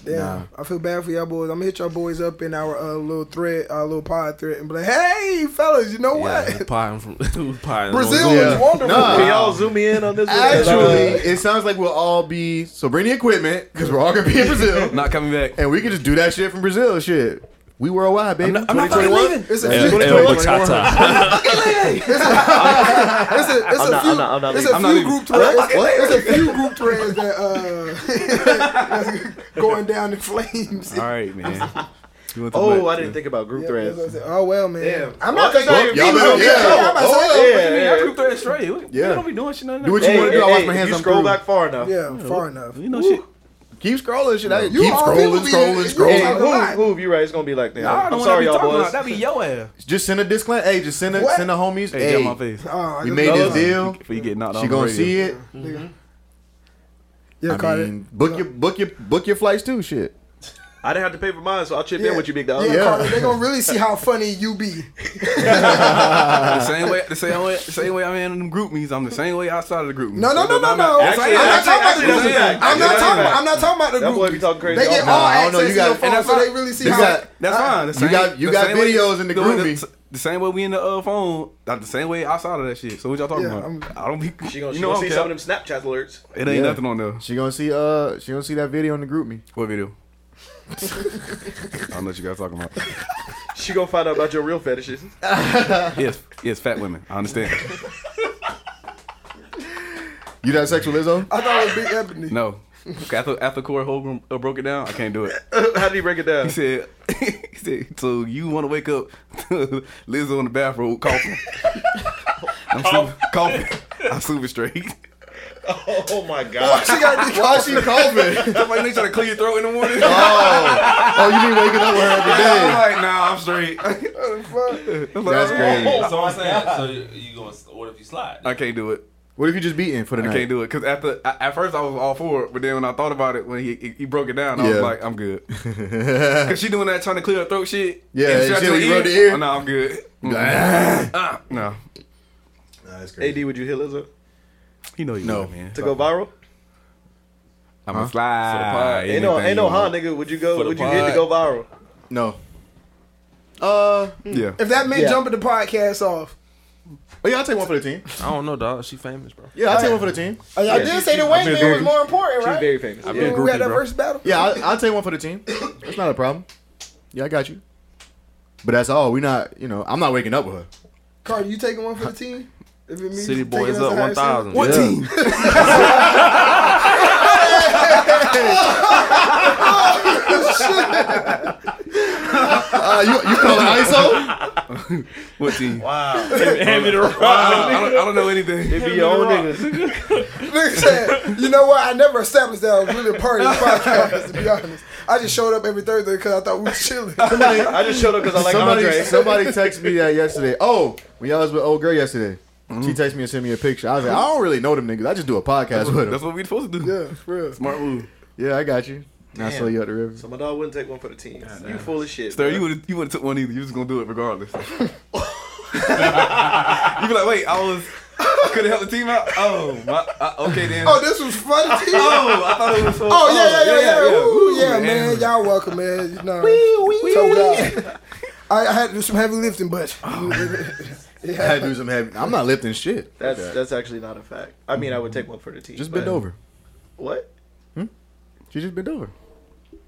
F: Damn,
B: Nah.
F: I feel bad for y'all boys. I'm gonna hit y'all boys up in our uh, little thread, our little pod thread, and be like, "Hey, fellas, you know what?
E: Yeah, we pie from we pie and
F: Brazil
E: Louisiana.
F: is wonderful."
B: Nah.
C: Can y'all zoom me in on this? one?
B: Actually, it sounds like we'll all be so bring the equipment because we're all gonna be in Brazil,
H: Not coming back.
B: and we can just do that shit from Brazil. Shit, we worldwide, baby.
E: I'm not fucking
B: 2021?
E: leaving.
F: It's a
E: El,
F: few.
E: El Bachata.
F: It's a, it's a
C: I'm not-
F: few.
C: I'm not- I'm not
F: it's
C: leaving.
F: a
H: I'm not
F: few
H: leaving.
F: group threads. It's, a few group threads that uh, that's going down in flames.
H: All right, man. You want the
C: Oh,
H: butt?
C: I didn't think about group
F: Yeah,
C: threads.
F: that's what I said. Oh well, man.
C: Damn.
F: I'm
C: Well,
F: not gonna say
C: y'all better-
B: yeah.
F: I'm not
B: Oh,
F: saying-
C: yeah.
H: What you mean? Y'all group thread straight. We- We
B: Yeah.
H: don't be doing shit. Nothing.
B: Do what you
C: Hey,
B: wanna
C: hey,
B: do? I wash
C: hey,
B: my hands.
C: if you
B: I'm
C: scroll
B: through.
C: back far enough.
F: yeah, far enough.
H: You know shit.
B: Keep scrolling, shit. I,
F: You
B: keep
F: all
B: scrolling,
F: people be-
B: scrolling,
F: you
B: scrolling.
C: Hey,
F: all-
C: move, move. You're right. It's gonna be like that.
H: Nah, I
C: I'm
H: don't
C: sorry, y'all
H: want to be talking
C: boys.
H: about. That be your ass.
B: Just send a disclaimer. Hey, just send a
F: What?
B: send the homies.
H: Hey, get
B: Hey,
H: on my face.
F: Oh,
B: we made this
C: Fellas.
B: deal.
H: Before you get knocked
B: She gonna see it.
F: Yeah,
B: I
F: Carter.
B: mean, book your book your book your flights too. Shit.
C: I didn't have to pay for mine, so I'll chip
F: yeah,
C: in with you, big
F: yeah,
C: dog.
F: Carter, they gonna really see how funny you be.
H: the same way. The same way. The same way I'm in them group meetings. I'm the same way outside of the group.
F: No, no,
H: meetings.
F: no, no, no.
C: Actually,
F: I'm
C: actually,
F: not talking about the
C: actually,
F: group.
C: that's a fact.
F: I'm not
C: That's a
F: talking.
C: fact.
F: I'm not talking about the
C: That boy be
F: group.
C: talking crazy.
F: They get
C: all
B: Nah,
F: all
B: I don't know.
F: access
B: You
F: to
B: got-
F: your phone,
H: and
F: so
H: that's
F: they really see
B: You
F: how.
B: got-
H: That's fine. The
B: You
H: same,
B: got- you
H: the
B: got
H: same way-
B: videos in the
H: way-
B: groupie.
H: The, the same way we in the uh, phone, not the same way outside of that shit. So what y'all talking
F: Yeah,
H: about?
F: I'm-
H: I don't be.
C: She gonna,
H: you
C: she
H: know
C: gonna
H: I
C: see
H: don't
C: some of them Snapchat alerts.
H: care. It ain't
B: Yeah.
H: nothing on there.
B: She gonna see uh she gonna see that video on the group me.
H: What video? I don't know what you guys talking about.
C: She gonna find out about your real fetishes.
H: Yes, yes, fat women. I understand.
B: You that sexual Lizzo?
F: I thought it was Big Ebony.
H: No. After after Corey Holcomb uh, broke it down, I can't do it.
C: How do you break it down?
H: He said, he said, so you want to wake up
D: Lizzo in the bathroom coughing. I'm super, coughing. I'm super straight.
C: Oh my god.
B: She got the Why she coughing?
D: Somebody need you to clear your throat in the morning.
B: Oh, oh, you mean waking up with her every
D: I'm
B: day?
D: like, nah, I'm straight.
B: That's crazy.
G: So I'm saying, so you, you going? What if you slide?
D: I can't do it.
B: What if you just beating for the
D: I
B: night?
D: can't do it because at the at at first I was all for it, but then when I thought about it, when he he, he broke it down, I
B: Yeah.
D: was like, I'm good. Cause she doing that trying to clear her throat shit.
B: Yeah,
D: and
B: and
D: shout
B: shit
D: to
B: when
D: the
B: you rub
D: ear.
B: the ear.
D: Oh, no, I'm good.
B: Nah,
D: Ah, no,
B: that's
C: AD, would you hit Lizzo
D: you know you
B: No.
D: would, man.
C: to go viral?
D: I'm a slide.
C: Ain't no,
D: anything
C: ain't no
D: you
C: huh,
D: want.
C: nigga. Would you go?
D: the
C: Would you hit
D: pod.
C: to go viral?
B: No. Uh,
D: Hmm. Yeah,
F: If that meant
C: Yeah.
F: jumping the podcast off,
B: oh yeah, I'll take one for the team.
E: I don't know, dog. She famous, bro.
B: Yeah, I'll take one for the team.
F: I
C: Yeah,
F: did
C: she-
F: say the
C: she-
F: Wayne
C: I've been
F: man was
C: very-
F: more important,
C: She's
F: right?
C: very famous.
E: I've
C: Yeah.
E: been
F: When we had
E: groupie,
F: that
E: bro.
F: first battle.
B: Yeah, I'll, I'll take one for the team. That's not a problem. Yeah, I got you. But that's all. We're not, you know, I'm not waking up with her.
F: Carter, you taking one for the team? If it means
E: City
F: taking
E: boys
F: us to
E: up
F: higher standard?
E: 1,000.
F: What
B: Yeah.
F: team?
B: Uh, you, you call it ISO?
D: what team?
G: Hand me the
D: I,
G: rock.
D: don't, I, don't, I don't know anything.
C: It'd be your own niggas.
F: Nigga said, you know what? I never established that I was really a part of the podcast, to be honest. I just showed up every Thursday because I thought we was chilling.
C: I just showed up because I like
B: somebody,
C: Andre.
B: somebody texted me that yesterday. Oh, when y'all was with old girl yesterday, she texted me and sent me a picture. I was like, I don't really know them niggas. I just do a podcast with them.
D: That's what we supposed to do.
F: yeah, for real.
D: Smart move.
B: Yeah, I got you. And I saw you at the river.
C: So my dog wouldn't take one for the team. you full of shit.
D: Sir,
C: bro.
D: you would you would have took one either. You was gonna do it regardless. you be like, wait, I was I could have helped the team out. Oh, my, I, okay then.
F: Oh, this was fun to you? Oh,
D: Oh, I thought it was so.
F: yeah, yeah, yeah, yeah. Ooh, yeah,
D: Ooh,
F: man. Y'all welcome, man. No, so God. I, I had to do some heavy lifting, but
B: I had to do some heavy. I'm not lifting shit.
C: That's that's actually not a fact. I mean, I would take one for the team.
B: Just
C: but-
B: bend over.
C: What?
B: She just bent over.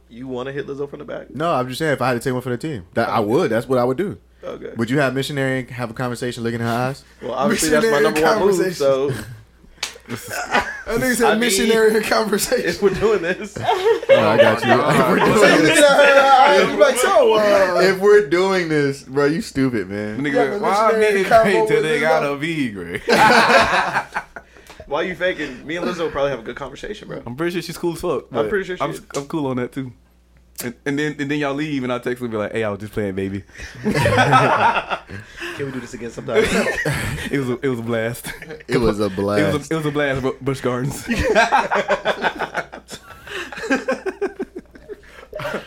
C: You want to hit Lizzo from the back?
B: No, I'm just saying if I had to take one for the team, that I would. That's what I would do.
C: Okay.
B: Would you have missionary and have a conversation, looking in her eyes?
C: Well, obviously that's my
F: Missionary
C: number one move. So
F: I think it's a
C: mean-
F: missionary conversation.
C: if we're doing this,
B: Oh, I got you. if, we're
F: So you
B: doing
F: looking
B: this,
F: at her eye, you like, so, uh,
B: if we're doing this, bro, you stupid man.
D: Nigga,
F: Yeah, but
D: why
F: missionary
D: did it
F: combo
D: wait till
F: with
D: they
F: Lizzo.
D: got a V grade?
C: why you faking? Me and Lizzo will probably have a good conversation, bro.
D: I'm pretty sure she's cool as fuck. but
C: pretty sure she
D: I'm,
C: is.
D: I'm cool on that too. And, and then and then y'all leave and I text and be like, hey, I was just playing, baby.
C: Can we do this again sometime?
D: It was a, it was a blast.
B: It was a
D: It
B: blast.
D: was a, it was a blast, bro. Bush Gardens.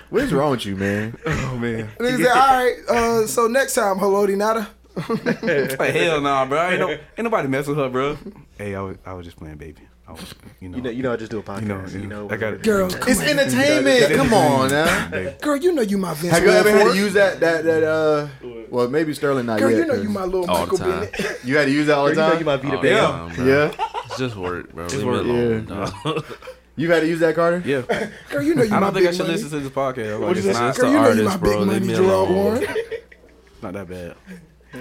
B: what is wrong with you, man?
D: oh man.
F: and he said, all right, uh, so next time, hello, Dinata.
D: Like, hell nah, bro. Ain't, no, ain't nobody messing with her, bro. Hey, I was I was just playing, baby. I was, you know,
C: you know, you know, I just do a podcast. You know,
D: I got it.
F: Girl, come
B: It's entertainment. Come on now.
F: Girl, you know you my Vince
B: Have you ever had
F: Wilfork.
B: to use that that that uh? Well, maybe Sterling not
F: Girl,
B: yet.
F: you know
B: 'cause
F: you my little
E: All
F: Michael
E: the time.
F: Bennett.
B: you had to use that all the
C: You know,
B: time.
C: you might be the
E: Oh,
C: best.
E: damn, bro.
B: yeah,
E: It's just work, bro. Leave
B: work,
E: me alone, dog.
B: you had to use that, Carter.
D: Yeah.
F: Girl, you know you
D: I
F: my
D: don't think I
F: big
D: should
F: money.
D: listen to this podcast. I'm
E: Like,
D: Like,
E: it's
D: it's
E: not
D: not,
F: Girl,
E: the
F: you know you my
E: artist, bro.
F: big
E: Leave
F: money,
E: me
F: Gerard Warren.
E: alone.
D: not that bad.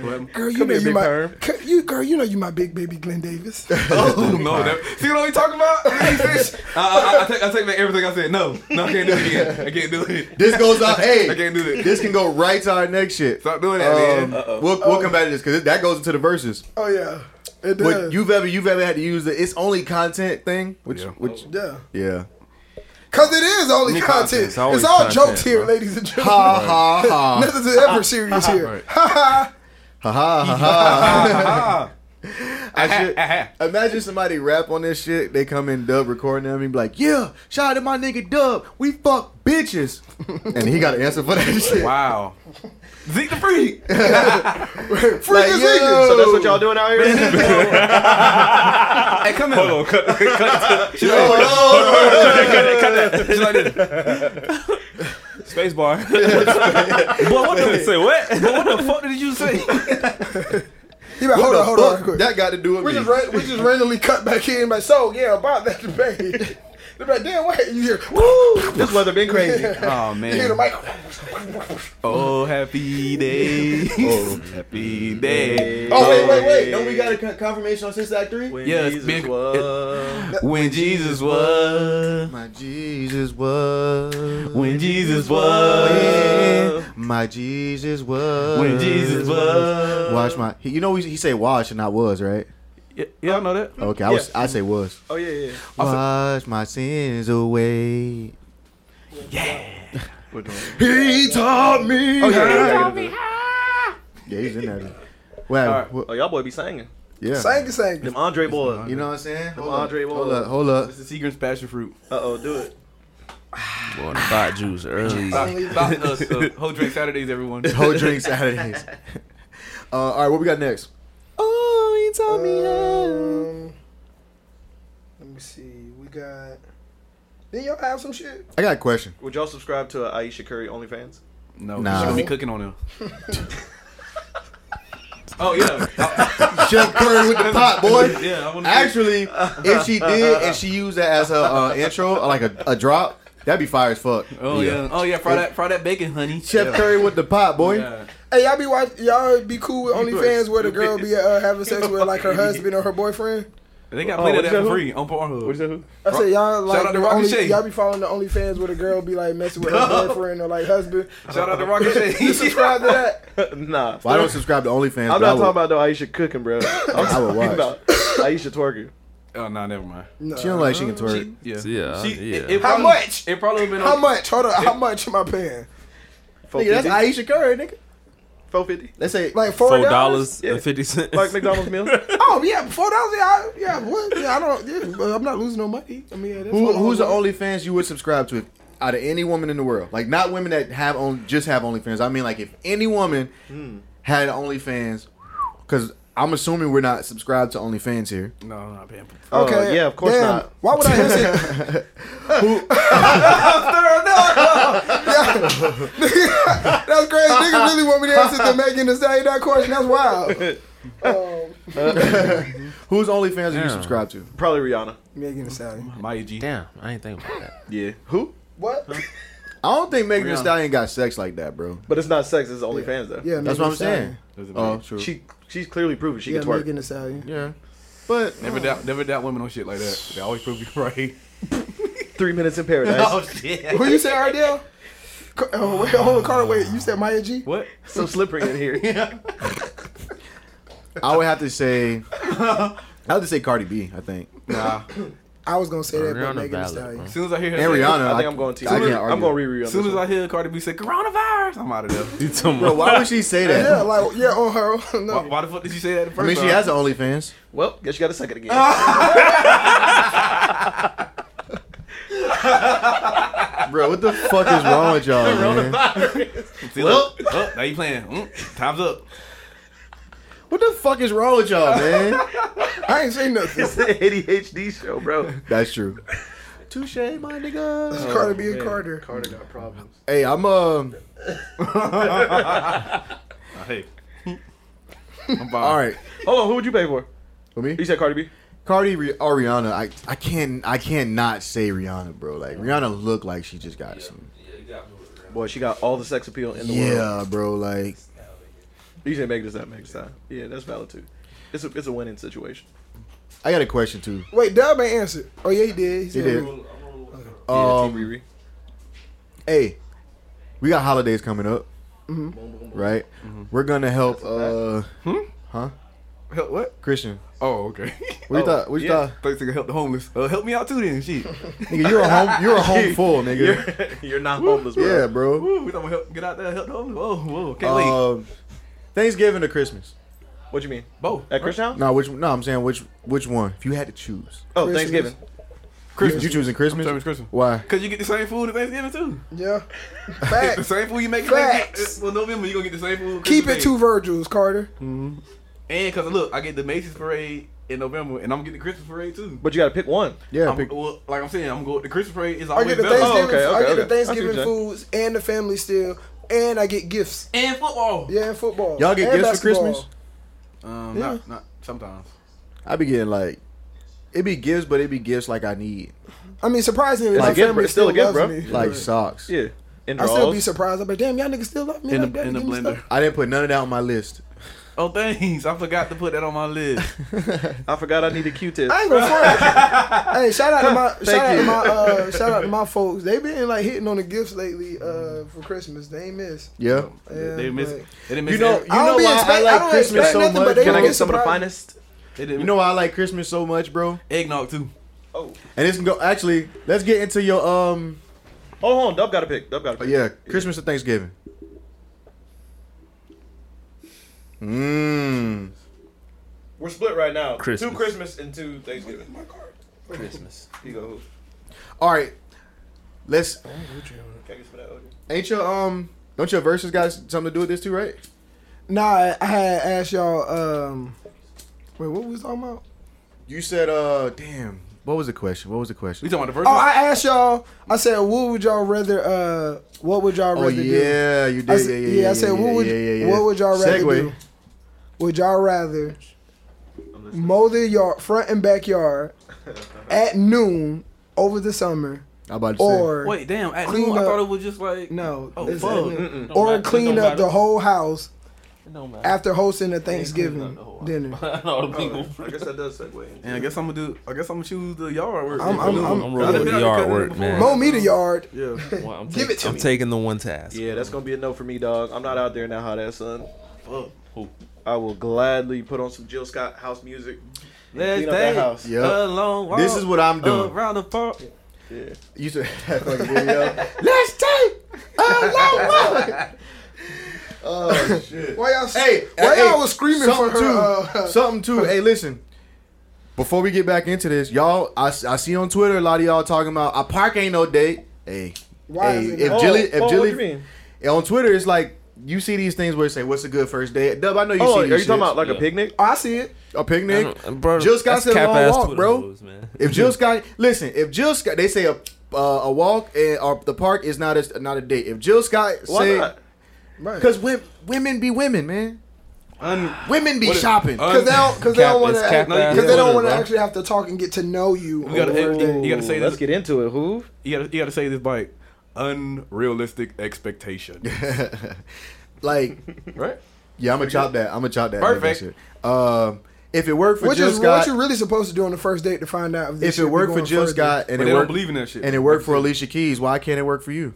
F: Girl,
C: Come
F: you
C: here,
F: know you
C: big
F: my
C: perm.
F: Girl, you girl, you know you my big baby Glenn Davis.
D: Oh no! That, see what we talking about? I, I, I, take, I take back everything I said. No, no, I can't do it again. I can't do it.
B: This goes out. Hey,
D: I can't do that.
B: This can go right to our next shit.
D: Stop doing that,
B: Um,
D: man.
B: we'll, we'll come back to this because that goes into the verses.
F: oh yeah, it does.
B: What you've ever you've ever had to use the it's only content thing, which
D: Yeah.
B: which
F: yeah,
B: yeah.
F: cause it is only
E: Only
F: content.
E: content.
F: It's,
E: It's always
F: all
E: content,
F: jokes here,
E: bro.
F: ladies and gentlemen.
B: Ha ha ha ha
F: Nothing's ever serious here. Ha
B: ha ha ha.
D: Ah,
B: I should-
D: ah,
B: Imagine somebody rap on this shit. They come in dub recording them and be like, "Yeah, shout out to my nigga Dub. We fuck bitches," and he got an answer for that shit.
D: ah. wow. Zeke the freak.
F: ha! Freak
B: Like,
F: is
B: yo.
F: niggas.
C: So that's what y'all doing out here?
D: Hey, come here. Hold on, cut, cut,
B: Yo, yo, yo.
D: She's like this.
G: Space bar. but what did you say? What? But what the fuck did you say?
F: You
B: What
F: better hold
B: the
F: on, hold on,
B: fuck
F: quick.
B: That got to do with
F: We
B: me.
F: just ran, we just randomly cut back in, like so. Yeah, about that debate. They're like, damn, wait. You hear, woo!
C: This weather been crazy.
D: Oh
F: You hear the
D: man.
F: mic.
D: Oh happy day. Oh happy day.
B: Oh wait, wait, wait! Don't we got a con- confirmation on Six Act Three?
D: Yeah, it's
C: Jesus
D: been-
C: was.
D: When Jesus was.
B: My Jesus was.
D: When Jesus was.
B: My Jesus was.
D: When Jesus was.
B: Wash my. He, you know he, he say wash and not was, right?
D: Y- y'all know that?
B: Okay, I was. I say was.
C: Oh yeah, yeah.
B: Wash my sins away.
C: We're doing it.
B: He taught me.
C: Oh yeah, yeah, yeah, yeah, yeah.
B: Yeah, he's in there. Well,
C: All right.
B: what-
C: Oh y'all boy be singing.
B: yeah.
F: Sang, sang.
C: Them Andre boys.
B: You know what I'm saying? Hold
C: Andre
B: up,
C: Wall.
B: hold up, hold up.
D: It's the Seagram's passion fruit.
C: Uh oh, do it.
E: Boy, the thought juice early.
D: Stop us. uh, Whole drink Saturdays, everyone.
B: Whole drink Saturdays. uh, all right, what we got next?
D: Oh, he taught me
F: Um, let me see. We got. Then y'all have some shit.
B: I got a question.
C: Would y'all subscribe to uh, Aisha Curry OnlyFans?
D: No,
B: Nah.
D: nah. should be cooking on him. oh yeah,
B: Chef Curry with the pot, boy.
D: yeah. I want
B: Actually, if she did and she used that as her uh, intro, or like a, a drop, that'd be fire as fuck.
D: Oh yeah. Oh yeah. Fry that. Fry that bacon, honey.
B: Chef
D: yeah.
B: Curry with the pot, boy.
D: Yeah.
F: Hey, y'all be watch. Y'all be cool with OnlyFans where the girl be uh, having sex with like her husband or her boyfriend.
D: They got
C: Oh,
D: played
C: what
D: at
C: you
D: that
C: said,
D: for
C: who?
D: free on
C: What is
D: Pornhub.
C: that? Who?
F: I said y'all like
D: out to
F: the
D: Rocky
F: only,
D: Shay.
F: y'all be following the OnlyFans where the girl be like messing with her boyfriend or like husband.
D: Shout out to Rocket
F: You
D: Shade.
F: subscribe to that?
C: nah.
B: Well, I don't subscribe to OnlyFans. but
C: I'm not
B: I would-
C: talking about no Aisha cooking, bro. I'm
B: I would
C: talking
B: watch.
C: about Aisha twerking.
D: oh no, never mind.
F: No.
B: She don't like she can twerk.
D: Yeah.
E: Yeah, yeah.
D: It, it
F: How
D: probably,
F: much?
D: It probably been
F: How
D: on.
F: much? Hold on. How much am I paying?
B: nigga, that's
C: 450.
B: Aisha Curry, nigga.
C: 450.
B: Let's say
F: Like
E: Four
F: four dollars?
E: dollars and fifty cents.
C: Like McDonald's meal.
F: Oh yeah, four dollars. Yeah, I- yeah. What? Yeah, I don't. Yeah, but I'm not losing no money. I mean, yeah, that's
B: who,
F: what I'm
B: who's the
F: doing.
B: OnlyFans you would subscribe to out of any woman in the world? Like not women that have on just have OnlyFans. I mean, like if any woman had OnlyFans, because I'm assuming we're not subscribed to OnlyFans here.
D: No, I'm not paying.
C: Oh, yeah, of course
F: damn.
C: not.
F: Why would I hesitate? Yeah. that's crazy. Niggas really want me to answer the Megan Thee Stallion that question. That's wild. Um,
B: Whose OnlyFans are you
E: Yeah.
B: subscribed to?
C: Probably Rihanna.
F: Megan Thee Stallion.
D: Maya G.
E: Damn, I ain't think about that.
C: Yeah. Who?
F: What?
B: I don't think Megan Thee
D: Rihanna.
B: Stallion got sex like that, bro.
C: But it's not sex. It's OnlyFans though.
F: Yeah, Megan
B: That's what
F: Thee
B: I'm saying.
F: Stallion.
D: Doesn't matter.
B: Oh, true.
C: She she's clearly proven she
F: Yeah,
C: can twerk.
F: Megan Thee Stallion.
B: yeah, but
D: Never doubt. Never doubt women on shit like that. They always prove you right.
C: Three minutes in paradise.
F: Who you say, Ardell? Co- Oh, wait, hold on, Carter. Wait, you said Maya G?
D: What?
C: so slippery in here.
B: I would have to say, I have to say Cardi B. I think.
D: Nah.
F: I was gonna say that, but
E: Rihanna
F: Megan Thee
E: valid,
F: Stallion.
D: As soon as I hear her,
B: And
D: say-
B: Rihanna.
C: I think I'm going to.
B: I can't
C: I'm
B: argue.
C: going to read Rihanna.
D: As soon as
C: this
D: I hear Cardi B say coronavirus, I'm out of there.
E: You talking
B: Bro,
E: about-
B: why would she say that?
F: Yeah, like yeah, on her.
D: Why,
F: No.
D: why the fuck did you say that at the
B: I
D: first Ah.
B: mean, she
D: time?
B: has an OnlyFans.
C: one. well, guess you got to suck it again.
B: Bro, what the fuck is wrong with y'all, man?
D: See, look, look, now you playing. Mm, time's up.
B: What the fuck is wrong with y'all, man?
F: I ain't say nothing.
C: it's the ADHD show, bro.
B: That's true.
C: Touche, my nigga.
F: Carter B and Carter.
C: Carter got problems.
B: Hey, I'm um.
D: Hey. I'm
B: all
D: fine.
B: right.
C: Hold on, who would you pay for?
B: For me,
C: You said Cardi B.
B: Cardi Ri- or Rihanna. I I can't I can't not say Rihanna, bro. Like Rihanna looked like she just got some.
C: Boy, she got all the sex appeal in the world.
B: Yeah, bro. Like
C: You said make this up, make this up. Yeah, that's valid too. It's a it's a winning situation.
B: I got a question too.
F: Wait, Dub ain't answered. Oh yeah, he did. He said,
B: did.
C: Yeah, Team
B: Um,
C: Riri.
B: hey, we got holidays coming up,
C: Mm-hmm.
B: right? We're gonna help. Uh,
D: Help, what?
B: Christian.
D: Oh, okay.
B: What you
C: Oh,
B: thought? What you
C: yeah.
B: thought?
D: Thought you could help the homeless. Uh, help me out too then. Shit.
B: Nigga, you're a home. You're a home full, nigga.
C: You're not homeless, bro.
B: Yeah, bro.
D: Woo, we thought we help get out there and help the homeless. Whoa, whoa. Can't wait.
B: Um, Thanksgiving or Christmas?
C: What you mean?
D: Both.
C: At Christian?
B: No, which no, I'm saying which which one? If you had to choose,
C: Oh,
F: Christmas.
C: Thanksgiving.
B: Christmas. You, you choosing Christmas?
D: Service Christmas.
B: Why?
D: Cause you get the same food at Thanksgiving too.
F: Yeah.
D: The
F: Facts.
D: same food you make at
F: Facts.
D: Thanksgiving. uh, Well, November you gonna get the same food.
F: Keep
D: Christmas
F: it
D: Day.
F: two Virgils, Carter.
D: And cause look, I get the Macy's parade in November, and I'm gonna get the Christmas parade too.
C: But you got to pick one.
B: Yeah,
D: I'm,
B: pick,
D: well, like I'm saying, I'm going. The Christmas parade is
F: I
D: always
F: get the
D: better.
F: Thanksgiving.
C: Oh, okay,
F: I get
C: okay, okay.
F: the
C: I see
F: Thanksgiving
C: what you're saying.
F: foods and the family still, and I get gifts.
D: and football.
F: Yeah, and football.
B: Y'all get
F: And
B: gifts for
F: basketball.
B: Christmas?
D: Um,
F: Yeah.
D: not, not sometimes.
B: I be getting like it be gifts, but it be gifts like I need,
F: I mean, surprisingly,
C: It's
F: my
C: a gift, bro.
F: family
C: It's still a
F: still
C: gift,
F: loves
C: bro.
F: me.
B: like socks.
C: Yeah. And
F: I still
C: draws.
F: be surprised. I'm like, damn, y'all niggas still love me.
D: In
F: like
D: the-
F: that
D: in the
F: Give me
D: blender.
F: stuff.
B: I didn't put none of that on my list.
D: Oh, thanks. I forgot to put that on my list.
C: I forgot I need a Q-tip.
F: I ain't gonna front. hey, shout out to my shout out
C: you.
F: to my uh, shout out to my folks. They been like hitting on the gifts lately uh, for Christmas. They ain't miss.
B: Yeah,
F: Yeah,
D: they miss.
F: but-
D: They didn't miss.
B: You know-
D: every-
F: I don't
B: know
F: be
B: why I
F: expect-
B: like
F: don't
B: Christmas
F: expect
B: so
F: nothing,
B: much?
F: but they
C: Can I
F: don't
C: get some of the
F: surprised.
C: finest?
D: they didn't
B: you know why I like Christmas so much, bro.
D: eggnog too.
B: And this can go. Actually, let's get into your um.
C: Oh, hold on. Dub got a pick. Dub got a
B: oh,
C: pick.
B: Yeah, Christmas and Thanksgiving. Mmm.
C: We're split right now.
E: Christmas.
C: Two Christmas and two Thanksgiving. Christmas. You go. who?
B: All right, let's.
C: Can I get some of that? OJ?
B: Ain't your um? Don't your verses got something to do with this too, right?
F: Nah, I had asked y'all. Um, wait, what was talking about?
B: You said uh, damn. What was the question? What was the
D: We
B: question?
D: talking about the first
F: Oh,
D: one?
F: I asked y'all. I said, what would y'all rather? Uh, what would y'all
B: Oh
F: rather do?
B: yeah, you did.
F: I said,
B: yeah, yeah, yeah.
F: I said,
B: yeah,
F: what would
B: yeah, yeah, yeah.
F: what would y'all rather
B: Segway.
F: do? Would y'all rather mow the yard, front and backyard, at noon over the summer,
B: I'm about to say.
F: or
D: Wait, damn. At
F: Clean
D: noon, I
F: up.
D: thought it was just like
F: no,
D: Oh,
F: it's
D: fuck.
F: at noon.
D: Mm-mm.
G: Don't
F: or
G: matter. It
F: clean
G: don't
F: up the
G: matter.
F: whole house
G: It don't matter.
F: after hosting a
G: clean up
F: Thanksgiving
G: the whole house.
F: dinner.
G: All the people.
C: I guess that does segue. into-
D: And I guess I'm gonna do. I guess I'm gonna choose the yard work.
F: I'm- I'm- I'm-
E: I'm
D: I've
E: rolling with
D: been
E: the
D: out
E: yard
D: cutting it
E: work,
D: before.
E: man.
F: Mow me the yard.
C: Yeah.
G: Well, I'm
F: Give
G: taking-
F: it to
E: I'm
F: me.
E: taking the one task.
C: Yeah, that's gonna be a no for me, dog. I'm not out there in that hot ass sun.
D: Fuck.
C: I will gladly put on some Jill Scott house music. and
D: Let's
C: clean up that
D: take
C: house.
B: Yep.
D: a long walk Uh,
B: This is what I'm doing.
D: around the park.
C: Yeah.
B: You said that fucking video.
F: Let's take
B: oh shit.
F: why y'all.
B: Hey,
F: why
B: hey,
F: y'all was screaming for
B: something
F: her?
B: too.
F: uh,
B: something too. Hey, listen. Before we get back into this, y'all, I, I see on Twitter a lot of y'all talking about a park ain't no date. Hey,
F: Why
B: hey,
F: is it
B: if
F: not?
B: Jilly,
C: oh,
B: if
C: what
B: Jilly,
C: you mean?
B: on Twitter it's like you see these things where it say, "What's a good first date?" Dub, I know you
C: Oh,
B: see.
C: are you
B: these
C: talking
B: shits.
C: about like a
G: Yeah.
C: picnic?
F: I see it.
B: a
E: I
B: picnic?
E: don't- bro,
B: Jill Scott
E: that's
B: said long
E: cap-ass
B: walk,
E: Twitter
B: bro.
E: moves, man.
B: If Jill Scott, listen, if Jill Scott, they say a uh, a walk and, or the park is not a, not a date. If Jill Scott
C: Why
B: say,
C: not?
F: Right.
B: because women, women be women, man.
D: Un-
B: Women be
D: What is-
B: shopping.
D: uh,
F: Because they don't, cause they
E: Cap-
F: don't want
E: it's cap ass
F: to. Because they don't
E: Twitter,
F: want to
E: bro.
F: actually have to talk and get to know you.
D: We gotta-
F: over
D: you-
F: the-
D: you gotta say
C: Let's
D: this.
C: get into it. Who?
D: You gotta, you gotta say this bike. Unrealistic expectation.
B: like,
D: right?
B: yeah, I'm gonna chop that. I'm gonna chop that.
D: Perfect.
B: Shit. Um, if it worked for
F: Which
B: Jill
F: is what
B: Scott,
F: you're really supposed to do on the first date to find out if this
B: if
F: shit
B: it
F: be
B: worked for
F: going
B: Jill
F: further.
B: Scott
D: But
B: and
D: they
B: it
D: don't
B: worked
D: believe in that shit.
B: and it worked for Alicia Keys, why can't it work for you?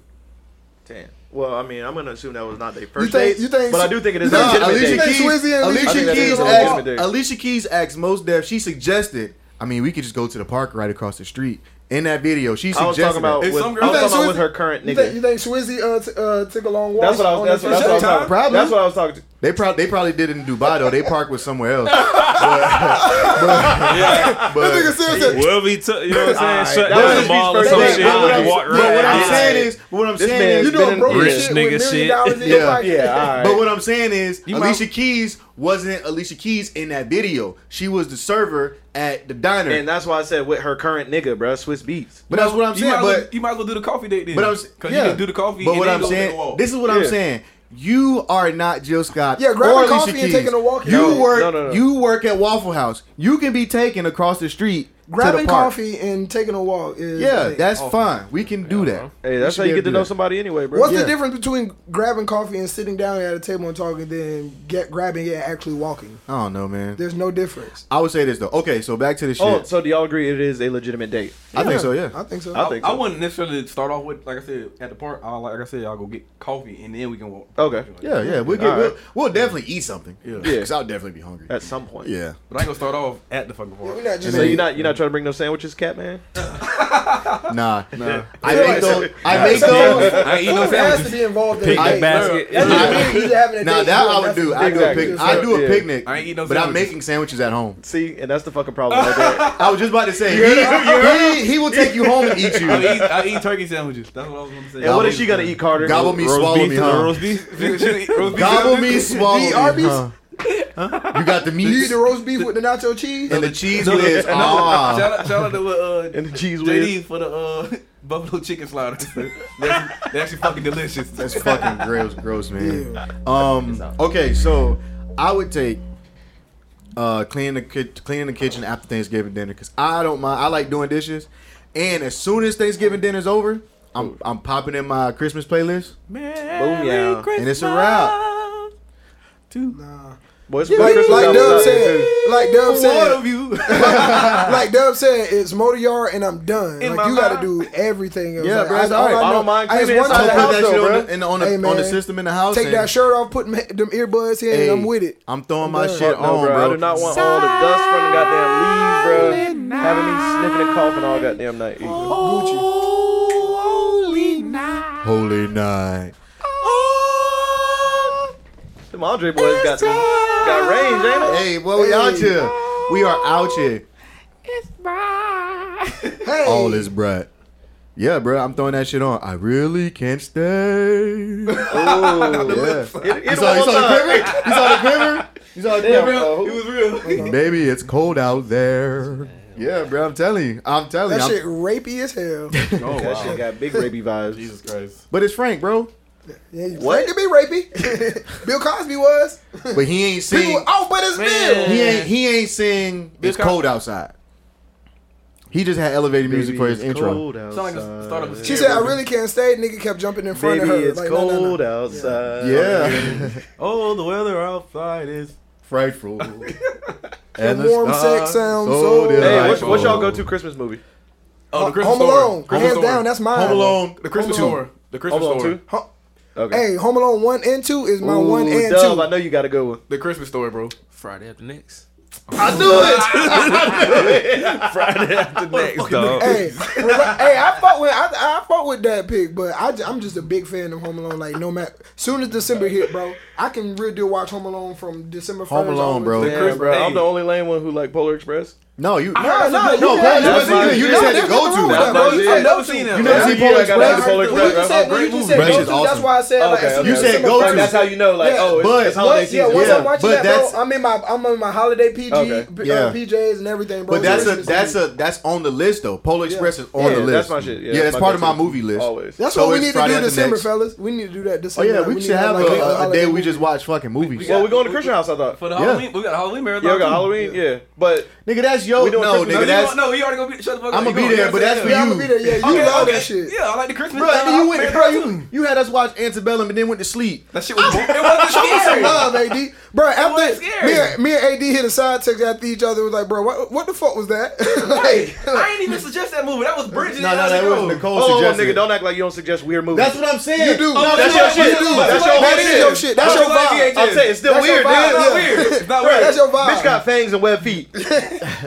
C: Damn. Well, I mean, I'm gonna assume that was not their
F: You
C: first
F: think?
C: date.
F: You think?
C: But I do think it is
F: you
C: a
B: Nah,
C: legitimate
B: Alicia
C: date.
F: think
B: Keys,
F: Swizzy
B: Alicia
F: and Alicia
C: think that's
B: Keys,
C: a
F: Keys
C: legitimate
B: asked,
C: date.
B: Alicia Keys asked most deaf. She suggested. I mean, we could just go to the park right across the street. In that video, she
C: I
B: suggested.
C: was talking about
D: If
C: with,
D: some
C: I
D: girl-
C: was talking
F: Swizzy-
C: about with her current
F: You think, you
C: nigga.
F: think Swizzy uh, t- uh, took a long walk?
C: That's what I
F: on
C: was. That's,
F: the
C: what- that's what I was
F: first date?
C: talking about.
B: Probably.
C: That's what I was talking. to-
B: They probably they probably did it in Dubai though. They parked was somewhere else. But, but-
F: That nigga said that.
G: Whoever he took, you know what I'm saying? Shut
C: that was
G: down
C: his
G: the ball or
C: first
G: some
C: date.
G: shit.
C: But what
G: and
C: I'm-
G: walk
B: but what
G: around.
B: I'm saying is, what I'm
C: This
B: saying
C: man-
B: is,
F: You
C: It's been
F: doing
C: in-
F: broke
G: Rich
F: shit
G: nigga
F: with million
G: shit.
F: dollars
B: Yeah.
F: in your pocket?
C: Yeah.
B: But
C: All right.
B: what I'm saying is,
D: You
B: Alicia
D: might-
B: Keys wasn't Alicia Keys in that video. She was the server at the diner.
C: And that's why I said with her current nigga, bruh. Swiss Beats.
B: but that's what I'm
D: You might,
B: saying.
D: as well,
B: But
D: you might as well do the coffee date then.
B: But I'm
D: because
B: yeah.
D: you can do the coffee.
B: But
D: and
B: what
D: then
B: I'm
D: go take a
B: saying,
D: walk.
B: this is what I'm
C: Yeah.
B: saying. You are not Jill Scott.
F: Yeah, grabbing
B: or
F: coffee
B: Alicia
F: and
B: Keys.
F: taking a walk.
B: You
F: No,
B: work.
C: no, no, no.
B: You work at Waffle House. You can be taken across the street. to
F: Grabbing
B: the park.
F: coffee and taking a walk is.
B: Yeah,
F: like-
D: Oh.
B: that's fine. We can do that.
C: Hey, that's
B: should
C: how you
B: be able to
C: get to
B: do
C: know
B: that.
C: somebody anyway, bro.
F: What's
B: Yeah.
F: the difference between grabbing coffee and sitting down at a table and talking, then get grabbing it and actually walking?
B: I don't know, man.
F: There's no difference.
B: I would say this though. Okay, so back to the shit.
C: Oh, so do y'all agree it is a legitimate date?
B: I think so.
F: I
B: Yeah.
F: think so.
D: I,
C: I think
D: I
C: so.
D: wouldn't necessarily start off with like I said at the park. I, like I said, I'll go get coffee and then we can walk.
C: Okay.
B: Yeah, yeah. We'll get.
C: All
B: We'll,
C: right.
B: we'll definitely eat something. Yeah.
C: Yeah.
B: Because I'll definitely be hungry.
C: At some point.
B: yeah.
D: But I ain't gonna start off at the fucking park.
F: We're not just
C: So
B: Yeah.
C: you're not you're not trying to bring no sandwiches, cat man?
B: Nah. Nah. I make those. I make those.
F: Food
D: I ain't eating no
F: has to
D: sandwiches.
F: be involved in
E: Pick
F: the
E: the
F: date.
E: basket.
F: That's what
B: Yeah.
F: it means. You're having a
B: Now
F: date.
B: that
F: You're
B: I would
F: definitely-
B: do. I do a
C: Exactly.
B: picnic. I do
C: Yeah.
B: a picnic.
D: I ain't eat no
B: But I'm
D: sandwiches.
B: making sandwiches at home.
C: See, and that's the fucking problem right there.
B: I was just about to say he, he, he will take you home and eat you.
D: I eat, I eat turkey sandwiches. That's what I was gonna say.
C: And what is she gonna eat, Carter?
B: Gobble me, swallow me, huh? Gobble me, swallow me,
F: You eat Arby's?
B: huh? Huh? You got the
F: You eat
B: meat
F: the roast beef with the nacho cheese?
B: and the cheese whiz. Ah,
D: Shout out, shout out to uh,
C: And the cheese
D: JD
C: whiz.
D: for the uh, buffalo chicken sliders. they actually, actually fucking delicious.
B: that's fucking gross, gross, man. Um, okay, so I would take uh, cleaning the ki- cleaning the kitchen after Thanksgiving dinner because I don't mind. I like doing dishes, and as soon as Thanksgiving dinner's over, I'm I'm popping in my Christmas playlist,
C: Boom, yeah.
B: and it's a wrap.
F: Nah.
C: Boy, it's
F: Like,
C: Christmas
F: like
C: albums
F: Dub
C: out there,
F: said,
C: too.
F: like Dub
H: One
F: said,
H: of you.
F: like Dub said, it's motor yard and I'm done.
H: In
F: like
H: my
F: you got to
H: mind.
F: do everything else.
B: Yeah,
F: like,
B: bro, it's all right.
F: all
C: I
F: know-
C: don't mind
F: I just
C: cleaning
F: want
C: inside
B: Put
C: the
F: to
C: house,
B: that shit
C: though,
B: on
C: bruh.
B: the, in the- on the,
F: Hey,
B: on the
F: man.
B: system in the house.
F: Take
B: and-
F: that shirt off, put ma- them earbuds in,
B: Hey,
F: and I'm with it.
B: I'm throwing my
F: done.
B: shit
C: Fuck no,
B: on,
C: bro.
B: bro.
C: I do not want all the dust from the goddamn leaves, bro. Having me sniffing and coughing all goddamn night. either.
B: Holy night.
C: Them Andre boys got some, got range, ain't it?
B: Hey, boy, we out here. We are out here.
F: Hey,
B: All is bright. Yeah, bro, I'm throwing that shit on. I really can't stay.
F: Oh,
B: yeah.
C: It,
B: You saw, you
C: it was
B: saw the
C: one
B: quiver? You saw the quiver? You saw the
C: Damn,
B: quiver?
C: bro. It was
B: Baby, it's cold out there. Yeah, bro, I'm telling you. I'm telling
F: that
B: you. I'm-
F: shit rapey as hell.
C: real.
B: Oh,
C: That shit got big rapey vibes. Jesus Christ.
B: But it's Frank, bro.
F: Yeah, you what? to be rapey. Bill Cosby was.
B: But he ain't
F: People,
B: seen
F: oh, but it's Bill.
B: he ain't he ain't sing It's cold outside. He just had elevated music for his intro.
D: Sound like the start of a
F: She said, "I really can't stay." Nigga kept jumping in front
C: Baby,
F: of her.
C: it's
F: like, no,
C: cold
F: no, no.
C: outside.
B: Yeah.
G: Oh, the weather outside is.
B: Frightful. uh-huh.
F: The warm sex sounds so.
B: so did
C: Hey,
B: I.
C: what's, what's y'all go-to Christmas movie?
D: Oh, the Christmas
F: Home Alone,
D: Story.
F: hands
D: Christmas
F: down, that's mine.
B: Home Alone.
D: The Christmas
F: Home
D: Story. The Christmas
C: Home Alone
D: Story.
C: two?
F: Ho-
C: Okay.
F: Hey, Home Alone one and two is my one
C: Ooh,
F: and
C: Dub,
F: two.
C: I know you got a good one.
D: The Christmas Story, bro. Friday after next.
B: I knew it.
D: Friday after next, dog.
F: Hey, rela- hey, I fuck with I, I fuck with that pick, but I, am just a big fan of Home Alone. Like no matter, soon as December hit, bro, I can really do watch Home Alone from December. 1st
B: Home Alone,
F: on.
B: bro.
C: Yeah,
D: Christmas-
C: bro. I'm
D: hey.
C: the only lame one who like Polar Express.
B: No, you.
F: No, no,
B: no,
F: you
B: bro,
F: got-
B: you
C: that's
B: just-
C: my-
B: you
F: you
B: just
F: know,
B: had to
F: there's
B: go
F: nothing wrong
B: to.
F: with
B: that.
F: that,
D: bro. You
F: bro. You
D: said-
F: said
D: never
F: go
D: seen
F: to.
D: that.
B: You never
C: Yeah,
B: seen
C: yeah,
B: Polar
C: I got that
B: Express?
C: Polar
F: When
C: Express,
F: you
C: bro.
F: said, when you said
B: That shit's
F: go to, that's
B: awesome.
F: why I said like
C: Okay,
F: as soon
C: okay,
B: You
F: as
B: said
F: December
B: go
F: first,
B: to.
C: That's how you know, like,
F: Yeah,
C: oh, it's,
B: but-
C: it's holiday
F: Once, yeah,
C: season.
F: once
B: Yeah,
F: I'm watching
B: but
F: that,
B: that's-
F: bro, I'm in my I'm in my holiday PG
C: Okay.
F: uh,
B: Yeah.
F: PJs and everything, bro.
B: But that's
F: So
B: a
F: it's-
B: that's a that's on the list though. Polar Express is on
C: Yeah,
B: the list.
C: that's my shit. Yeah,
B: that's,
C: my
B: part of my
C: go-to.
B: movie list.
C: Always.
F: That's
B: So
F: what we
B: it's
F: need to
B: Friday
F: do
B: after
F: December,
B: next.
F: fellas. We need to do that
B: Oh
F: December.
B: yeah,
F: Like,
B: we
F: need
B: should
F: to
B: have a,
F: like,
B: a, a
F: holiday
B: day we
F: movie.
B: just watch fucking movies.
C: Well, we're going to Christian house, I thought.
D: For the
B: Yeah.
D: Halloween, we got a Halloween marathon.
C: Yeah, we got
D: too.
C: Halloween, yeah. But
B: Nigga, that's yo.
C: We doing
B: No, nigga,
C: Christmas-
D: No, you,
B: that's
D: want- no, you already gonna be. Shut the fuck up.
B: I'ma
D: You
B: be
D: gonna-
B: there, but that's for
F: Yeah,
B: you.
F: I'm gonna be there. Yeah, you
D: Okay,
F: love
D: okay.
F: that shit.
D: Yeah, I like the Christmas.
B: bro.
D: time.
B: nigga, you
D: I-
B: went, bro, you you had us watch Antebellum and then went to sleep.
D: That shit was. It wasn't
F: I
D: scary.
F: love AD, bro. After
D: scary.
F: me, and- me and AD hit a side text after each other, was like, bro, what, what the fuck was that? like,
D: I ain't even suggest that movie. That was oh. Bridget.
B: No, no, that was Nicole
C: hold on,
B: suggested.
C: nigga, don't act like you don't suggest weird movies.
B: That's what I'm saying.
F: you do.
B: No, that's
C: that's
B: your
C: your
B: shit.
C: shit.
F: You do.
C: That's your
F: That
C: whole
F: is your shit. That's your vibe.
C: I'll tell you, it's still
F: That's your
C: weird,
F: vibe,
C: nigga.
F: yeah.
C: It's weird.
D: It's not
C: Bruh,
D: weird.
F: That's your vibe.
C: Bitch got fangs and web feet.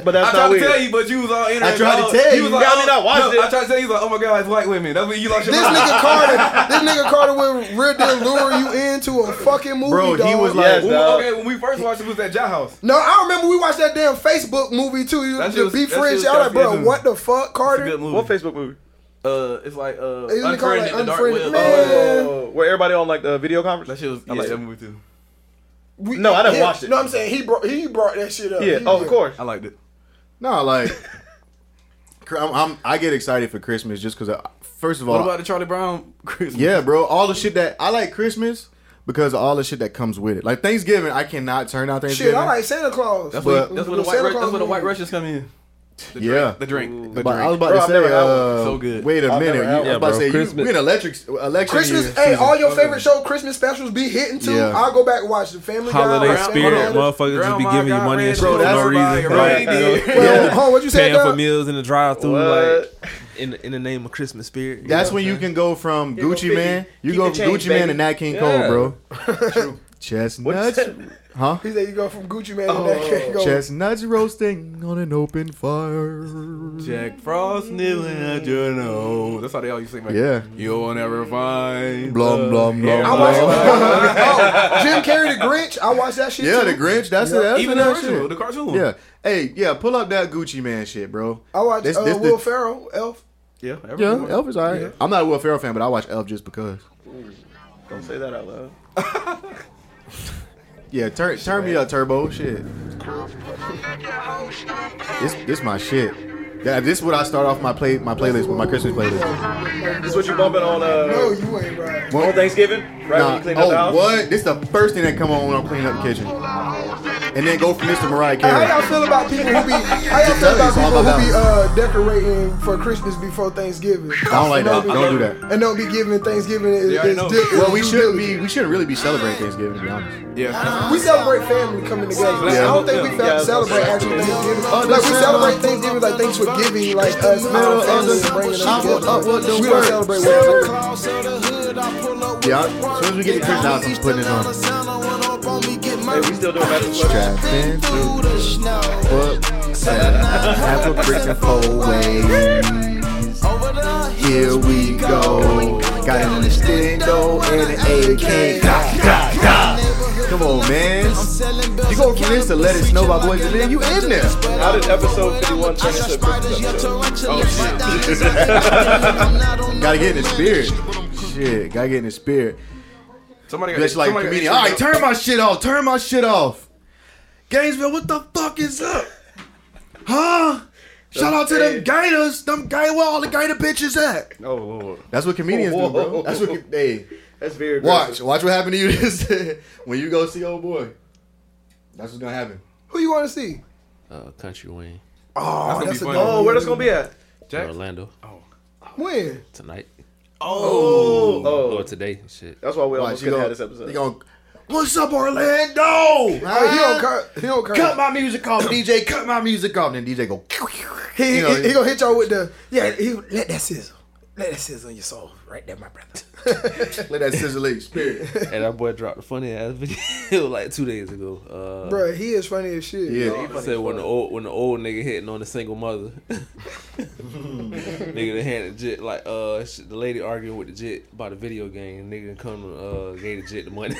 C: But that's
D: I
C: not
D: tried to
C: weird.
D: tell you, but you was on internet.
B: I tried to
D: dog.
B: tell you.
D: was like,
C: You got me
D: oh,
C: not watching
D: no,
C: it.
D: I tried to tell you, like, oh my god, it's white women. That's when you lost your
F: This
D: mind.
F: nigga Carter, this nigga Carter will real deal lure you into a fucking movie,
B: Bro, he
F: dog.
B: was
C: Yes,
B: like,
D: When we-
C: dog.
D: okay, when we first watched it, we was at Jai House.
F: No, I remember we watched that damn Facebook movie too. You
D: That shit
F: the
D: was-
F: be
D: that shit
F: friends.
D: was
F: Y'all like, bro,
D: confusing.
F: what the fuck,
D: It's a good
F: Carter?
D: movie.
C: What Facebook movie?
D: Uh, it's like uh,
F: Isn't it called,
D: Unfriended,
F: like,
D: the Dark
F: Unfriended?
D: Web.
F: Man.
D: Man.
C: Oh, where everybody on like the video
D: That
C: conference?
D: shit was. I like um, that movie too.
F: We-
C: No, I done
F: yeah,
C: watched it.
F: No, I'm saying he brought he brought that shit up.
C: Yeah,
F: He
C: oh, of
F: did.
C: course.
D: I liked it.
B: no, like, cr- I'm, I'm I get excited for Christmas just because first of all,
D: What about the Charlie Brown Christmas?
B: Yeah, bro. All the shit that I like Christmas because of all the shit that comes with it. Like Thanksgiving, I cannot turn out Thanksgiving.
F: Shit, I like Santa Claus.
D: That's
B: But-
D: what. That's where the white.
F: Santa
D: Ru-
F: Claus
D: That's where the white
F: movie.
D: Russians come in. The
B: Yeah.
D: Drink, the drink. The
B: But I was
D: drink.
B: about
C: Bro,
B: to
C: I've
B: say,
C: never had one.
B: uh,
D: So good.
B: wait a
C: I've never
B: minute.
C: had
B: You-
C: one.
B: I'm about to
G: Yeah,
B: say,
G: bro,
B: you,
G: Christmas-
B: we in electric election
F: Christmas,
B: year
F: hey,
B: season.
F: all your favorite show Christmas specials be hitting too.
B: Yeah.
F: I'll go back and watch the Family
G: Holiday
F: Guy. Around
G: spirit,
F: Holiday.
G: motherfuckers just be
D: Grandma
G: giving you
D: got
G: money
D: red
G: and shit for
B: Bro, that's
G: no reason. Right.
D: right. Right.
F: Well, huh, what you said? uh,
G: Paying for
F: Doug?
G: meals in the drive-through, like
C: What?
G: in in the name of Christmas spirit. You
B: That's
G: know
B: when
G: what
B: you
G: I'm
B: can go from
C: go
B: Gucci
C: fifty.
B: Man. You
C: Keep
B: go
C: the
B: from
C: change,
B: Gucci Man
C: baby.
B: to Nat King
G: Yeah.
B: Cole, bro.
C: What you
B: Chestnuts,
C: said?
B: huh?
F: He said you go from Gucci Man to
C: Oh,
F: that can't go.
B: Chestnuts roasting on an open fire.
D: Jack Frost kneeling at your nose. That's how they all used to sing. Like,
B: Yeah.
D: You'll never find.
B: Blum,
D: the
B: blum, blum,
D: hair
F: I
B: blum.
D: of
F: watched
D: my-
F: oh, Jim Carrey the Grinch. I watched that shit.
B: Yeah,
F: too.
B: the Grinch. That's
F: Yeah.
B: it. That's
D: Even
B: a
D: the
B: nice
D: original,
B: shit.
D: the cartoon.
B: Yeah. Hey, yeah, pull up that Gucci Man shit, bro.
F: I watched
B: This-
F: uh,
B: this-
F: Will
B: this-
F: Ferrell, Elf.
C: Yeah,
B: Yeah,
C: everyone.
B: Elf is alright. I'm not a Will Ferrell fan, but I watch Elf just because.
C: Don't say that out loud.
B: Yeah, turn turn me up, Turbo. Shit, this this my shit. Yeah, this what I start off my play my playlist with my Christmas playlist.
C: This what you bumping on
F: No,
C: uh
F: you ain't right.
C: on Thanksgiving? Right when
B: Nah,
C: you clean up the
B: oh
C: house?
B: what? This the first thing that come on when I'm cleaning up the kitchen. and then go from this to Mariah Carey.
F: How y'all feel about people who be? How y'all feel about
B: It's all
F: people
B: about
F: who be uh, decorating for Christmas before Thanksgiving?
B: I don't like that.
F: And
B: Don't do
F: be-
B: that.
F: And don't be giving Thanksgiving is,
D: already know.
B: Well, we shouldn't be. We shouldn't really be celebrating Thanksgiving, to be honest.
D: Yeah.
F: We celebrate family coming together. I don't think we fe-
C: Yeah.
F: celebrate actual Thanksgiving. Like we celebrate Thanksgiving, like thanks for giving, like us, man, family, and bringing us together. We don't celebrate what
B: Yeah. I- As soon as we get to Christmas, I'm putting it on.
C: Hey, we still doing Master Flex.
B: Strapped in through the snow. Half a brick and four ways. Here we go. Got an Nintendo and an AK. Da, da, da. Come on, man. You go from this to let it snow by boys, and then you in there.
C: How did episode 51 turn into a Christmas episode?
B: Gotta get in the spirit. Shit, gotta get in the spirit.
D: Somebody got
B: Bitch, like
D: somebody got
B: comedian.
D: extra-
B: All right, turn my shit off. Turn my shit off. Gainesville, what the fuck is up? Huh? Shout out to them Gators. Them Gator, where all the Gator bitches at?
C: Oh, Lord.
B: That's what comedians do, bro.
C: Whoa.
B: That's what. Hey,
C: That's very
B: watch,
C: aggressive.
B: watch what happened to you this when you go see old boy. That's what's gonna happen.
F: who you want to see?
I: Uh, Country Wayne,
F: Oh,
D: gonna
F: that's,
D: be
F: a
D: funny.
F: dope.
C: Oh, where that's gonna be at?
I: Orlando
F: When?
I: tonight
C: Oh,
I: or today. Shit.
C: that's why we
B: Watch,
C: almost
B: you
C: couldn't
B: gonna,
C: have this episode.
B: you gonna, What's up, Orlando?
F: Hey, he don't cur- he don't curse.
B: Cut my music off, DJ. Cut my music off. And then DJ go.
F: He,
B: You know,
F: he, he gonna hit y'all with the yeah. He, let that sizzle, let that sizzle in your soul, right there, my brother.
B: Let that sizzle leak. Spirit.
I: And that boy dropped a funny ass video like two days ago. Uh,
F: Bro, he is funny as shit.
E: Oh,
B: Yeah.
I: said when the old when the old nigga hitting on the single mother, nigga that had a jit like uh sh- the lady arguing with the jit about a video game. Nigga done come to uh gave the jit the money.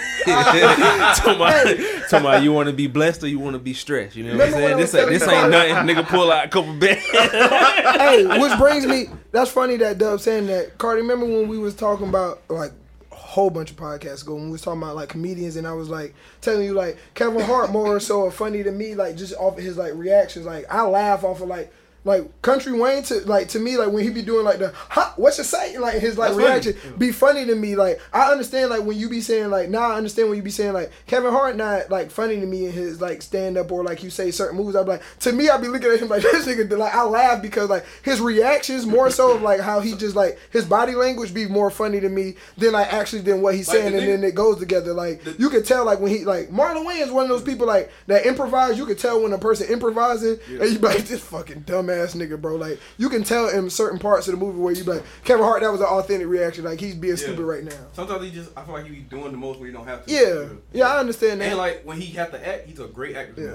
G: Talking about- talking about you want to be blessed or you want to be stressed. You know what I'm
F: Remember when
G: saying?
F: I
G: This
F: was
G: ain't, this ain't nothing. Nigga pull out a couple bands.
F: hey, which brings me. That's funny that Dub saying that. Cardi, remember when we was talking about like a whole bunch of podcasts ago when we was talking about like comedians and I was like telling you like Kevin Hart more so funny to me like just off his like reactions like I laugh off of like. Like Country Wayne to like to me like when he be doing like the ha, what you say like his like reaction be funny to me like I understand like when you be saying like now I understand when you be saying like Kevin Hart not like funny to me in his like stand up or like you say certain moves I'm like to me I be looking at him like this nigga like I laugh because like his reactions more so of like how he just like his body language be more funny to me than like actually than what he's saying
D: the
F: and
D: nigga-
F: then it goes together like you could tell like when he like Marlon Wayne is one of those people like that improvise you could tell when a person improvising and you be like this fucking dumbass nigga bro like you can tell in certain parts of the movie where you be like Kevin Hart that was an authentic reaction like he's being stupid right now
D: Sometimes he just, I feel like he be doing the most where you don't have to.
F: yeah yeah I understand that
D: And like when he had to act, he's a great actor.
F: Yeah.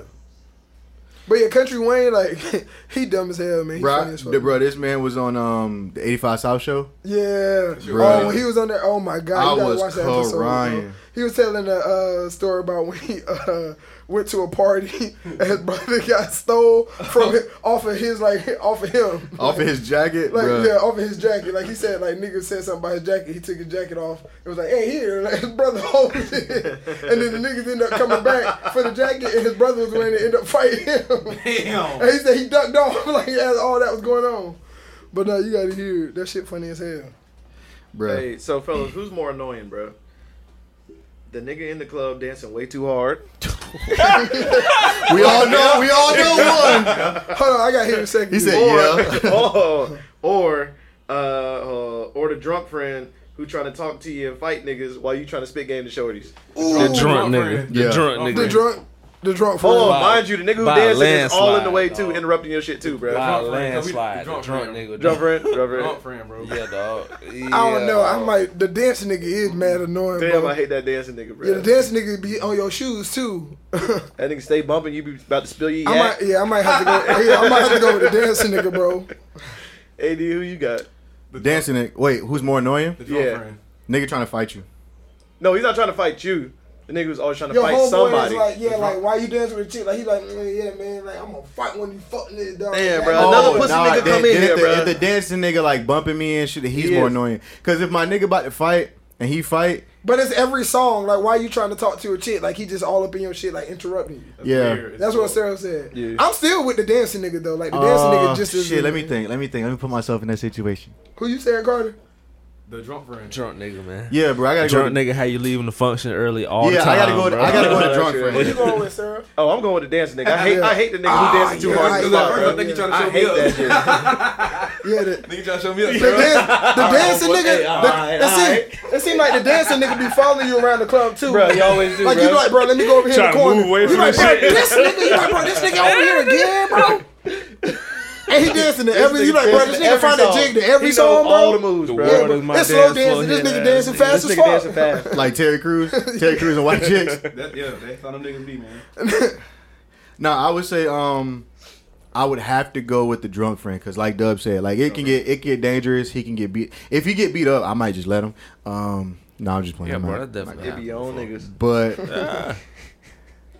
F: But yeah, Country Wayne, like, he dumb as hell, man. He funny
B: Bro,
F: as fuck.
B: the, bro, this man was on um the 85 South show.
F: Yeah.
B: Bruh.
F: Oh, when he was on there. Oh my god,
B: I
F: you gotta
B: was
F: watch that episode.
B: crying.
F: bro. He was telling a uh, story about when he uh, went to a party and his brother got stole from it off of his like off of him.
B: Off of his jacket.
F: Like
B: Oh, bruh.
F: yeah, off of his jacket. Like he said, like nigga said something about his jacket. He took his jacket off. It was like, hey here, like his brother holds it. And then the niggas ended up coming back for the jacket, and his brother was going to end up fighting him.
D: Damn.
F: And he said he ducked off like as all that was going on. But no, you gotta hear it. that shit funny as hell.
B: Bruh.
C: Hey, so fellas, who's more annoying, bro? The nigga in the club dancing way too hard.
B: We all know. We all know one.
F: Hold on, I gotta hear it a second.
B: He said, yeah.
C: Or, or, Oh, or, uh, uh, or the drunk friend who trying to talk to you and fight niggas while you trying to spit game to shorties.
F: Ooh,
E: The drunk nigga. The
B: Yeah.
E: drunk
F: the
E: nigga.
F: drunk, the drunk
C: Hold
F: friend.
C: on, Oh, mind you, the nigga who
E: by
C: dancing is all in
E: landslide,
C: the way too,
E: dog.
C: interrupting your shit too, bro.
I: Wow,
D: drunk friend, 'cause we-
I: landslide.
D: drunk
I: The drunk
D: friend.
I: nigga.
C: Drunk friend, drunk friend.
D: Drunk friend, bro.
I: Yeah, dog.
F: I don't know.
I: Yeah.
F: I might. The dancing nigga is mad annoying,
C: Damn,
F: bro.
C: I hate that dancing nigga, bro.
F: yeah, the dancing nigga be on your shoes too.
C: that nigga stay bumping, you be about to spill your
F: I
C: yak.
F: might, yeah, I might have to go. Yeah, I might have to go with the dancing nigga, bro.
C: AD, who you got?
B: Dancing. It. Wait, who's more annoying?
D: The drunk
C: Yeah.
D: friend.
B: Nigga trying to fight you.
C: No, he's not trying to fight you. The nigga was always trying to
F: Your
C: fight
F: homeboy
C: somebody.
F: is like, yeah, like why you dancing with a chick? Like he like, mm, yeah, man, like I'm gonna fight when you fucking this dog.
C: Damn,
F: Like,
C: bro.
F: I-
C: Another
B: Oh,
C: pussy nigga
B: if-
C: come in
B: if
C: here,
B: the,
C: bruh.
B: If the dancing nigga like bumping me and shit, he's
C: He
B: more
C: is.
B: annoying. Cause if my nigga about to fight and he fight,
F: But it's every song. Like, why you trying to talk to a chick? Like, he just all up in your shit, like interrupting you.
B: yeah.
D: Weird.
F: That's what Sarah said.
C: Yeah.
F: I'm still with the dancing nigga though. Like the dancing
B: Uh,
F: nigga just is
B: shit. Let me think. Let me think. Let me put myself in that situation.
F: Who you saying, Carter?
D: The drunk friend.
J: Drunk nigga, man.
B: Yeah, bro. I gotta go. To,
E: Drunk nigga, how you leaving the function early all
B: yeah,
E: the time?
B: I gotta go. To,
E: bro.
B: I gotta go to
C: Bro.
B: drunk
F: Where you
B: friend.
F: going with Sarah?
C: Oh, I'm going with the dancing nigga. I hate, I hate the nigga who dances too
F: Ah, yeah,
C: hard. in the
F: yeah,
C: club,
F: I
C: bro.
F: think you
D: trying
C: I hate that shit.
F: Yeah, the,
D: Nigga trying to show me up.
F: the, dan- the dancing nigga. the- that's it. It seemed like the dancing nigga be following you around the club too.
C: bro, you always do,
F: like
C: bro.
F: you like, bro, let me go over here
D: Trying
F: in the
D: to
F: corner.
D: move away
F: you
D: from
F: like,
D: this
F: bro,
D: shit.
F: this nigga, you like, bro, this nigga over here again, bro. And he dancing to every, you like, bro, this nigga find that jig to every
C: he know
F: song,
C: all the
F: bro.
C: moves, bro.
F: Yeah, bro. It's slow dancing. This nigga dancing fast
C: this
F: as
C: nigga dancing
F: fuck.
C: fast.
B: Like Terry Crews, Terry Crews and White Chicks.
D: That, yeah, that's how them niggas be, man.
B: No, I would say um, I would have to go with the drunk friend because, like Dub said, like it can get it get dangerous. He can get beat. If he get beat up, I might just let him. Um, no, I'm just playing.
E: Yeah,
B: I'm
E: bro,
B: not.
E: that definitely
C: It be your own niggas.
B: But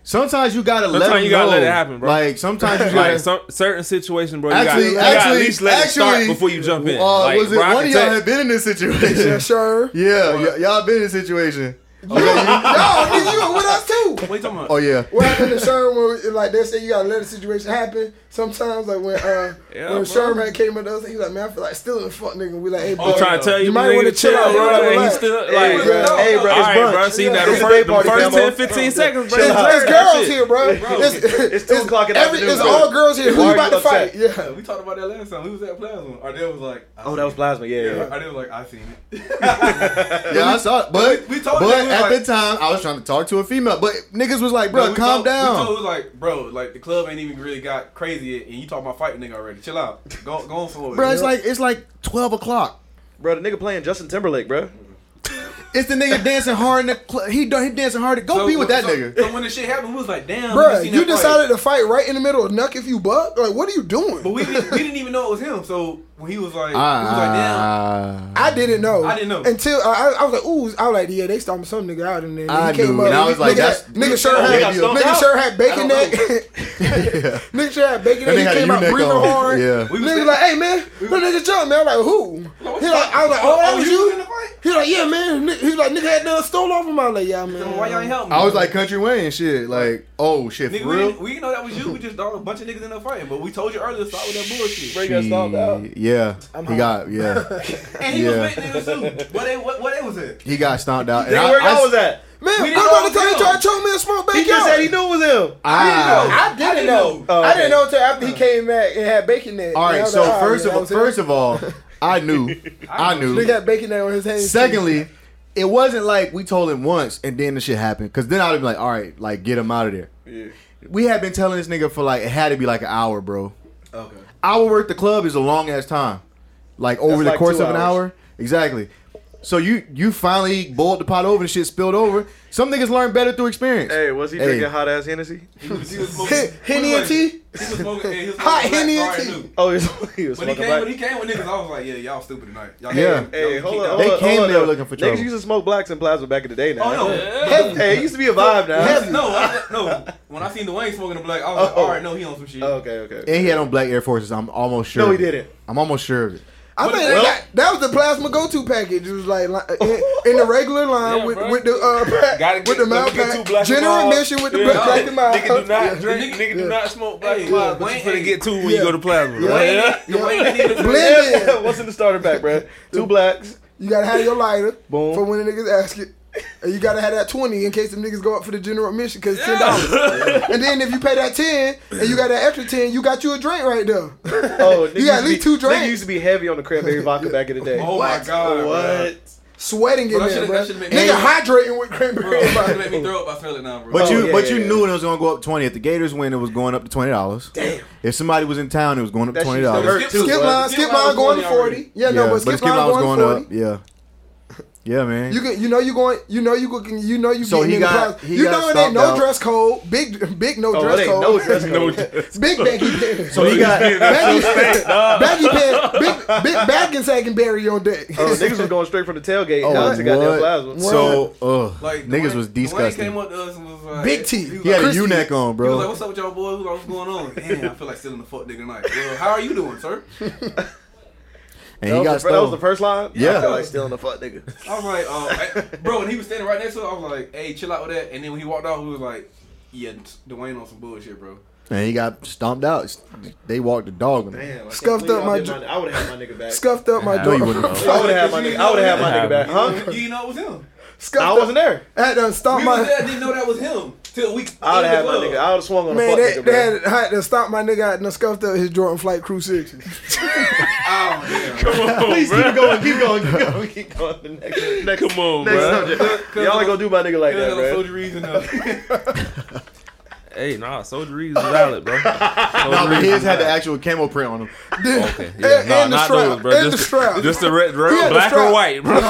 B: sometimes you gotta let
E: Sometimes
B: him
E: you gotta
B: know.
E: let it happen, bro.
B: Like sometimes you gotta.
E: Like some, certain situation, bro. You
B: Actually-
E: actually, got, actually,
B: actually-
E: at least let it
B: actually,
E: start before you jump in.
B: uh,
E: like,
B: was it
E: bro, I
B: one
E: can
B: of y'all
E: tell-
B: had been in this
F: Yeah,
B: situation?
F: sure.
B: yeah, y- y'all been in this situation.
F: No, nigga, you were with us too.
D: What you talking about?
B: Oh yeah.
F: What happened to Sherm when like they say you gotta let the situation happen. Sometimes like when uh when Sherm had came at us, he like, man, I feel like still a fuck nigga. We like, hey, bro,
E: I'm trying to tell you,
F: You might
E: nigga,
F: wanna chill out, bro,
E: And he
F: relax.
E: still like,
C: Hey, bro. Hey, bro, it's
E: all right, bro.
C: brunch.
E: See now, the
C: It's a
E: first,
C: day party,
E: the first
C: Camo.
E: 10, 15 seconds, bro.
F: There's, there's
E: it's
F: girls
E: shit.
F: here, bro. it's,
C: It's two o'clock in the
F: every,
C: afternoon,
F: It's
C: bro.
F: all girls here. Who
C: Why
F: you
C: are
F: about
C: you
F: to fight? Yeah.
D: We talked about that last time. We was at Plasma. Ardell was like, I
C: Oh, that was plasma. Yeah,
D: seen it.
C: yeah.
D: Ardell was like, I seen it.
B: Yeah, I saw it. But,
D: we- we told
B: but
D: them, we
B: at
D: like-
B: the time, I was trying to talk to a female. But niggas was like, bro,
D: we
B: calm
D: told-
B: down.
D: We told, it was like, bro, like the club ain't even really got crazy yet, and you talking about fighting nigga already. Chill out. Go, go on for it.
B: Bro, it's like it's like twelve o'clock.
C: Bro, the nigga playing Justin Timberlake, bro.
B: It's the nigga dancing hard in the cl- he done- he dancing hard. Go
D: So-
B: be with that
D: so-
B: nigga.
D: So when the shit happened, we was like, damn, we
F: Bruh,
D: seen
F: you
D: that fight.
F: decided to fight right in the middle of Nuck if you buck? Like, what are you doing?
D: But we didn't, we didn't even know it was him. So when he was like, we was like, damn.
B: Ah,
F: I didn't know.
D: I didn't know.
F: Until I, I, I was like, ooh, I was like, yeah, they stomped some nigga out in there. And
B: I
F: he came
B: knew,
F: up.
B: and I was like,
F: nigga,
B: that's-
F: had- nigga sure
B: They
F: had
B: got stomped
F: nigga
B: out?
F: sure had bacon
B: I
F: neck.
B: don't
F: nigga sure had bacon
B: That nigga
F: neck. He
B: had a
F: came out
B: U-neck
F: breathing
B: on.
F: hard.
B: Yeah.
D: We was
F: nigga
D: there.
F: like, hey man, what nigga jump man? I'm like, who? He like, I was like, oh, that was
D: in the
F: you.
D: fight?
F: He like, yeah man. Nigga- He like, nigga had done stole off him. I was like, yeah man.
D: Why y'all ain't help me?
B: I was like Country Wayne and shit. Like, oh shit,
D: Nigga,
B: for
D: we
B: real.
D: didn't, we didn't know that was you. We just thought a bunch of niggas in there fighting, but we told you earlier to stop with that bullshit.
C: Bro, you got stomped out.
B: He- yeah, he got yeah,
D: And he
B: Yeah.
D: was with niggas too. What they, what, what they was at?
B: he got stomped out. And
C: Nigga,
B: I,
C: where
B: I,
C: y'all was at?
F: Man,
D: We
F: I'm
D: didn't know
F: about
D: it
F: to
D: was
F: tell you,
D: him.
F: try to choke me and smoke
C: He
F: bacon.
C: just said he knew it was him.
B: ah.
C: Oh,
B: I-
F: I didn't,
D: didn't
F: know.
D: know.
F: I didn't know until after he came back and had bacon neck.
B: all
F: And I
B: right.
F: was
B: So
F: like, oh,
B: first
F: yeah,
B: of
F: that
B: all,
F: was him.
B: first of all, I knew, I
F: Nigga
B: knew.
F: got bacon neck on his hands.
B: Secondly, it wasn't like we told him once and then the shit happened. Cause then I'd be like, all right, like get him out of there. We had been telling this nigga for like it had to be like an hour, bro.
D: Okay.
B: hour work the club is a long ass time. Like over
C: That's
B: the
C: like
B: course
C: two
B: of an
C: hours.
B: hour. Exactly. So you you finally boiled the pot over and shit spilled over. Some niggas learn better through experience.
C: Hey, was he
B: Hey.
C: drinking hot ass Hennessy?
D: He was, he was
F: Hen-
D: smoking.
F: Henny and
D: he was
F: tea.
D: like- He was smoking. and He was smoking
F: Hot
D: black
F: Henny and
D: Friday
F: tea.
D: Luke.
C: Oh, he was, he was
D: When he
C: smoking
D: came,
C: black.
D: when he came with niggas, I was like, yeah, y'all stupid tonight. Y'all
B: Yeah.
D: Came,
C: Hey,
D: y'all
C: hold
D: kicked
C: on.
D: out.
B: They
C: hold on,
B: came
C: hold
B: there
C: up.
B: looking for
C: Niggas
B: trouble.
C: used to smoke blacks and plasma back in the day now.
D: Oh no.
C: Hey, it used to be a vibe now.
D: No, I, no. When I seen Dwayne smoking the black, I was like,
C: Oh.
D: all right, no, he on some shit.
C: Okay, okay.
B: And he had on black Air Forces, I'm almost sure.
C: No,
B: of
C: he
B: it.
C: didn't. Oh,
B: I'm almost sure of it.
F: I think they
C: Well-
F: got, that was the plasma go-to package. It was like li- in, in the regular line
E: Yeah,
F: with,
E: bro.
F: with the uh,
E: Gotta
F: pack,
E: get
F: with the
E: the
F: mouth
E: nigga two
F: pack,
E: black
F: general
E: miles.
F: admission with the
E: Yeah.
F: black and mild.
E: Nigga do
F: Yeah.
E: not drink. Nigga do not smoke black
D: Hey,
E: cloud. What you
D: Wayne
E: finna
D: ain't-
E: get to when you go to plasma? bro?
F: Yeah.
E: Yeah.
D: Dwayne didn't even
F: Blend in.
C: What's in the starter pack, bro? Two blacks.
F: You gotta have your lighter
C: Boom.
F: for when the niggas ask it. And you gotta have that 20 in case the niggas go up for the general admission because $10. and then if you pay that 10 and you got that extra 10, you got you a drink right there.
C: Oh, nigga
F: You
C: used
F: got at
C: to
F: least
C: be-
F: two drinks.
C: Nigga used to be heavy on the cranberry vodka back in the day.
D: Oh my god.
C: What?
F: Sweating in
D: Bro, that
F: there,
D: should've-
F: bro.
D: that should've
F: Nigga
D: been- Hey.
F: hydrating with
D: Bro,
F: cranberry.
D: it's
F: vodka.
D: gonna make me throw up. I feel it now, bro.
B: But
C: Oh,
B: you
C: yeah,
B: but
C: yeah,
B: you
C: yeah.
B: knew it was gonna go up twenty. If the Gators win, it was going up to twenty dollars. If somebody was in town, it was going up to
C: That shit
B: twenty
C: used to
B: dollars.
C: hurt too.
F: Skip
C: bud.
F: line, skip line
D: was
F: going to
D: 40 already.
F: 40. Yeah, no, but skip line
B: was
F: going 40.
B: up. Yeah. Yeah, man.
F: You can, you know, you going, you know, you can, you know, you
B: So
F: getting
B: he
F: in the
B: got-
F: class.
B: he
F: You
B: got
F: know, it ain't no
B: stomped out.
F: dress code. Big, big no
C: Oh,
F: dress
C: it ain't
F: code.
C: no dress code.
F: big baggy pants.
B: so he got
F: baggy, baggy pants. Big, big bag and sack and berry on deck.
C: Oh, niggas was going straight from the tailgate
B: Oh,
C: down to goddamn
B: what?
C: plasma.
B: So ugh,
D: Like
B: niggas
D: Dwayne-
B: was
D: Dwayne
B: disgusting.
D: came up to us and was like,
F: Big teeth.
D: He was
B: He had
D: like,
B: a U neck on,
D: he was
B: bro.
D: like, what's up with y'all boys? He was like, What's going on? Damn, I feel like stealing the fuck nigga tonight. Well, how are you doing, sir?
B: And
C: that,
B: he
C: was
B: got
C: the, fir- that was the
B: stoned.
C: first line.
B: Yeah.
C: I feel like stealing the fuck nigga.
D: I was like, uh, hey- bro, when he was standing right next to us, I was like, hey, chill out with that. And then when he walked off, we was like, yeah, Dwayne on some bullshit, bro.
B: And he got stomped out. They walked the dog on him.
C: Damn, I can't
F: Scuffed
C: believe
F: up
C: y'all
F: my
C: did
F: ju-
C: I would have had my nigga back.
F: Scuffed up my
B: No, you
F: dog.
B: wouldn't.
C: I would have had my nigga. I would have had my nigga back. Huh?
I: You didn't know it was him.
F: Scuffed
C: I
F: up-
C: wasn't there.
F: Had done stopped
I: We was
F: my
I: there, didn't know that was him till we.
C: I would have had
I: in
C: my
I: the
C: nigga.
I: club.
C: I would have swung on the
F: man.
C: fuck
F: They,
C: nigga.
F: they
C: bro.
F: had, had to stop my nigga out and done scuffed up his Jordan Flight Crew Sixes.
C: Please keep going, keep going, keep going, keep going. The next, next,
G: Come on,
C: next
G: bro.
C: subject. Y'all ain't gonna do my nigga like that,
I: Another
C: bro.
I: soldier reason though.
E: Hey, nah, Soldier Reed's valid, bro.
B: No, but his had the actual camo print on him.
E: Okay, yeah,
F: and
E: nah,
F: the
E: not
F: strap,
E: those, bro.
F: and
E: just
F: the strap.
E: just the red, red-
F: He had the
E: black
F: strap.
E: or white, bro.
F: he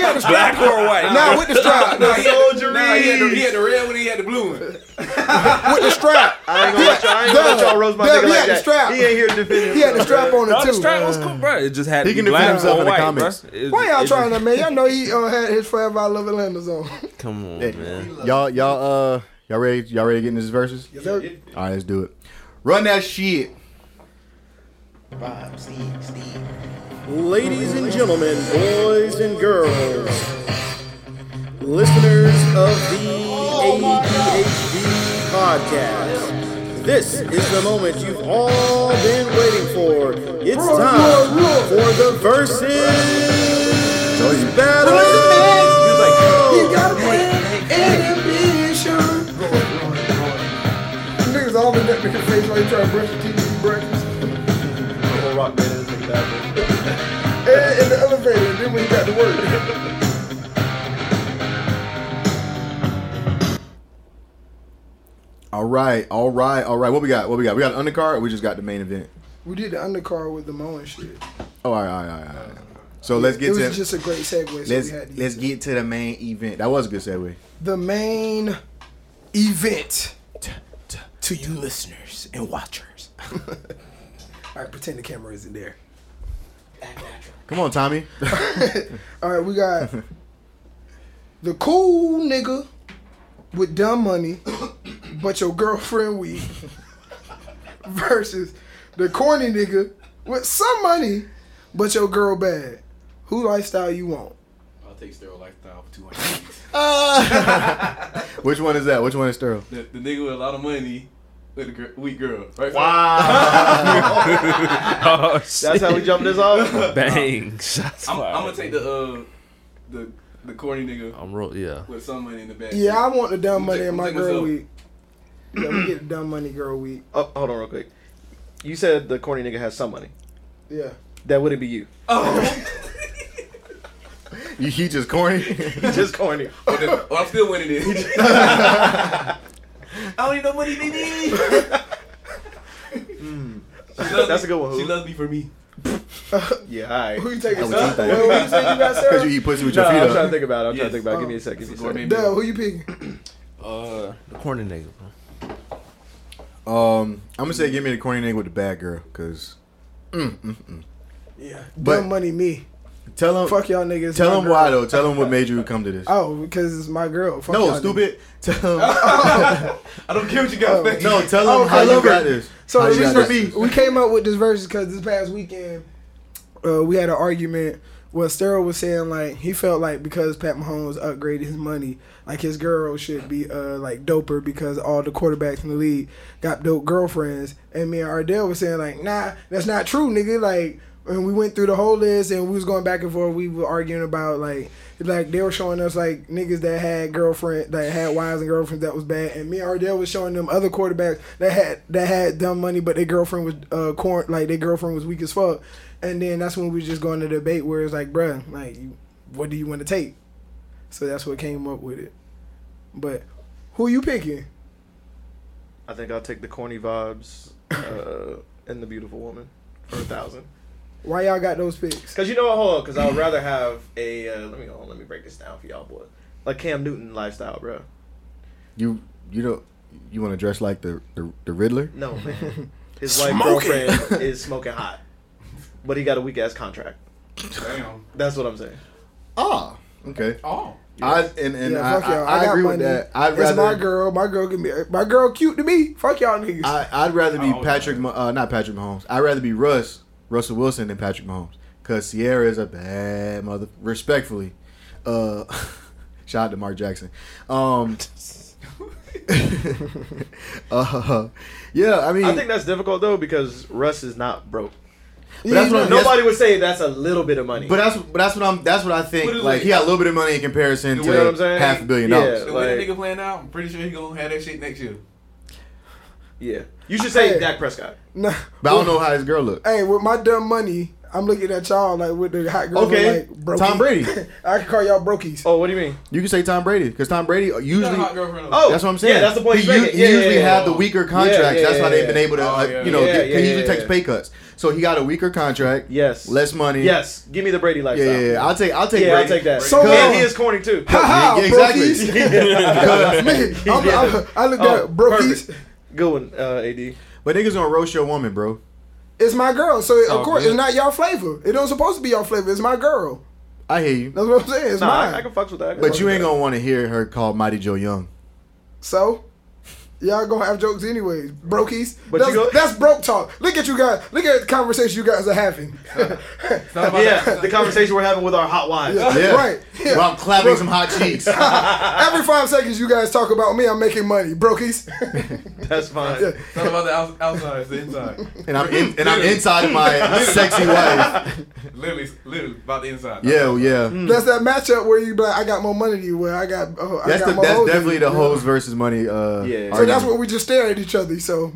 F: had the strap.
E: black or white.
F: Nah, with the strap.
I: Nah, he had the-
C: Soldier
I: nah, he had the-
C: Reed.
I: he had the red one. He had the blue one.
F: with the strap.
C: I ain't gonna let y'all, I ain't gonna let y'all roast my
F: Dub,
C: nigga
F: he
C: like
F: had the
C: that.
F: strap.
C: He ain't here to defend himself.
F: He had the strap on it
E: Nah, the
F: too.
E: strap was cool, bro. It just had
B: He
E: to be
B: can defend
E: black
B: himself
E: or
B: in the
E: white,
B: comments.
E: bro. It-
F: Why
E: it
F: y'all
E: just-
F: trying that, man? Y'all know he uh, had his Forever I Love Atlanta's on.
E: Come on,
B: Hey,
E: man.
B: y'all, y'all, uh, y'all ready? Y'all ready to get into these verses? All right, let's do it. Run that shit.
A: Ladies and gentlemen, boys and girls, listeners of the ADHD podcast, this is the moment you've all been waiting for. It's time for the versus battle.
F: He got it. Ambition. Niggas all in that nigga face while he trying to brush your teeth and eat breakfast. And in the elevator, and then when he got to work.
B: All right, all right, all right. What we got? What we got? We got an undercard. Or we just got the main event.
F: We did the undercard with the mowing shit.
B: Oh, all right, all right, all right. All right. So let's
F: It
B: get
F: was
B: to
F: just a great segue. So
B: let's
F: we had to
B: let's get to the main event. That was a good segue.
F: the main event.
H: To you listeners and watchers.
F: All right, pretend the camera isn't there.
B: Come on, Tommy.
F: All right, we got the cool nigga with dumb money, but your girlfriend weak, versus the corny nigga with some money, but your girl bad. Who lifestyle you want?
I: I'll take sterile lifestyle for two hundred.
B: Which one is that? Which one is Sterl?
I: the, the nigga with a lot of money with a gir- weak girl, right?
E: Oh, shit.
C: That's how we jumped this off.
E: Bang. Shots
I: I'm,
E: fired.
I: I'm gonna take the uh, the the corny nigga
C: Oh.
E: I'm real, yeah.
I: with some money in the bag.
F: Yeah, I want the dumb money and my
I: Take
F: girl
I: myself.
F: weak. Yeah, we get the dumb money girl weak.
C: Oh, hold on, real quick. You said the corny nigga has some money.
F: Yeah.
C: That wouldn't be you.
D: Oh.
B: You, he just corny.
C: He's just corny.
I: Well, I'm still winning it. I don't need no money, baby. She
B: Hmm.
I: loves
C: That's
I: me.
C: a good one,
I: She
C: Hood.
I: loves me for me.
C: Yeah, all right.
F: Who you
B: That
F: taking?
B: was you thing.
F: Sarah? Who you taking? You got
B: Because you
F: Sarah?
B: eat pussy with
C: No,
B: your
C: I'm
B: feet
C: trying to
B: up.
C: think about it. I'm trying to
I: Yes.
C: think about it. Give me a second. Give me a
I: Gourmet
C: second.
F: Dub,
I: meal.
F: who you picking?
I: Uh,
E: The corny nigga, bro.
B: Um, I'm gonna say give me the corny nigga with the bad girl. Cause
F: Yeah.
B: But-
F: dumb money me.
B: tell him,
F: Fuck y'all niggas.
B: tell
F: My
B: him
F: girl.
B: why though. Tell him what made you come to this.
F: Oh, because it's my girl. Fuck
B: no,
F: y'all
B: stupid. Tell
I: I don't care what you got,
B: him.
I: baby.
B: no, tell him
F: Oh,
B: how
F: I
B: you
F: love
B: got
F: her.
B: this.
F: So
B: How
F: the
B: you got
F: reason
B: this.
F: we came up with this verse because this past weekend uh, we had an argument where Sterl was saying like he felt like because Pat Mahomes upgraded his money, like his girl should be uh like doper because all the quarterbacks in the league got dope girlfriends, and me and Ardell was saying like nah, that's not true, nigga. Like and we went through the whole list and we was going back and forth. We were arguing about like like they were showing us like niggas that had girlfriend that had wives and girlfriends that was bad, and me and Ardell was showing them other quarterbacks that had that had dumb money, but their girlfriend was uh corn like their girlfriend was weak as fuck. And then that's when we just going to debate where it's like, bruh, like you, what do you want to take? So that's what came up with it. But who you picking?
C: I think I'll take the corny vibes uh, and the beautiful woman for a thousand.
F: Why y'all got those picks?
C: Cause you know what? Hold on. Cause I would rather have a. Uh, let me hold on. Let me break this down for y'all, boy. Like Cam Newton lifestyle, bro.
B: You you don't you want to dress like the the, the Riddler?
C: No man. His wife girlfriend is smoking hot, but he got a weak ass contract.
I: Damn.
C: That's what I'm saying.
B: Ah, okay.
I: Oh.
B: I and, and I, I, I,
F: got
B: agree with
F: money.
B: that. I'd
F: it's
B: rather
F: my girl. My girl can be my girl. Cute to me. Fuck y'all niggas.
B: I, I'd rather be
I: I always
B: Patrick, Ma- uh, not Patrick Mahomes. I'd rather be Russ, Russell Wilson, than Patrick Mahomes. Cause Sierra is a bad mother. Respectfully, uh, shout out to Mark Jackson. Um, uh, yeah, I mean,
C: I think that's difficult though because Russ is not broke.
B: but that's what I'm, that's-
C: Nobody would say that's a little bit of money.
B: But that's but that's what I'm. That's what I think.
D: But it's
B: like
D: like-
B: he had a little bit of money in comparison
C: You
B: to
C: know what I'm saying?
B: half a billion
C: Yeah.
B: dollars.
D: The way
C: Like-
D: that nigga playing now, I'm pretty sure he gonna have that shit next year.
C: yeah, you should say
F: Hey.
C: Dak Prescott.
F: Nah,
B: But I don't know how his girl look.
F: hey, with my dumb money, I'm looking at y'all like with the hot girls.
B: Okay,
F: like, brokies.
B: Tom Brady.
F: I can call y'all brokies.
C: Oh, what do you mean?
B: You can say Tom Brady because Tom Brady uh, usually.
D: girlfriend.
C: Oh,
B: That's what I'm saying.
C: Yeah, that's the point.
B: He,
C: he's
B: u-
C: making.
B: he
C: Yeah, yeah,
B: usually
C: yeah,
B: had the
C: yeah.
B: weaker contracts.
C: yeah,
B: that's why
C: yeah,
B: they've been
C: yeah.
B: able to,
D: Oh,
B: uh,
D: yeah.
B: you know,
C: Yeah,
B: get-
C: yeah,
B: he usually
C: yeah,
B: takes
C: yeah.
B: pay cuts. So he got a weaker contract.
C: Yes.
B: Less money.
C: Yes. Give me the Brady lifestyle.
B: Yeah, yeah, yeah. I'll take. I'll take.
C: Yeah, I'll
B: Brady.
C: take that.
F: So
C: and
F: long.
C: he is corny too.
F: Ha ha,
B: Yeah, exactly.
F: brokies. Man, I'm, I'm, I looked
C: Oh,
F: at brokies.
C: perfect. Good one, uh, AD.
B: But niggas gonna roast your woman, bro.
F: It's my girl, so
B: Oh,
F: of course
D: good.
F: it's not y'all flavor. It don't supposed to be y'all flavor. It's my girl.
B: I hear you.
F: That's what I'm saying. It's
C: Nah,
F: mine.
C: I, I can fuck with that. I can
B: But
C: fuck
B: you
C: with
B: ain't
C: that.
B: gonna want to hear her call Mighty Joe Young.
F: So, y'all gonna have jokes anyways, brokies.
C: But
F: that's,
C: you go-
F: that's broke talk. Look at you guys. Look at the conversation you guys are having.
C: Yeah, the conversation we're having with our hot wives.
B: Yeah.
F: Right. Yeah.
B: While I'm clapping some hot cheeks.
F: Every five seconds, you guys talk about me. I'm making money, brokies.
C: That's fine.
D: Talk about the outs- outside, the inside.
B: and I'm in, and I'm inside of my sexy wife.
D: Literally, literally about the inside.
B: Yeah, well,
C: Mm.
B: yeah.
F: that's that matchup where you be like, I got more money than you. Where I got, oh, I
B: That's
F: got
B: the
F: more
B: that's
F: hoes than
B: definitely
F: you.
B: the hoes versus money. Uh,
C: Yeah.
F: So
B: argument.
F: that's what we just stare at each other. So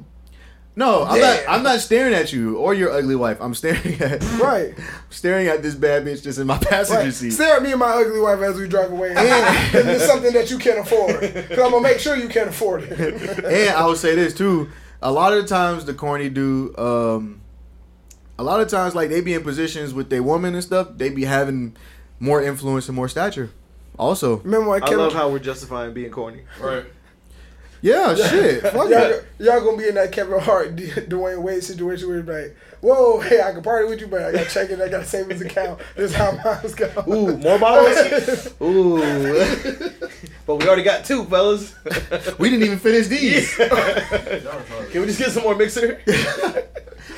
B: No, I'm not.
F: Yeah.
B: I'm not staring at you or your ugly wife. I'm staring at
F: right,
B: staring at this bad bitch that's in my passenger
F: right.
B: seat.
F: Stare at me and my ugly wife as we drive away. And it's something that you can't afford. Cause I'm gonna make sure you can't afford it.
B: and I would say this too. A lot of the times, the corny dude. Um, a lot of times, like they be in positions with their woman and stuff. They be having more influence and more stature. Also,
F: Remember when
C: I
F: Kevin
C: love how we're justifying being corny.
D: Right.
B: yeah, shit. Fuck
F: y'all,
B: that.
F: y'all gonna be in that Kevin Hart, D- Dwayne Wade situation where it's like, whoa, hey, I can party with you, but I got checking, I got a savings account. This is how mine's go.
C: Ooh, more bottles? Ooh. but we already got two, fellas.
B: We didn't even finish these.
C: Can we just get some more mixer?
F: Are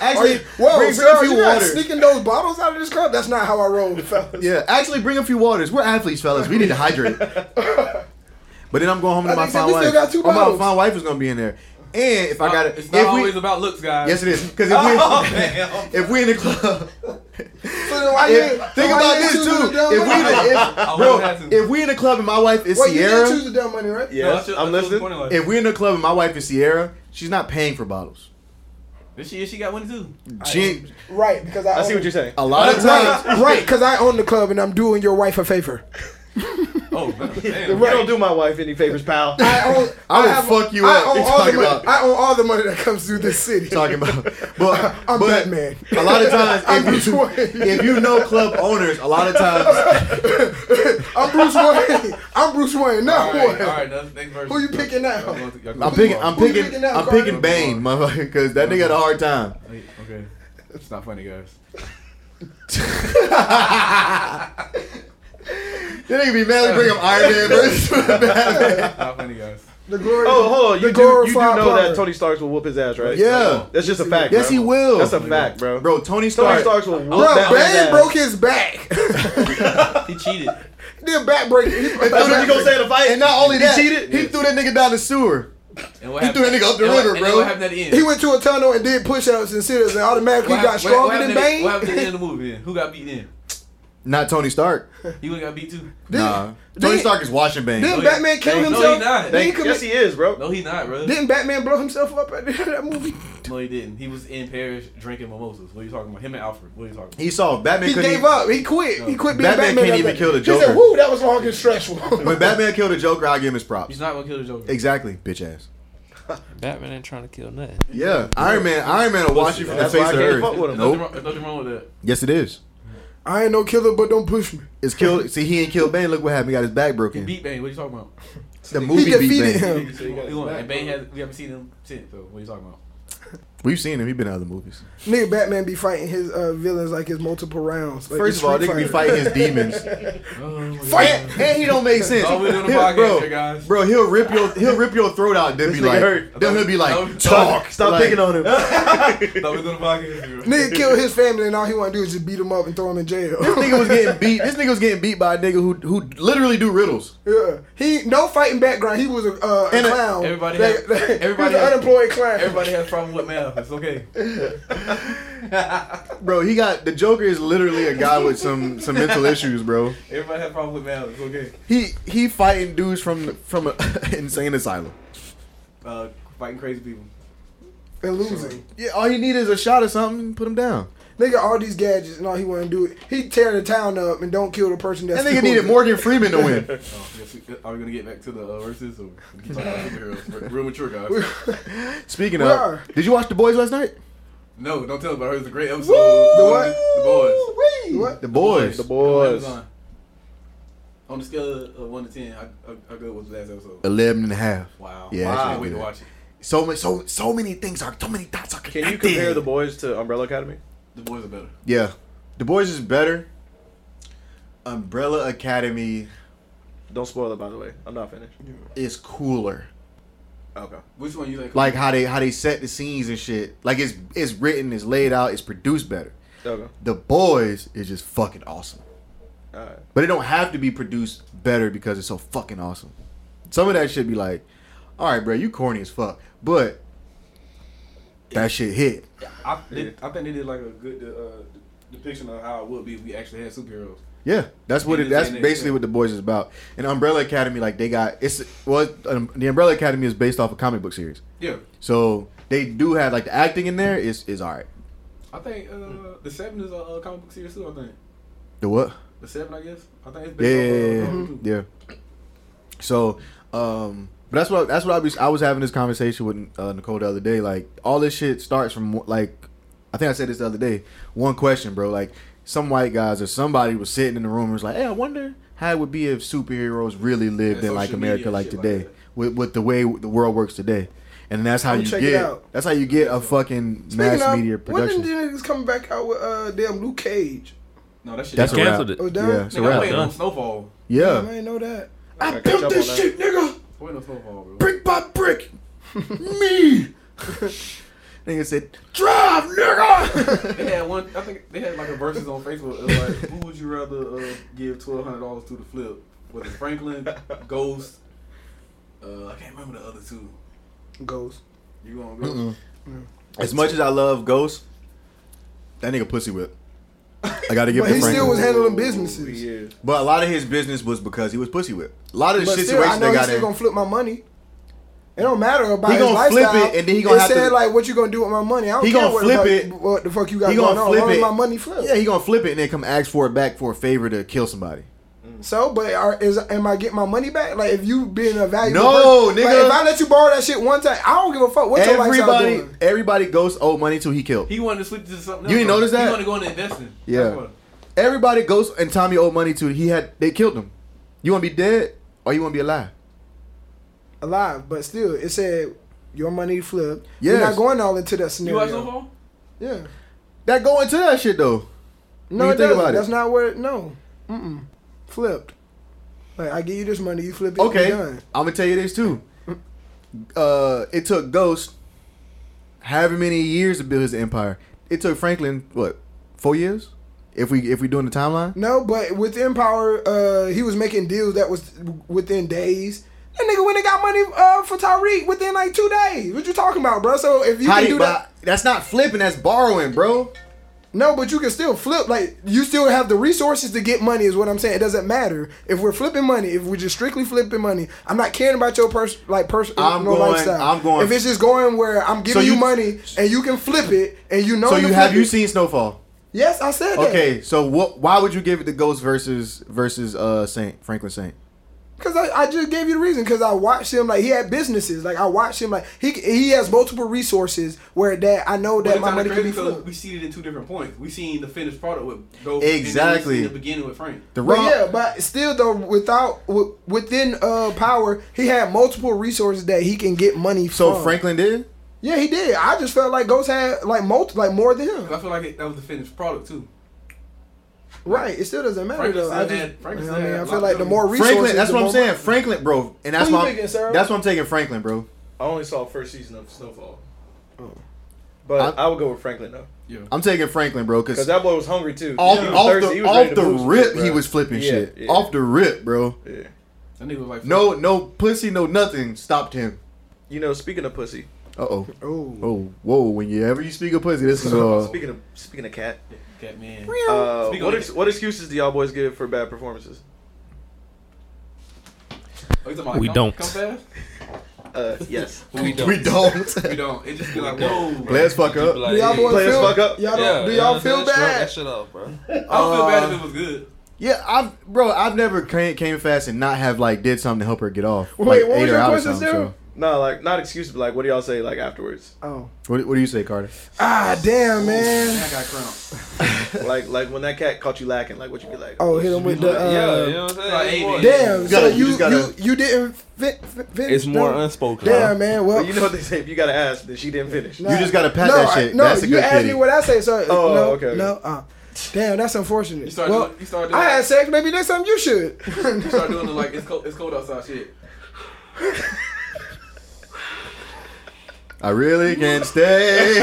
B: Actually,
F: you, whoa,
B: bring, bring
F: sir,
B: a
F: you
B: few
F: guys
B: waters.
F: sneaking those bottles out of this car? That's not how I roll, fellas.
B: Yeah, actually, bring a few waters. We're athletes, fellas. We need to hydrate. but then I'm going home to
F: I
B: my
F: think so.
B: fine
F: We
B: wife.
F: still got two
B: Oh, my
F: bottles. Uh,
B: fine wife is going to be in there. And if I got it,
D: It's
B: if
D: not always
B: we,
D: about looks, guys. Oh,
B: yes, it is. Because if,
F: Oh,
D: damn.
B: we, if we in the club,
F: So then why
B: if,
F: you-
B: think
F: why
B: about
F: you
B: this
F: choosing
B: too.
F: the dumb
B: If we,
F: money?
B: in
D: I
B: the,
D: wouldn't
B: if,
D: have to.
B: bro, if we in the club and my wife is
F: Wait, you didn't choose
B: Sierra,
F: the dumb money, right?
D: No, I
C: Yes,
D: should- I
C: I'm
D: should have
C: listening.
D: 20 left.
B: if we in the club and my wife is Sierra, she's not paying for bottles.
D: This year she got one too.
B: She ain't,
F: Right, because I,
C: I see
F: own-
C: what you're saying.
B: a lot of times.
F: Right, right, because I own the club and I'm doing your wife a favor.
D: Oh, damn.
C: You don't do my wife any favors, pal.
F: I own.
B: I will
F: have-
B: fuck you
F: I
B: up.
F: Own
B: You
F: all the
B: talking
F: money,
B: about-
F: I own all the money that comes through this city.
B: talking about. But
F: I'm
B: but
F: Batman.
B: A lot of times,
F: I'm
B: if
F: Bruce
B: you,
F: Wayne.
B: if you know club owners, a lot of times
F: I'm Bruce Wayne. I'm Bruce Wayne. Not
D: All right,
F: Wayne.
D: all right. That's next verse.
F: Who you picking now?
B: I'm picking, I'm
F: Who you
B: picking,
F: picking now,
B: I'm
F: Cardi?
B: picking Bane, motherfucker, because that nigga had a hard time.
D: Okay. It's not funny, guys.
B: That nigga be mad to bring him Iron Man versus Batman.
D: Not funny, guys.
F: The glory.
C: Oh, hold on.
F: The
C: You do, you do know
F: glorified plumber.
C: that Tony Stark will whoop his ass, right?
B: Yeah,
C: That's just a fact.
B: yes
C: bro.
B: he will.
C: That's a fact, bro.
B: bro. Tony
C: Tony
B: Stark.
C: Starks will whoop
F: Bro,
C: that man's
F: Bane
C: ass.
F: broke his back.
I: He cheated.
F: Did back break. He-
C: That's what you gonna
F: back
C: say in a fight?
B: And not only
C: He
B: that,
C: cheated?
B: he threw that nigga down the sewer.
D: And what
B: He threw that nigga up the
D: and what-
B: river,
D: and then
B: bro.
D: What happened at the end?
F: he went to a tunnel and did push-ups and sit-ups and automatically
D: What hap-
F: got
D: what-
F: stronger
D: what happened
F: than
D: at the-
F: Bane.
D: What happened at the end of the movie? then? Who got beat in?
B: Not Tony Stark.
D: He would got beat too.
B: Nah, Tony
F: did-
B: Stark is washing Bane.
F: Didn't
D: No, he-
F: Batman kill
D: Bane- no,
F: himself?
D: he not.
F: Didn't, he
D: Bane-
F: commit-
C: Yes, he is, bro.
D: No, he not, bro.
F: didn't Batman blow himself up at the end of that movie?
D: No, he didn't. He was in Paris drinking mimosas. What are you talking about? Him and Alfred. What are you talking about?
B: He saw Batman.
F: He
B: couldn't
F: gave
B: even-
F: up. He quit. He quit being
B: Batman
F: Batman.
B: can't
F: after
B: even
F: that.
B: kill the
F: He
B: Joker.
F: said, "Woo, that was long and stressful."
B: When Batman killed the Joker, I give him his props.
D: He's not gonna kill the Joker.
B: Exactly, bitch ass.
I: Batman ain't trying to kill nothing.
B: Yeah, Iron Man. Iron Man will wash you from the
C: That's why
B: face
C: I
B: of
C: can't fuck
B: Earth.
C: with
D: There's
C: him.
B: Nope.
D: nothing, wrong, there's nothing wrong with that.
B: Yes, it is.
F: I ain't no killer, but don't push me.
B: It's killed. See, he ain't killed Bane. Look what happened. He got his back
D: He
B: broken.
D: beat Bane. What are you talking about?
B: The movie beat
F: defeated
B: Bane.
F: him.
D: He won. And Bane has. We haven't seen him since. So what are you talking about?
B: We've seen him. He been in other movies.
F: Nigga, Batman be fighting his uh, villains like it's multiple rounds. Like
B: First
F: it's
B: of all,
F: Street
B: they could be fighting
F: Fighter.
B: his demons.
D: Oh,
B: Fight, and he don't make sense.
D: All we doing the
B: He'll-
D: podcast
B: bro,
D: here, guys.
B: bro, he'll rip your he'll rip your throat out. Then be
C: nigga
B: like,
C: hurt.
B: then he'll be like,
D: Don't-
B: talk.
C: Stop
B: like,
C: picking on him.
D: Thought we was gonna fuck it.
F: Nigga kill his family and all he want to do is just beat him up and throw him in jail.
B: This nigga was getting beat. This nigga was getting beat by a nigga who who literally do riddles.
F: yeah, he no fighting background. He was a, uh, a
B: And a-
F: clown.
D: everybody
F: That-
D: had-
F: that-
D: everybody
F: he was
D: had-
F: an unemployed clown.
D: Everybody has problem with math. It's okay.
B: Bro, he got the Joker is literally a guy with some some mental issues, bro.
D: Everybody has problem with math. It's okay.
B: He he fighting dudes from from an insane asylum.
D: Uh, fighting crazy people.
F: and losing.
B: Yeah, all you need is a shot or something, put him down.
F: Nigga, all these gadgets and all he want to do it. He tear the town up and don't kill the person that's.
B: That nigga
F: doing
B: needed
F: it.
B: Morgan Freeman to win.
D: Oh, yes, we- are we gonna get back to the uh, verses or we can talk about superheroes? We're- Real mature guys.
B: Speaking
F: We
B: of,
F: are.
B: did you watch The Boys last night?
D: No, don't tell us about her. It was a great episode.
F: Woo!
D: The
F: The
D: boys. The boys.
F: What?
B: The Boys.
C: The
D: On
C: boys.
D: Amazon. On the scale of one to ten, how, how- how good was the last episode?
B: 11 and a half.
D: Wow.
B: Yeah,
D: I
B: actually
D: can't wait to
B: good.
D: watch it.
B: So much, so so many things are, so many dots are connected.
C: Can you compare the boys to Umbrella Academy?
D: The boys are better.
B: Yeah, The Boys is better. Umbrella Academy
C: Don't spoil it, by the way. I'm not finished.
B: is cooler.
C: Okay.
D: Which one you like?
B: Like how they how they set the scenes and shit. Like it's it's written, it's laid out, it's produced better.
C: Okay.
B: The Boys is just fucking awesome.
C: All right.
B: But it don't have to be produced better because it's so fucking awesome. Some of that should be like, all right, bro, you corny as fuck, but that shit hit.
D: I, they, I think they did like a good uh, depiction of how it would be if we actually had superheroes.
B: Yeah, that's what it.
D: And it's-
B: That's
D: and it's-
B: basically what the boys is about. And Umbrella Academy, like they got it's well, um, the Umbrella Academy is based off a comic book series,
D: Yeah,
B: so they do have like the acting in there is is all right.
D: I think uh, the Seven is a, a comic book series too. I think
B: The what?
D: the Seven, I guess. I think it's
B: Yeah,
D: based
B: yeah, yeah, yeah.
D: off, uh, comic too.
B: yeah. So, um, but that's what that's what I was I was having this conversation with uh, Nicole the other day. Like all this shit starts from like I think I said this the other day. One question, bro. Like some white guys or somebody was sitting in the room and was like, "Hey, I wonder how it would be if superheroes really lived
D: Yeah,
B: in like
D: social
B: America
D: media
B: like
D: shit like
B: today
D: that.
B: with with the way the world works today." And that's how
F: Come
B: you
F: check it
B: get
F: out.
B: that's how you get a fucking mass
F: Speaking of,
B: media production.
F: When did the niggas coming back out with uh damn Luke Cage?
D: No, that shit.
B: that's
D: That's
B: a wrap.
E: canceled it.
F: Oh, damn.
B: Yeah, it's a
D: nigga, I'm
B: wrap.
D: waiting on Snowfall.
B: Yeah,
F: Damn, I ain't know that.
C: I built this shit.
F: nigga.
D: I'm waiting on Snowfall, bro.
B: brick by brick. Me. Nigga said, drive, nigga.
D: They had one. I think they had like a versus on Facebook. It was like, who would you rather uh, give twelve hundred dollars to the flip? Was it Franklin, Ghost? Uh, I can't remember the other two.
F: Ghost.
D: You gonna go?
B: as much as I love Ghost, that nigga pussy whip. I gotta give
F: But
B: it to
F: he
B: Franklin.
F: still was handling businesses.
C: Yeah.
B: but a lot of his business was because he was pussy whip. A lot of the
F: But still, I
B: situations they
F: know he's
B: got
F: still
B: in.
F: gonna flip my money. It don't matter about
B: He
F: his
B: gonna flip
F: lifestyle.
B: it, and then he gonna
F: it
B: have to-
F: said like, "What you gonna do with my money?" I don't
B: He
F: care
B: gonna
F: what
B: flip
F: about-
B: it.
F: What the fuck you got
B: he
F: going
B: gonna
F: on?
B: flip
F: Long as
B: it.
F: my money flip.
B: Yeah, he gonna flip it and then come ask for it back for a favor to kill somebody.
F: So, but are, is am I getting my money back? Like, if you being a valuable
B: No,
F: person-
B: nigga.
F: Like, if I let you borrow that shit one time, I don't give a fuck what your lifestyle
B: everybody,
F: doing.
B: everybody Ghost owed money till he killed.
D: He wanted to switch to something.
B: You
D: else,
B: ain't
D: though.
B: notice that?
D: He wanted to go into investing.
B: Yeah.
D: That's what-
B: everybody Ghost and Tommy owed money to. He had they killed him. You wanna be dead or you wanna be alive?
F: Alive, but still, it said your money flipped. You're
B: Yes.
F: not going all into that
D: You watch
F: scenario.
D: Snowfall?
F: Yeah.
B: That go into that shit though.
F: No,
B: you
F: it
B: think
F: doesn't.
B: about it.
F: That's not where. No. Mm-mm. Flipped. Like I give you this money, you flip it.
B: Okay,
F: Okay.
B: I'm
F: Done.
B: gonna tell you this too. Uh, it took Ghost however many years to build his empire. It took Franklin what four years? If we if we doing the timeline,
F: No, but within power, uh, he was making deals that was within days. That nigga went and got money uh, for Tyreek within like two days. What you talking about, bro? So if you
B: How
F: can
B: do you-
F: do that,
B: but that's not flipping. That's borrowing, bro.
F: No, but you can still flip. Like you still have the resources to get money. Is what I'm saying. It doesn't matter if we're flipping money. If we're just strictly flipping money, I'm not caring about your person, like person,
B: I'm
F: no
B: going-
F: lifestyle.
B: I'm going-
F: If it's just going where I'm giving you,
B: you-
F: money and you can flip it and you know.
B: So
F: to
B: you
F: flip
B: have you
F: it.
B: seen Snowfall?
F: Yes, I said that.
B: Okay, so what? Why would you give it to Ghost versus versus uh Saint Franklin Saint?
F: Cause I, I just gave you the reason. Cause I watched him like he had businesses. Like I watched him like he he has multiple resources where that I know
D: But
F: that
D: it's
F: my
D: kinda
F: money can
D: crazy
F: be
D: 'cause
F: flipped.
D: We seen it in two different points. We seen the finished product with Ghost.
B: Exactly.
D: And then we seen the beginning with Frank.
B: The
F: But
B: wrong.
F: yeah, but still though, without wi- within uh power, he had multiple resources that he can get money
B: so
F: from.
B: Franklin did.
F: Yeah, he did. I just felt like Ghost had like multi, like more than him.
I: I feel like it, that was the finished product too.
F: Right. It still doesn't matter
I: Franklin
F: though. I
I: said
F: just,
I: that- Franklin
F: you know
I: said
F: what I mean,
I: that
F: I
I: a
F: feel
I: lot
F: like the
I: too.
F: more resources.
B: Franklin, that's
F: the
B: what I'm
F: more-
B: saying. Franklin, bro, and that's
F: Who you
B: why I'm,
F: picking, Sarah?
B: that's why I'm taking Franklin, bro.
C: I only saw the first season of Snowfall.
F: Oh.
C: But
B: I-
C: I, would go with Franklin though,
B: I'm taking Franklin, bro, because
C: because that boy was hungry too.
B: off,
C: He was
B: off
C: thirsty.
B: the,
C: He was
B: off
C: ready to
B: the
C: boost it,
B: rip, he
C: bro.
B: was flipping
C: Yeah,
B: shit.
C: yeah.
B: Off the rip, bro.
C: Yeah.
I: That nigga was like,
B: No, no pussy, no nothing stopped him.
C: You know, speaking of pussy,
B: Uh oh.
F: Oh.
B: Oh, whoa! When you ever you speak of pussy, this is uh,
C: speaking of speaking of cat,
I: Cat man.
C: uh,
I: Speaking
C: what
I: of-
C: ex- what excuses do y'all boys give for bad performances?
I: Oh, you talking about
E: We
I: come-
E: don't.
I: Come fast?
C: Uh, yes.
I: We
B: we don't.
I: We don't. It just be like, whoa. bro.
B: Let's fuck up.
F: Do y'all boys
C: Play as
F: feel?
C: fuck up.
F: Y'all don't, do y'all feel bad?
G: shit up, bro.
I: I don't feel bad if it was good.
B: Yeah, I've bro, I've never came, came fast and not have like did something to help her get off.
F: Wait,
B: like,
F: what was
B: ate her
F: your
B: out or
F: question,
B: something,
F: Sarah?
C: No, like not excuses, but like, what do y'all say like afterwards?
F: Oh.
B: so. What, what do you say, Carter?
F: Ah, damn, man.
I: I got cramps.
C: like like when that cat caught you lacking, like what you be like?
F: Oh, hit him with the. Uh,
G: yeah, you know what I'm saying?
I: Like,
G: It's
I: hey,
G: more-
I: man.
F: Damn.
B: You gotta-
F: so
B: you
F: you
B: just gotta-
F: you, you didn't fit, fit, finish.
E: It's more
F: no?
E: unspoken.
F: Damn, man. Well,
C: But you know what they say? If you gotta ask, then she didn't finish.
F: nah.
B: You just gotta pat
F: no,
B: that
F: I-
B: shit.
F: no,
B: That's a
F: you
B: good
F: asked
B: kitty.
F: me what I say. So
C: Oh,
F: no,
C: okay.
F: no. Uh, damn, that's unfortunate.
I: You start
F: well,
I: doing, you start doing,
F: I had sex. Maybe next time you should.
I: you start doing the like it's cold, it's cold outside shit.
B: I really can't stay.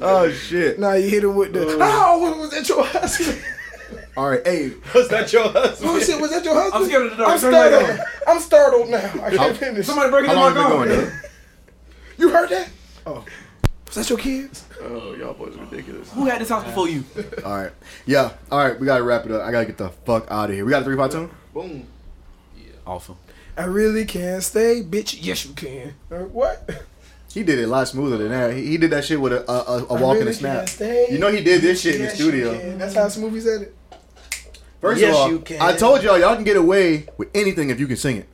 B: oh shit!
F: nah, you hit him with
I: Uh.
F: the. Oh, what was that your husband?
B: All right, hey,
C: Was that your husband?
F: Oh shit, was that your husband?
I: I'm scared of the dark.
F: I'm
I: Turn the light
F: startled. I'm startled now. I can't finish.
I: Somebody break it
B: how
I: in
B: long
I: my
B: have we been
I: car.
B: going? Though?
F: you heard that? Oh, was that your kids?
C: Oh, y'all boys are ridiculous.
I: Who had this house before you?
B: All right, yeah, all right, we gotta wrap it up. I gotta get the fuck out of here. We got a three five two.
C: Boom.
I: Awesome.
F: I really can't stay, bitch. Yes, you can. Uh, what?
B: He did it a lot smoother than that. He, he did that shit with a a, a, a
F: I
B: walk and
F: really
B: a snap.
F: can't stay.
B: You know he did this shit in the
F: Yes, you
B: studio.
F: can. That's how Smoothie said it.
B: First
C: Yes,
B: of all,
C: you can.
B: I told y'all y'all can get away with anything if you can sing it.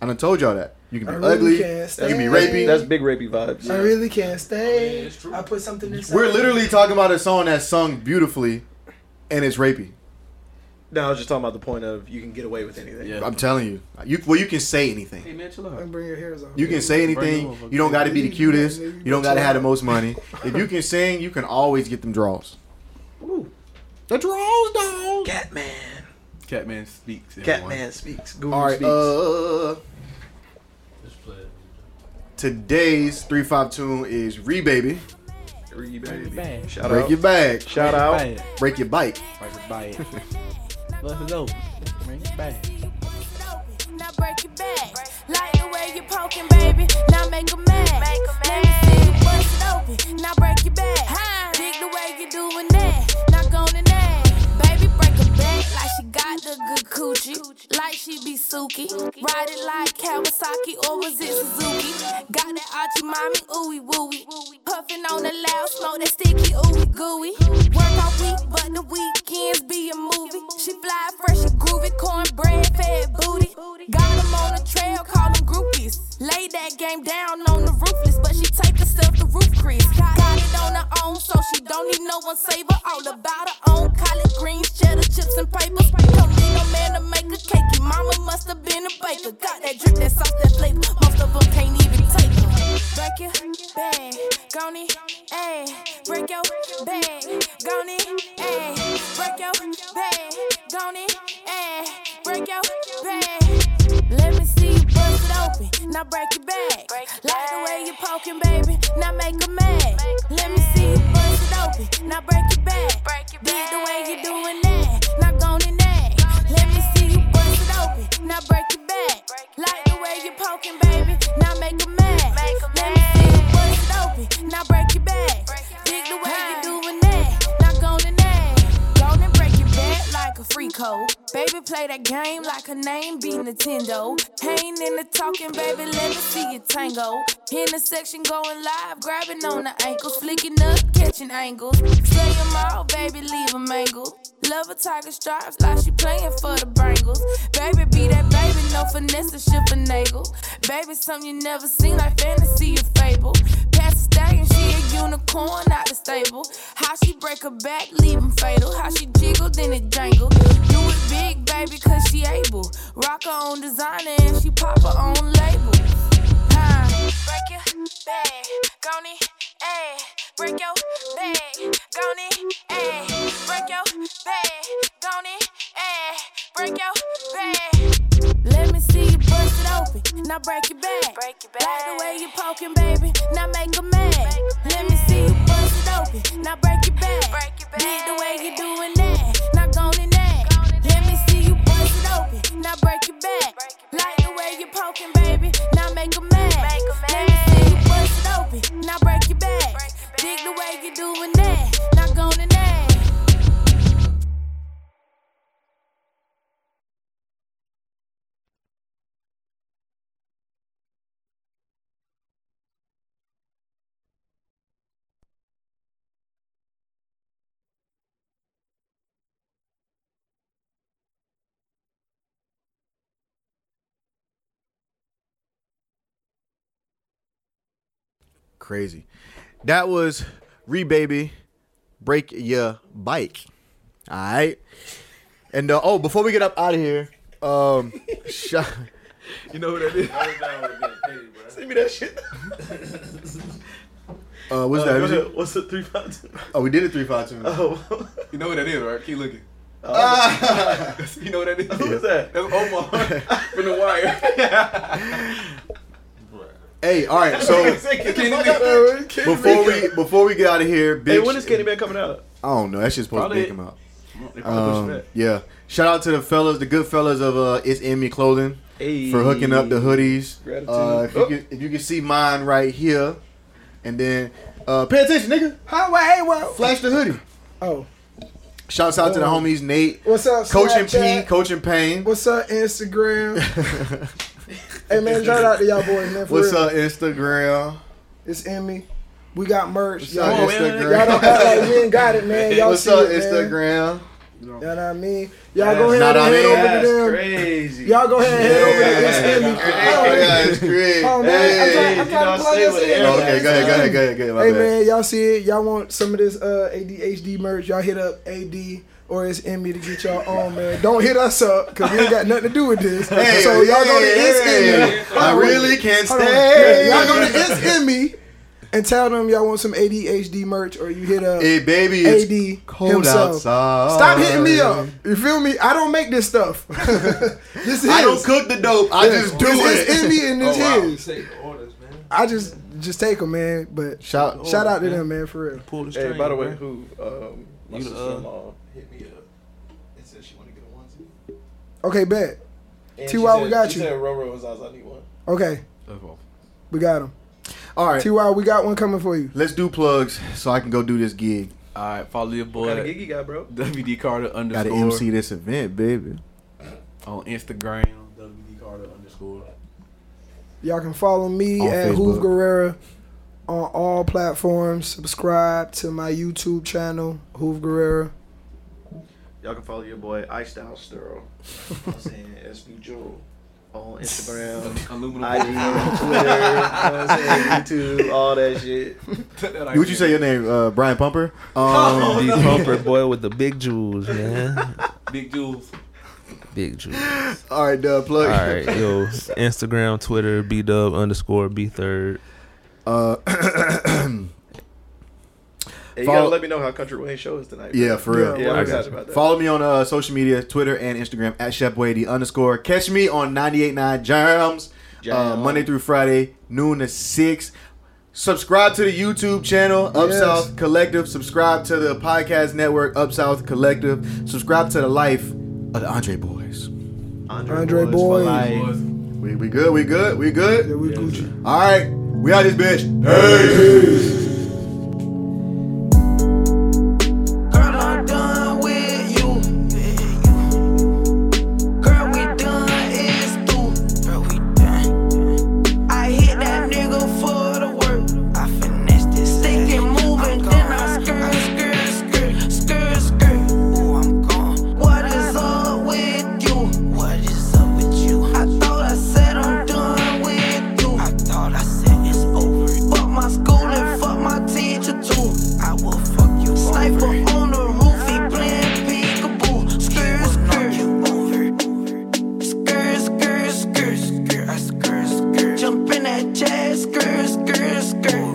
B: And I told y'all that you can be
F: I really
B: ugly,
F: can't stay.
B: you can be rapey.
C: That's big rapey vibes.
F: I really can't stay.
I: it's true.
F: I put something inside.
B: We're literally talking about a song that's sung beautifully, and it's rapey.
C: No, I was just talking about the point of you can get away with anything.
I: Yeah.
B: I'm telling you, you well, you can say anything.
I: Hey man, chill
F: I
I: out.
F: can bring your hairs off.
B: You can say
I: Bring
B: anything.
I: them over.
B: You don't got to be the cutest.
F: Yeah, nigga,
B: You don't got to have the most money. If you can sing, you can always get them draws. The draws, dog.
C: Catman.
I: Catman speaks. everyone.
C: Catman speaks. Guru
B: All right.
C: speaks.
B: Uh, today's three five tune is Rebaby.
C: Three, baby. Shout
B: Break
C: out.
B: your bag.
C: Shout out.
G: Bang.
B: Break your bike.
G: Bang. Let's go. Bring it back.
K: Now break your back. Like the way you're poking, baby. Now make 'em mad. Let me see you bust it open. Now break your back. Dig the way you're doing that. Knock on the neck. Baby, break her back like she got the good coochie. Like she be Suki. Ride it like Kawasaki or was it Suzuki? Got that Archie mommy, ooey wooey. Puffin' on the loud smoke, that sticky ooey gooey. Work all week, but the weekends be a movie. She fly fresh and groovy, cornbread fed booty. Got 'em on the trail, call 'em groupies. Lay that game down on the roofless, but she take herself to roof crease. Got got it on her own, so she don't need no one save her. All about her own collard greens, cheddar chips, and papers. Don't need no man to make a cake. Your mama must have been a baker. Got that drip, that sauce, that flavor. Most of them can't even take it. Break your bag, gony, ayy. Break your bag, gony, ayy. Break your bag, gony, ayy. Break your bag. Let me see you bust it open. Now break your back. Like the way you poking, baby. Now make 'em mad. Let me see you bust it open. Now break your back. Dig the way you doing that. Knock on the neck. Let me see you bust it open. Now break your back. Like the way you poking, baby. Now make 'em mad. Let me see you bust it open. Now break your back. Dig the way you doing that. Knock on the neck. Go and break your back like a free code. Baby, play that game like her name be Nintendo. Pain in the talking, baby, let me see you tango. In the section going live, grabbing on the ankles, flicking up, catching angles. Slay 'em all, baby, leave 'em mangled. Love a tiger stripes like she playing for the Bengals. Baby, be that baby, no finesse or finagle. Baby, something you never seen like fantasy or fable. Past the stallion, she a unicorn out the stable. How she break her back, leave 'em fatal. How she jiggle, then it jangle. Do it big, baby, cause she able. Rock her own designer and she pop her own label. Huh. break your bag, gonna ayy. Break your bag, gonna ayy. Break your bag, gonna ayy. Break your bag. Let me see you bust it open, now break your back. Break your back. Like the way you poking, baby, now make 'em mad. Let me see you bust it open, now break your back. Break your back. Dig the way you doing that, now gonna that. Let me see you bust it open, now break your back. Like the way you poking, baby, now make 'em mad. Let me see you bust it open, now break your back. Dig the way you doing that, now gonna that.
B: Crazy. That was Rebaby Break Your Bike. All right. And uh, oh, before we get up out of here, um, uh, shout,
C: You know who that is? Send me that shit.
B: uh, what's
C: Uh,
B: that?
C: go
B: Is
C: ahead.
B: it-
C: What's the three pounds?
B: Oh, we did a three five two.
C: Oh,
I: You know what that is, right? Keep looking.
C: Ah.
I: you know what that is?
C: who's that?
I: That's Omar from The Wire.
B: Hey, all right. So before we before we get out of here, big
C: Hey, when is Candy Man coming out?
B: I don't know. That shit's supposed to
C: Probably-
B: make him out.
C: They probably
B: Um,
C: pushing that.
B: yeah. Shout out to the fellas, the good fellas of uh, It's In Me Clothing
C: Hey.
B: for hooking up the hoodies.
C: Gratitude.
B: Uh, if,
F: Oh.
B: you can, if you can see mine right here, and then uh, pay attention, nigga.
F: Highway, well.
B: Flash the hoodie.
F: Oh.
B: Shouts out to the
F: Oh.
B: homies Nate,
F: What's up,
B: Coach and P,
F: Snapchat?
B: Coach and Payne.
F: What's up, Instagram? hey man, shout out to y'all boys, man. For
B: What's
F: real.
B: up, Instagram?
F: It's in me. We got merch.
B: What's
F: Y'all,
B: up,
F: just-
B: Instagram?
F: y'all don't act like we ain't got it, man. Y'all
B: What's
F: see
B: up,
F: it, man.
B: Instagram?
F: You know what I mean? Y'all go
B: Nah,
F: ahead
B: nah,
F: and head
B: man.
F: over to them.
C: Crazy.
F: Y'all go ahead and head over to It's in me.
B: Yeah, it's great.
F: Oh, man. I'm trying- I'm
B: Hey.
F: trying to plug this in.
B: Oh, Okay, go ahead, go ahead, go ahead, go ahead. My
F: hey
B: bad.
F: man, y'all see it? Y'all want some of this uh, ADHD merch? Y'all hit up AD or it's in me to get y'all on, man. Don't hit us up because we ain't got nothing to do with this.
B: Hey,
F: so y'all go to
B: hey,
F: it's
B: hey.
F: in me. Hold
B: I
F: on, wait.
B: really can't
F: Hold on.
B: stay.
F: Yeah, Y'all go to it's in me and tell them y'all want some ADHD merch or you hit up
B: Hey, uh, baby, it's
F: AD
B: cold
F: himself.
B: outside.
F: Stop hitting me up. You feel me? I don't make this stuff. this is
B: I don't cook the dope. I just do
F: it's, It's
B: it. Oh,
F: in me and it's
D: wow.
F: his. I just just take them, man. But
B: Shout-
F: shout out
C: oh,
F: to them, man, for real.
D: Pull the
C: Hey,
D: string,
C: by the way,
D: man.
C: who? Um, my
D: You the, uh,
C: sister-in-law hit me up and said she want to get a onesie.
F: Okay, bet.
C: And
F: T.Y.,
C: she
F: we
C: said-
F: got
C: she
F: you.
C: Said Roro was out. I need one.
F: Okay, we got them.
B: All right,
F: Ty, we got one coming for you.
B: let's do plugs so I can go do this gig.
I: All right, follow your boy.
C: What kind of gig you got, bro?
I: WD Carter
B: Got to
I: underscore
B: MC this event, baby.
I: on Instagram. WD Carter underscore.
F: Y'all can follow me
B: On
F: at
B: Facebook.
F: Hoove Guerrera on all platforms. Subscribe to my YouTube channel, Hoove Guerrera.
C: Y'all can follow your boy Iced Out Stirl. I'm saying SB Jewel on Instagram,
I: Aluminum.
C: IG, Twitter, you know what I'm saying, YouTube, all that shit.
B: Would you say your name, uh, Brian Pumper?
F: Oh,
B: Um,
D: The pumper boy with the big jewels, man.
I: Big Jules.
D: Big jewels.
B: all right, duh, plug.
D: All right, yo. Instagram, Twitter, B Dub underscore B Third.
C: Hey, you
B: Follow-
C: gotta let me know how Country Wayne show is tonight.
B: Yeah, for real.
C: bro. yeah,
F: I
C: I'm
F: got
C: excited about that.
B: Follow me on uh, social media, Twitter and Instagram at ChefWady underscore. Catch me on 98.9 Jams, uh,
C: Jam.
B: Monday through Friday, noon to 6. Subscribe to the YouTube channel, Up
F: Yes.
B: South Collective. Subscribe to the podcast network, Up South Collective. Subscribe to the life of the Andre Boys.
F: Andre
C: Boys
F: Boys.
C: for life.
B: We, we good, we good, we good.
F: Yeah, we Gucci.
B: All right, we out this bitch.
H: Girl, I'm done with you. Girl, we done, it's through. Girl, we done. I hit that nigga for the work. I finessed this. They can move and then I skirt, skirt, skirt, skirt, skirt. Ooh, I'm gone. What is up with you? What is up with you? I thought I said I'm done with you. I thought I said it's over. Fuck my school and fuck my teacher too. I will fuck you. Sniper on the roof, he playing peekaboo. Skirt, skirt, skirt, skirt, skirt, skirt, I skirt, skirt. Jump in that jazz, skirt,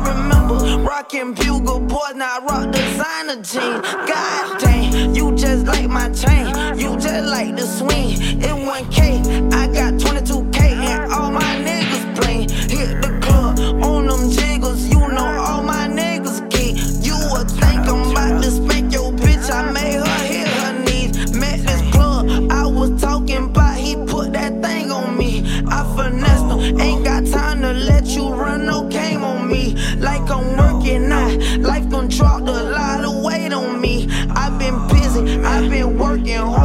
F: Smoking bugle boys, now I rock designer jeans. God dang, you just like my chain. You just like the swing. It 1K, I got 22K, and all my niggas playing. Hit the club on them jiggles, you know all my niggas geek. You would think I'm about to spank your bitch, I made her hit her knees. Met this plug, I was talking about, he put that thing on me. I finessed him, ain't got time to let you run no game on me. Like I'm working out, life done dropped a lot of weight on me. I've been busy, I've been working hard.